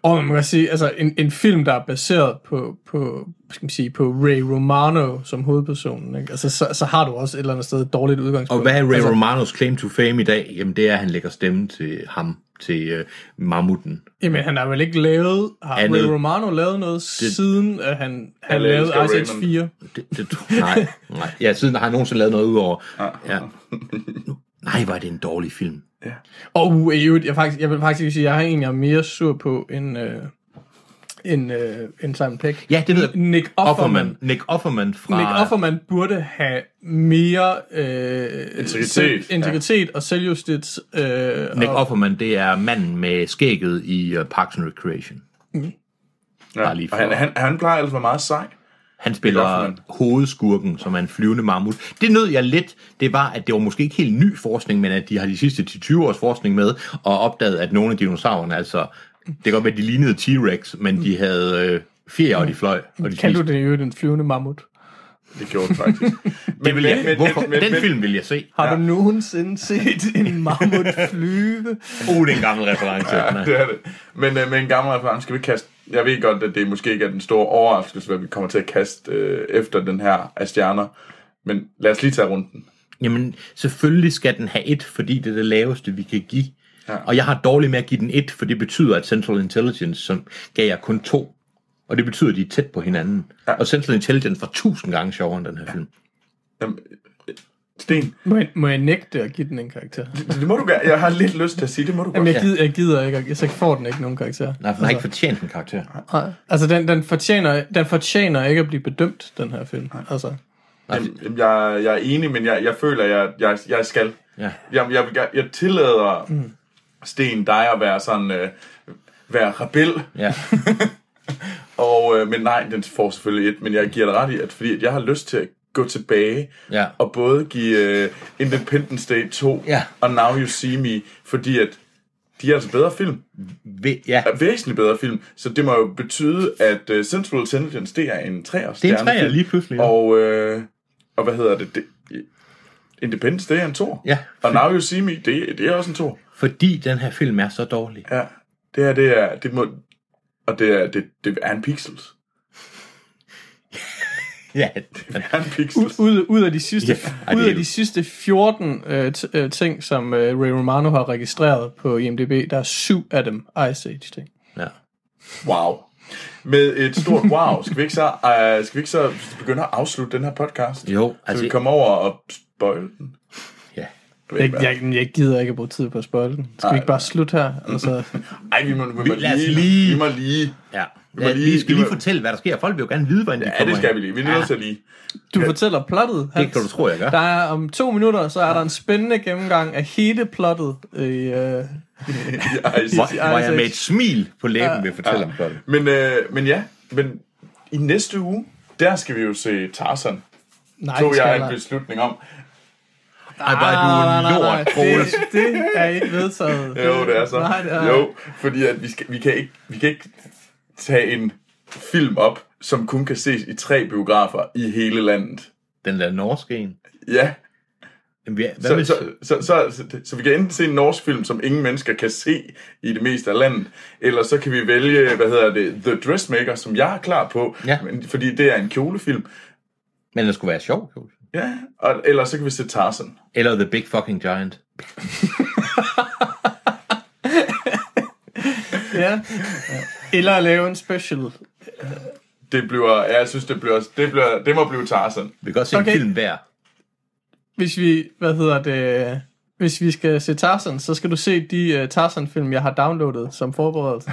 S3: Og man kan sige, altså en, en film, der er baseret på, på, hvad skal man sige, på Ray Romano som hovedpersonen, ikke? Altså, så, så har du også et eller andet sted et dårligt udgangspunkt.
S2: Og hvad er Ray
S3: altså,
S2: Romanos claim to fame i dag? Jamen, det er, at han lægger stemme til ham, til øh, mammuten.
S3: Jamen, han har vel ikke lavet, har
S2: Andet.
S3: Ray Romano lavet noget, det, siden at han, han
S1: lavede
S3: lavede Ice Age
S1: Raymond.
S3: 4?
S2: Det, det, tror- nej, nej. Ja, siden har jeg nogensinde lavet noget udover.
S3: Ah.
S2: Ja. Nu- Nej, var det en dårlig film.
S3: Og uh, i øvrigt, jeg, faktisk, jeg vil faktisk ikke sige, at jeg har en, jeg er mere sur på end, øh, end, øh, end Simon Peck.
S2: Ja, det ved jeg.
S3: Nick Offerman. Offerman.
S2: Nick Offerman fra...
S3: Nick Offerman burde have mere øh,
S1: Integritet.
S3: selv-
S1: Ja.
S3: integritet ja. og selvjustits. Øh,
S2: Nick
S3: og,
S2: Offerman, det er manden med skægget i uh, Parks and Recreation.
S1: Ja.
S2: Bare lige for-
S1: Og han, han, han plejer altså at være meget sej.
S2: Han spiller
S1: Offerman.
S2: hovedskurken, som er en flyvende mammut. Det nød jeg lidt. Det var, at det var måske ikke helt ny forskning, men at de har de sidste 10-20 års forskning med, og opdaget, at nogle af dinosaurerne, altså... Det kan godt være, at de lignede T-Rex, men de havde øh, fjer, og de fløj. Og de
S3: kan du
S2: spiste.
S3: det jo den flyvende mammut?
S1: Det gjorde han faktisk. men,
S2: Det vil jeg,
S1: men-
S2: hvorfor?
S1: men- men-
S2: den
S1: men-
S2: film vil jeg se.
S3: Har ja. du nogensinde set en mammut flyve?
S2: Uh, det er en gammel reference.
S1: Ja, det er det. Men øh, med en gammel reference skal vi ikke kaste... Jeg ved godt, at det måske ikke er den store overraskelse, hvad vi kommer til at kaste øh, efter den her af stjerner. Men lad os lige tage runden.
S2: Jamen, selvfølgelig skal den have et, fordi det er det laveste, vi kan give. Ja. Og jeg har dårligt med at give den et, for det betyder, at Central Intelligence som gav jer kun to. Og det betyder, at de er tæt på hinanden. Ja. Og Central Intelligence var tusind gange sjovere end den her film.
S1: Jamen, øh, Sten,
S3: Må jeg, må jeg nægte at give den en karakter?
S1: det må du gøre. Jeg har lidt lyst til at sige, det må du
S3: Jamen,
S1: godt.
S3: jeg, gider, jeg gider ikke, og- så får den ikke nogen karakter.
S2: Nej, for den har ikke
S1: Altså-
S2: fortjent en karakter.
S3: Nej. Altså, den, den, fortjener, den fortjener ikke at blive bedømt, den her film. Altså,
S1: Jamen, jamen, jeg, jeg er enig, men jeg, jeg føler, jeg, jeg, jeg skal.
S2: Ja.
S1: Jeg, jeg, jeg, jeg tillader mm. Sten dig at være sådan... Øh, være rebel,
S2: Ja.
S1: og, øh, men nej, den får selvfølgelig et, men jeg giver dig ret i, at fordi at jeg har lyst til at gå tilbage
S2: Ja.
S1: og både give uh, Independence Day 2
S2: Ja.
S1: og Now You See Me, fordi at de er altså bedre film,
S2: Ved, ja.
S1: er væsentligt bedre film, så det må jo betyde, at uh, Central Intelligence, det er en 3'er
S2: Det er en træer lige pludselig. Ja.
S1: og, øh, og hvad hedder det? det Independence, det er en tor.
S2: Ja.
S1: Og Now You See Me, det, det er også en tor.
S2: Fordi den her film er så dårlig.
S1: Ja. Det her, det er, det må, og det er, det, det er en pixels.
S2: Ja.
S1: Det er en pixels.
S3: u- ud, ud, af de sidste,
S2: Ja, ej, det
S3: ud
S2: er
S3: af
S2: jo-
S3: de sidste 14 øh, t- øh, ting, som øh, Ray Romano har registreret på IMDb, der er syv af dem Ice Age-ting.
S2: ja.
S1: Wow. Med et stort wow, skal vi ikke så, uh, skal vi ikke så begynde at afslutte den her podcast?
S2: Jo,
S1: altså...
S2: altså-
S1: Så vi kommer over og spoil den.
S2: ja.
S1: Du ved
S3: Jeg,
S1: ikke, hvad-
S3: jeg, jeg gider ikke at bruge tid på at spoil den. Skal vi ikke bare slutte her? Altså,
S1: Ej, vi må, vi må
S2: Vi- lad os
S1: lige,
S2: lige-
S1: Vi må lige.
S2: Ja.
S1: må
S2: ja
S1: lige-
S2: vi skal
S1: vi
S2: lige
S1: må-
S2: fortælle, hvad der sker. Folk vil jo gerne vide, hvordan de
S1: Ja,
S2: kommer
S1: det skal
S2: hen.
S1: vi lige. Vi er nødt til at lige.
S3: Du ja. fortæller plottet, Hans.
S2: kan du tro, jeg gør.
S3: Der er om to minutter, så er der en spændende gennemgang af hele plottet. I, øh,
S1: Ej,
S2: Hvor,
S1: så-
S2: hvor jeg med et smil på læben vil fortælle om plottet.
S1: Men, øh, men ja, men i næste uge, der skal vi jo se Tarzan.
S3: nej,
S1: Tog jeg en
S3: nej,
S1: beslutning om.
S2: Ej, bare du
S3: Ah,
S2: er en lort,
S3: det,
S2: Troels.
S3: det er ikke vedtaget.
S1: Jo, det er så.
S3: Nej, det er,
S1: Jo, fordi at vi, skal, vi, kan ikke, vi kan ikke tage en film op, som kun kan ses i tre biografer i hele landet.
S2: Den der norske en.
S1: Ja,
S2: Jamen, ja, hvad
S1: Så,
S2: hvis-
S1: så, så, så, så, så vi kan enten se en norsk film, som ingen mennesker kan se i det meste af landet, eller så kan vi vælge, hvad hedder det, The Dressmaker, som jeg er klar på,
S2: Ja.
S1: men, fordi det er en kjolefilm.
S2: Men det skulle være sjovt. jo.
S1: Ja, og, eller så kan vi se Tarzan.
S2: Eller The Big Fucking Giant.
S3: Ja. Eller at lave en special.
S1: Det bliver, ja, jeg synes, det bliver, det bliver, det må blive Tarzan.
S2: Vi kan også se
S3: Okay.
S2: en film hver.
S3: Hvis vi, hvad hedder det, hvis vi skal se Tarzan, så skal du se de uh, Tarzan-film, jeg har downloadet som forberedelse.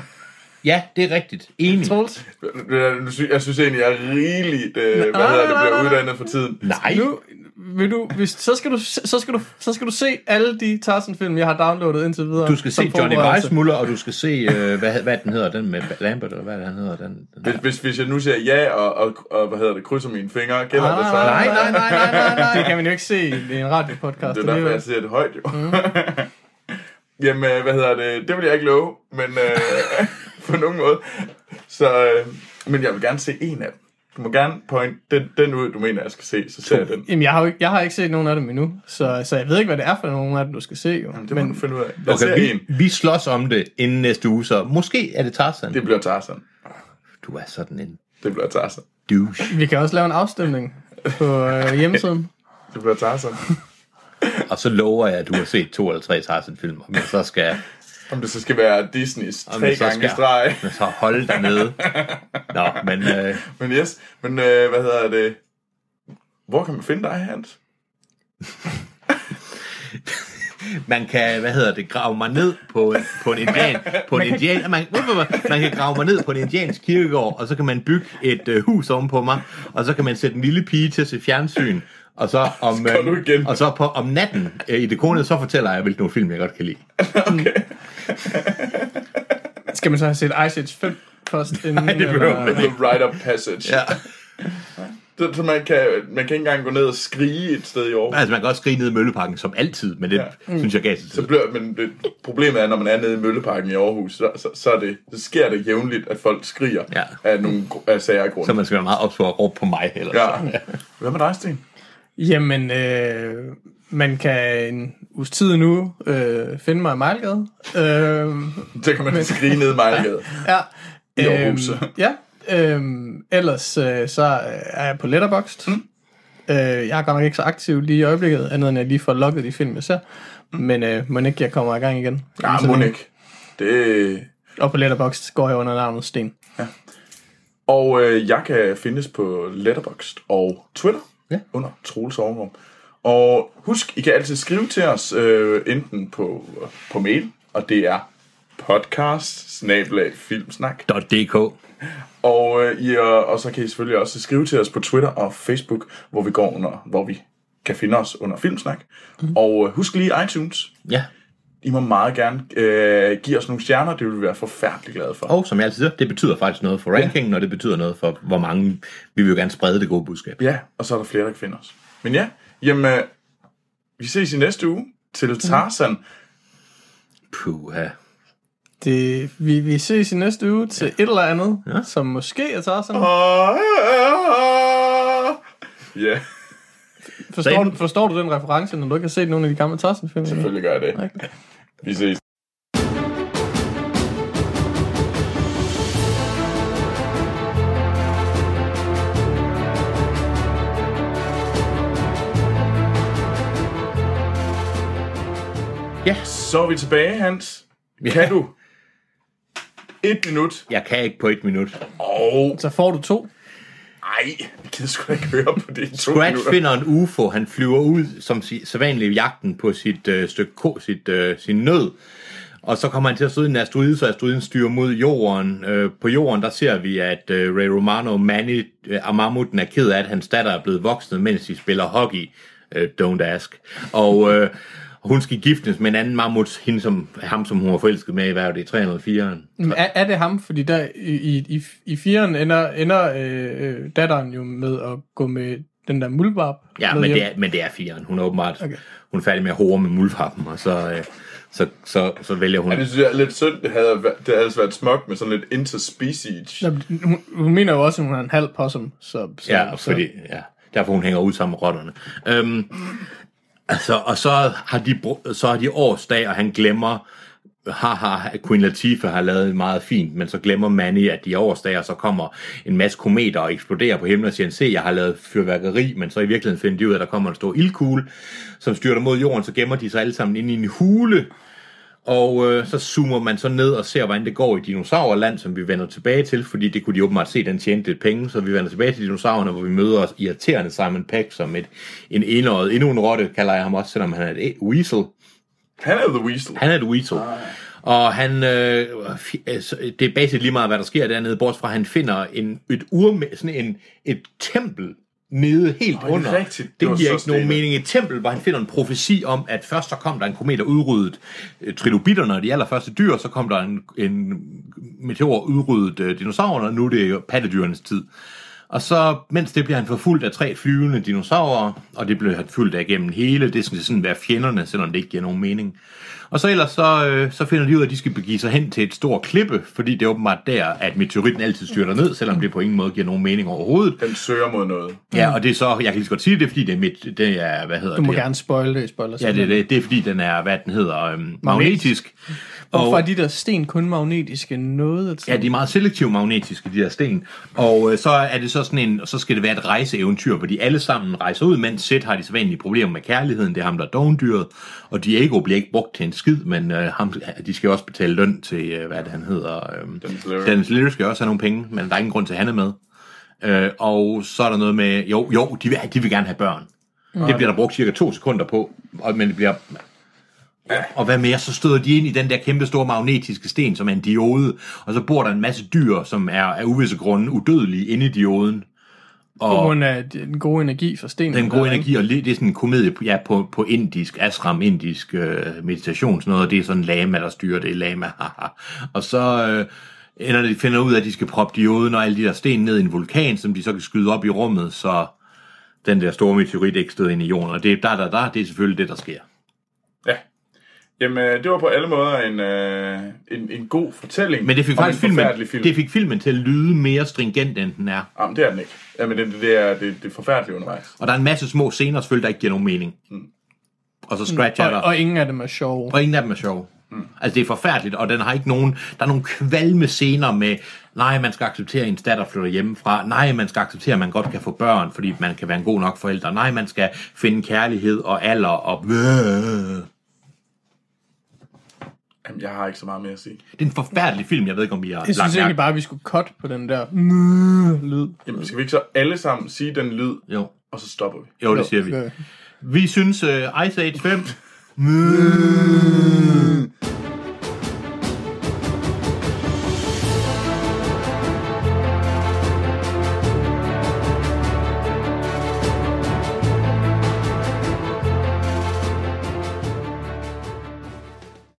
S2: Ja, det er rigtigt. Enig.
S3: Troels?
S1: Jeg synes- Jeg synes egentlig, jeg er rigeligt, øh, hvad
S3: nej,
S1: hedder det,
S3: nej,
S1: bliver
S3: nej, nej.
S1: uddannet for tiden.
S2: Nej.
S3: Nu vil du, hvis, så, skal du, se- så, skal du, så skal du se alle de Tarzan-film, jeg har downloadet indtil videre.
S2: Du skal se
S3: som
S2: Johnny
S3: forberedelse.
S2: Weissmuller, og du skal se, øh, hvad, hvad den hedder, den med Lambert, eller hvad den hedder. Den, den
S1: Hvis, hvis, hvis jeg nu siger ja, og, og, og hvad hedder det, krydser mine fingre, gælder det
S3: Ah,
S1: så?
S2: Nej, nej, nej, nej, nej,
S3: Det
S2: nej.
S3: kan man jo ikke se i en radiopodcast.
S1: Det er derfor, jeg siger det højt, jo. Mm. Jamen, øh, hvad hedder det? Det vil jeg ikke love, men øh, på nogen måde. Så, øh, men jeg vil gerne se en af dem. Du må gerne point den, den ud, du mener, jeg skal se, så ser jeg den.
S3: Jamen, jeg har, jo ikke, jeg har ikke set nogen af dem endnu, så, så jeg ved ikke, hvad det er for nogen af dem, du skal se. Jo.
S2: Mm.
S1: Det må men, du finde ud af. Jeg okay, ser
S2: Okay,
S1: en.
S2: vi, vi slås om det inden næste uge, så måske er det Tarzan.
S1: Det bliver Tarzan.
S2: Du er sådan en
S1: Det bliver Tarzan.
S2: douche.
S3: Vi kan også lave en afstemning på øh, hjemmesiden.
S1: Det bliver Tarzan.
S2: Og så lover jeg, at du har set to eller tre Tarzan-film, men så skal
S1: Om det så skal være Disneys
S2: Om
S1: tre
S2: det så
S1: gange i
S2: skal-
S1: streg.
S2: men så holde dig nede. Nå, men øh,
S1: Men yes, men øh, hvad hedder det? Hvor kan man finde dig, Hans?
S2: man kan, hvad hedder det, grave mig ned på, på en indian, på en indian, man, man kan grave mig ned på en indiansk kirkegård, og så kan man bygge et øh, hus ovenpå mig, og så kan man sætte en lille pige til at se fjernsyn, og så om, øh,
S1: Så går du igen.
S2: og så på, om natten øh, i det kone, så fortæller jeg, hvilke nogle film, jeg godt kan lide.
S3: Skal man så have set Ice Age 5 først? Inden, Nej,
S2: det behøver man
S1: The Rite of Passage.
S2: Ja.
S1: Så, så man, kan, man kan ikke engang gå ned og skrige et sted i Aarhus.
S2: Altså, man kan også skrige ned i Mølleparken, som altid, men det
S1: Ja.
S2: ja. synes jeg gav sig
S1: Så
S2: tid.
S1: bliver, men det, problemet er, når man er nede i Mølleparken i Aarhus, så, så, så, er det, så sker det jævnligt, at folk skriger
S2: Ja.
S1: af nogle gr- af sager af
S2: Så
S1: grunde.
S2: man skal være meget ops på at råbe på mig. Eller
S1: Ja.
S2: så.
S1: Hvad med dig, Sten?
S3: Jamen, øh, man kan en uges tid nu øh, finde mig i Mejlgade. Øh,
S1: Så kan man skrige ned i Mejlgade.
S3: ja.
S1: I Aarhus.
S3: Øhm, ja. Øhm, ellers øh, så er jeg på Letterboxd. Mm. Øh, jeg er godt nok ikke så aktiv lige i øjeblikket, andet end at jeg lige får lukket de film, jeg ser. Men øh, må ikke, jeg kommer i gang igen.
S1: Mm. Ja,
S3: Sådan
S1: må
S3: en-
S1: ikke. Ah, Det...
S3: Og på Letterboxd går jeg under navnet Sten.
S1: Og øh, jeg kan findes på Letterboxd og Twitter
S2: Ja.
S1: under Troels Overgaard. Og husk, I kan altid skrive til os øh, enten på, på mail, og det er podcast snablag, filmsnak.
S2: Dot .dk.
S1: Og, øh, I, og, og så kan I selvfølgelig også skrive til os på Twitter og Facebook, hvor vi går under, hvor vi kan finde os under Filmsnak. Mm-hmm. Og øh, husk lige iTunes.
S2: Ja.
S1: I må meget gerne øh, give os nogle stjerner, det vil vi være forfærdeligt glade for.
S2: Og som jeg altid siger, det betyder faktisk noget for rankingen, og det betyder noget for, hvor mange... Vi vil jo gerne sprede det gode budskab.
S1: Ja, og så er der flere, der kan finde os. Men ja, jamen, øh, vi ses i næste uge til Tarzan.
S2: Puh, ja.
S3: Det, vi, vi ses i næste uge til et eller andet, ja. som måske er Tarzan.
S1: Ja,
S3: Forstår, du, forstår du den reference, når du ikke har set nogen af de gamle Tarzan-film?
S1: selvfølgelig gør jeg det. Vi ses.
S2: Ja.
S1: Så er vi tilbage, Hans. Kan du? Et minut.
S2: Jeg kan ikke på et minut.
S1: Og
S3: Så får du to.
S1: ej, vi gider sgu da ikke høre på det i to
S2: Scratch
S1: minutter.
S2: finder en UFO, han flyver ud som si- sædvanlig i jagten på sit øh, stykke ko, sit, øh, sin nød. Og så kommer han til at støde en asteroide, så asteroiden styrer mod jorden. Øh, på jorden, der ser vi, at øh, Ray Romano, Manny øh, og Mammuten er ked af, at hans datter er blevet voksen, mens de spiller hockey. Øh, don't ask. Og øh, hun skal giftes med en anden mammut, hende som, ham som hun var forelsket med i hvad var det, 304'eren.
S3: Men Er, er det ham? Fordi der i, i, i, i firen ender, ender øh, øh, datteren jo med at gå med den der mulvarp.
S2: Ja,
S3: med
S2: men det,
S3: hjem.
S2: er, men det er firen. Hun er åbenbart
S3: Okay.
S2: okay. hun er færdig med at hore med mulvarpen, og så, øh, så, så, så vælger hun...
S1: Ja, det synes jeg er lidt synd. Det havde, væ- det havde altså været smukt med sådan lidt interspecies.
S3: Nå, men Hun, hun mener jo også, at hun er en halv possum. Så, så,
S2: Ja,
S3: så.
S2: fordi, ja, derfor hun hænger ud sammen med rotterne. Øhm, Altså, og så har de, br- så har de årsdag, og han glemmer, haha, Queen Latifah har lavet en meget fint, men så glemmer Manny, at de er årsdag, og så kommer en masse kometer og eksploderer på himlen og siger, se, jeg har lavet fyrværkeri, men så i virkeligheden finder de ud af, at der kommer en stor ildkugle, som styrter mod jorden, så gemmer de sig alle sammen inde i en hule, og øh, så zoomer man så ned og ser, hvordan det går i dinosaurland, som vi vender tilbage til, fordi det kunne de åbenbart se, den tjente lidt penge, så vi vender tilbage til dinosaurerne, hvor vi møder os irriterende Simon Peck som et, en enøjet, endnu en rotte, kalder jeg ham også, selvom han er et e- weasel.
S1: Han er jo The Weasel.
S2: Han er et weasel. Og han, øh, fi- altså, det er basalt lige meget, hvad der sker dernede, bortset fra, at han finder en, et ur, sådan en, et tempel nede helt
S1: det er
S2: under.
S1: rigtigt. Det
S2: Det
S1: var
S2: giver
S1: så
S2: ikke nogen
S1: stenet.
S2: mening. Et tempel, hvor han finder en profesi om, at først så kom der en komet og udryddede øh, trilobitterne, og de allerførste dyr, så kom der en, en meteor og udryddede øh, dinosaurerne, og nu er det jo pattedyrenes tid. Og så, mens det bliver han forfulgt af tre flyvende dinosaurer, og det bliver han fulgt af gennem hele, det skal sådan være fjenderne, selvom det ikke giver nogen mening. Og så ellers så, øh, så finder de ud af, at de skal begive sig hen til et stort klippe, fordi det er åbenbart der, at meteoritten altid styrter ned, selvom det på ingen måde giver nogen mening overhovedet.
S1: Den søger mod noget.
S2: Ja, og det er så, jeg kan lige så godt sige det, er fordi det er mit, det er, hvad hedder
S3: Mm. Du må
S2: det?
S3: gerne spoil det i spoiler.
S2: Ja, det er det. Det er fordi, den er, hvad den hedder, øhm, magnetisk.
S3: Hvorfor er
S2: Og,
S3: de der sten kun magnetiske noget?
S2: ja, de er meget selektive magnetiske, de der sten. Og øh, så er det så sådan en, og så skal det være et rejseeventyr, hvor de alle sammen rejser ud, mens Seth har de så vanlige problemer med kærligheden, det er ham, der er dogendyret, og Diego bliver ikke brugt til en skid, men øh, ham, de skal jo også betale løn til, øh, hvad er det, han hedder? Øhm,
S1: Dennis Leary.
S2: Dennis Leary skal også have nogle penge, men der er ingen grund til, at han er med. Øh, og så er der noget med, jo, jo, de vil, de vil gerne have børn.
S1: Mm.
S2: Det bliver der brugt cirka to sekunder på, og, men det bliver... Ja. Og hvad mere, så støder de ind i den der kæmpe store magnetiske sten, som er en diode, og så bor der en masse dyr, som er af uvisse grunde udødelige inde i dioden.
S3: På grund af den gode energi fra stenen.
S2: Den gode
S3: der, ikke?
S2: energi, og lidt- det er sådan en komedie ja, på, på indisk, asram indisk øh, meditation, sådan noget, og det er sådan en lama, der styrer det, lama, haha. Og så øh, ender de finder ud af, at de skal proppe dioden og alle de der sten ned i en vulkan, som de så kan skyde op i rummet, så den der store meteorit ikke støder ind i jorden, og det er der, der, der, det er selvfølgelig det, der sker.
S1: Ja. Jamen, øh, det var på alle måder en, øh, en, en god fortælling.
S2: Men det fik
S1: om
S2: faktisk
S1: en
S2: filmen,
S1: forfærdelig film.
S2: det fik filmen til at lyde mere stringent, end den er.
S1: Jamen, det er den ikke. Jamen, det, det er det, det er forfærdeligt undervejs.
S2: Og der er en masse små scener, selvfølgelig, der ikke giver nogen mening. Og så scratcher der.
S3: Mm. Og, og ingen af dem er sjove.
S2: Og ingen af dem er sjove. Mm. Altså, det er forfærdeligt, og den har ikke nogen... Der er nogle kvalme scener med, nej, man skal acceptere, at ens datter flytter hjemmefra. Nej, man skal acceptere, at man godt kan få børn, fordi man kan være en god nok forælder. Nej, man skal finde kærlighed og alder og... Det
S1: Jamen, jeg har ikke så meget mere at sige.
S2: er en forfærdelig film, jeg ved ikke, om I har
S3: Jeg synes
S2: lagt mærke-
S3: egentlig bare, at vi skulle cut på den der lyd.
S1: Jamen, skal vi ikke så alle sammen sige den lyd,
S2: Jo.
S1: og så stopper vi?
S2: jo, det siger vi. øh,
S3: Okay.
S2: Vi synes uh, Ice Age 5...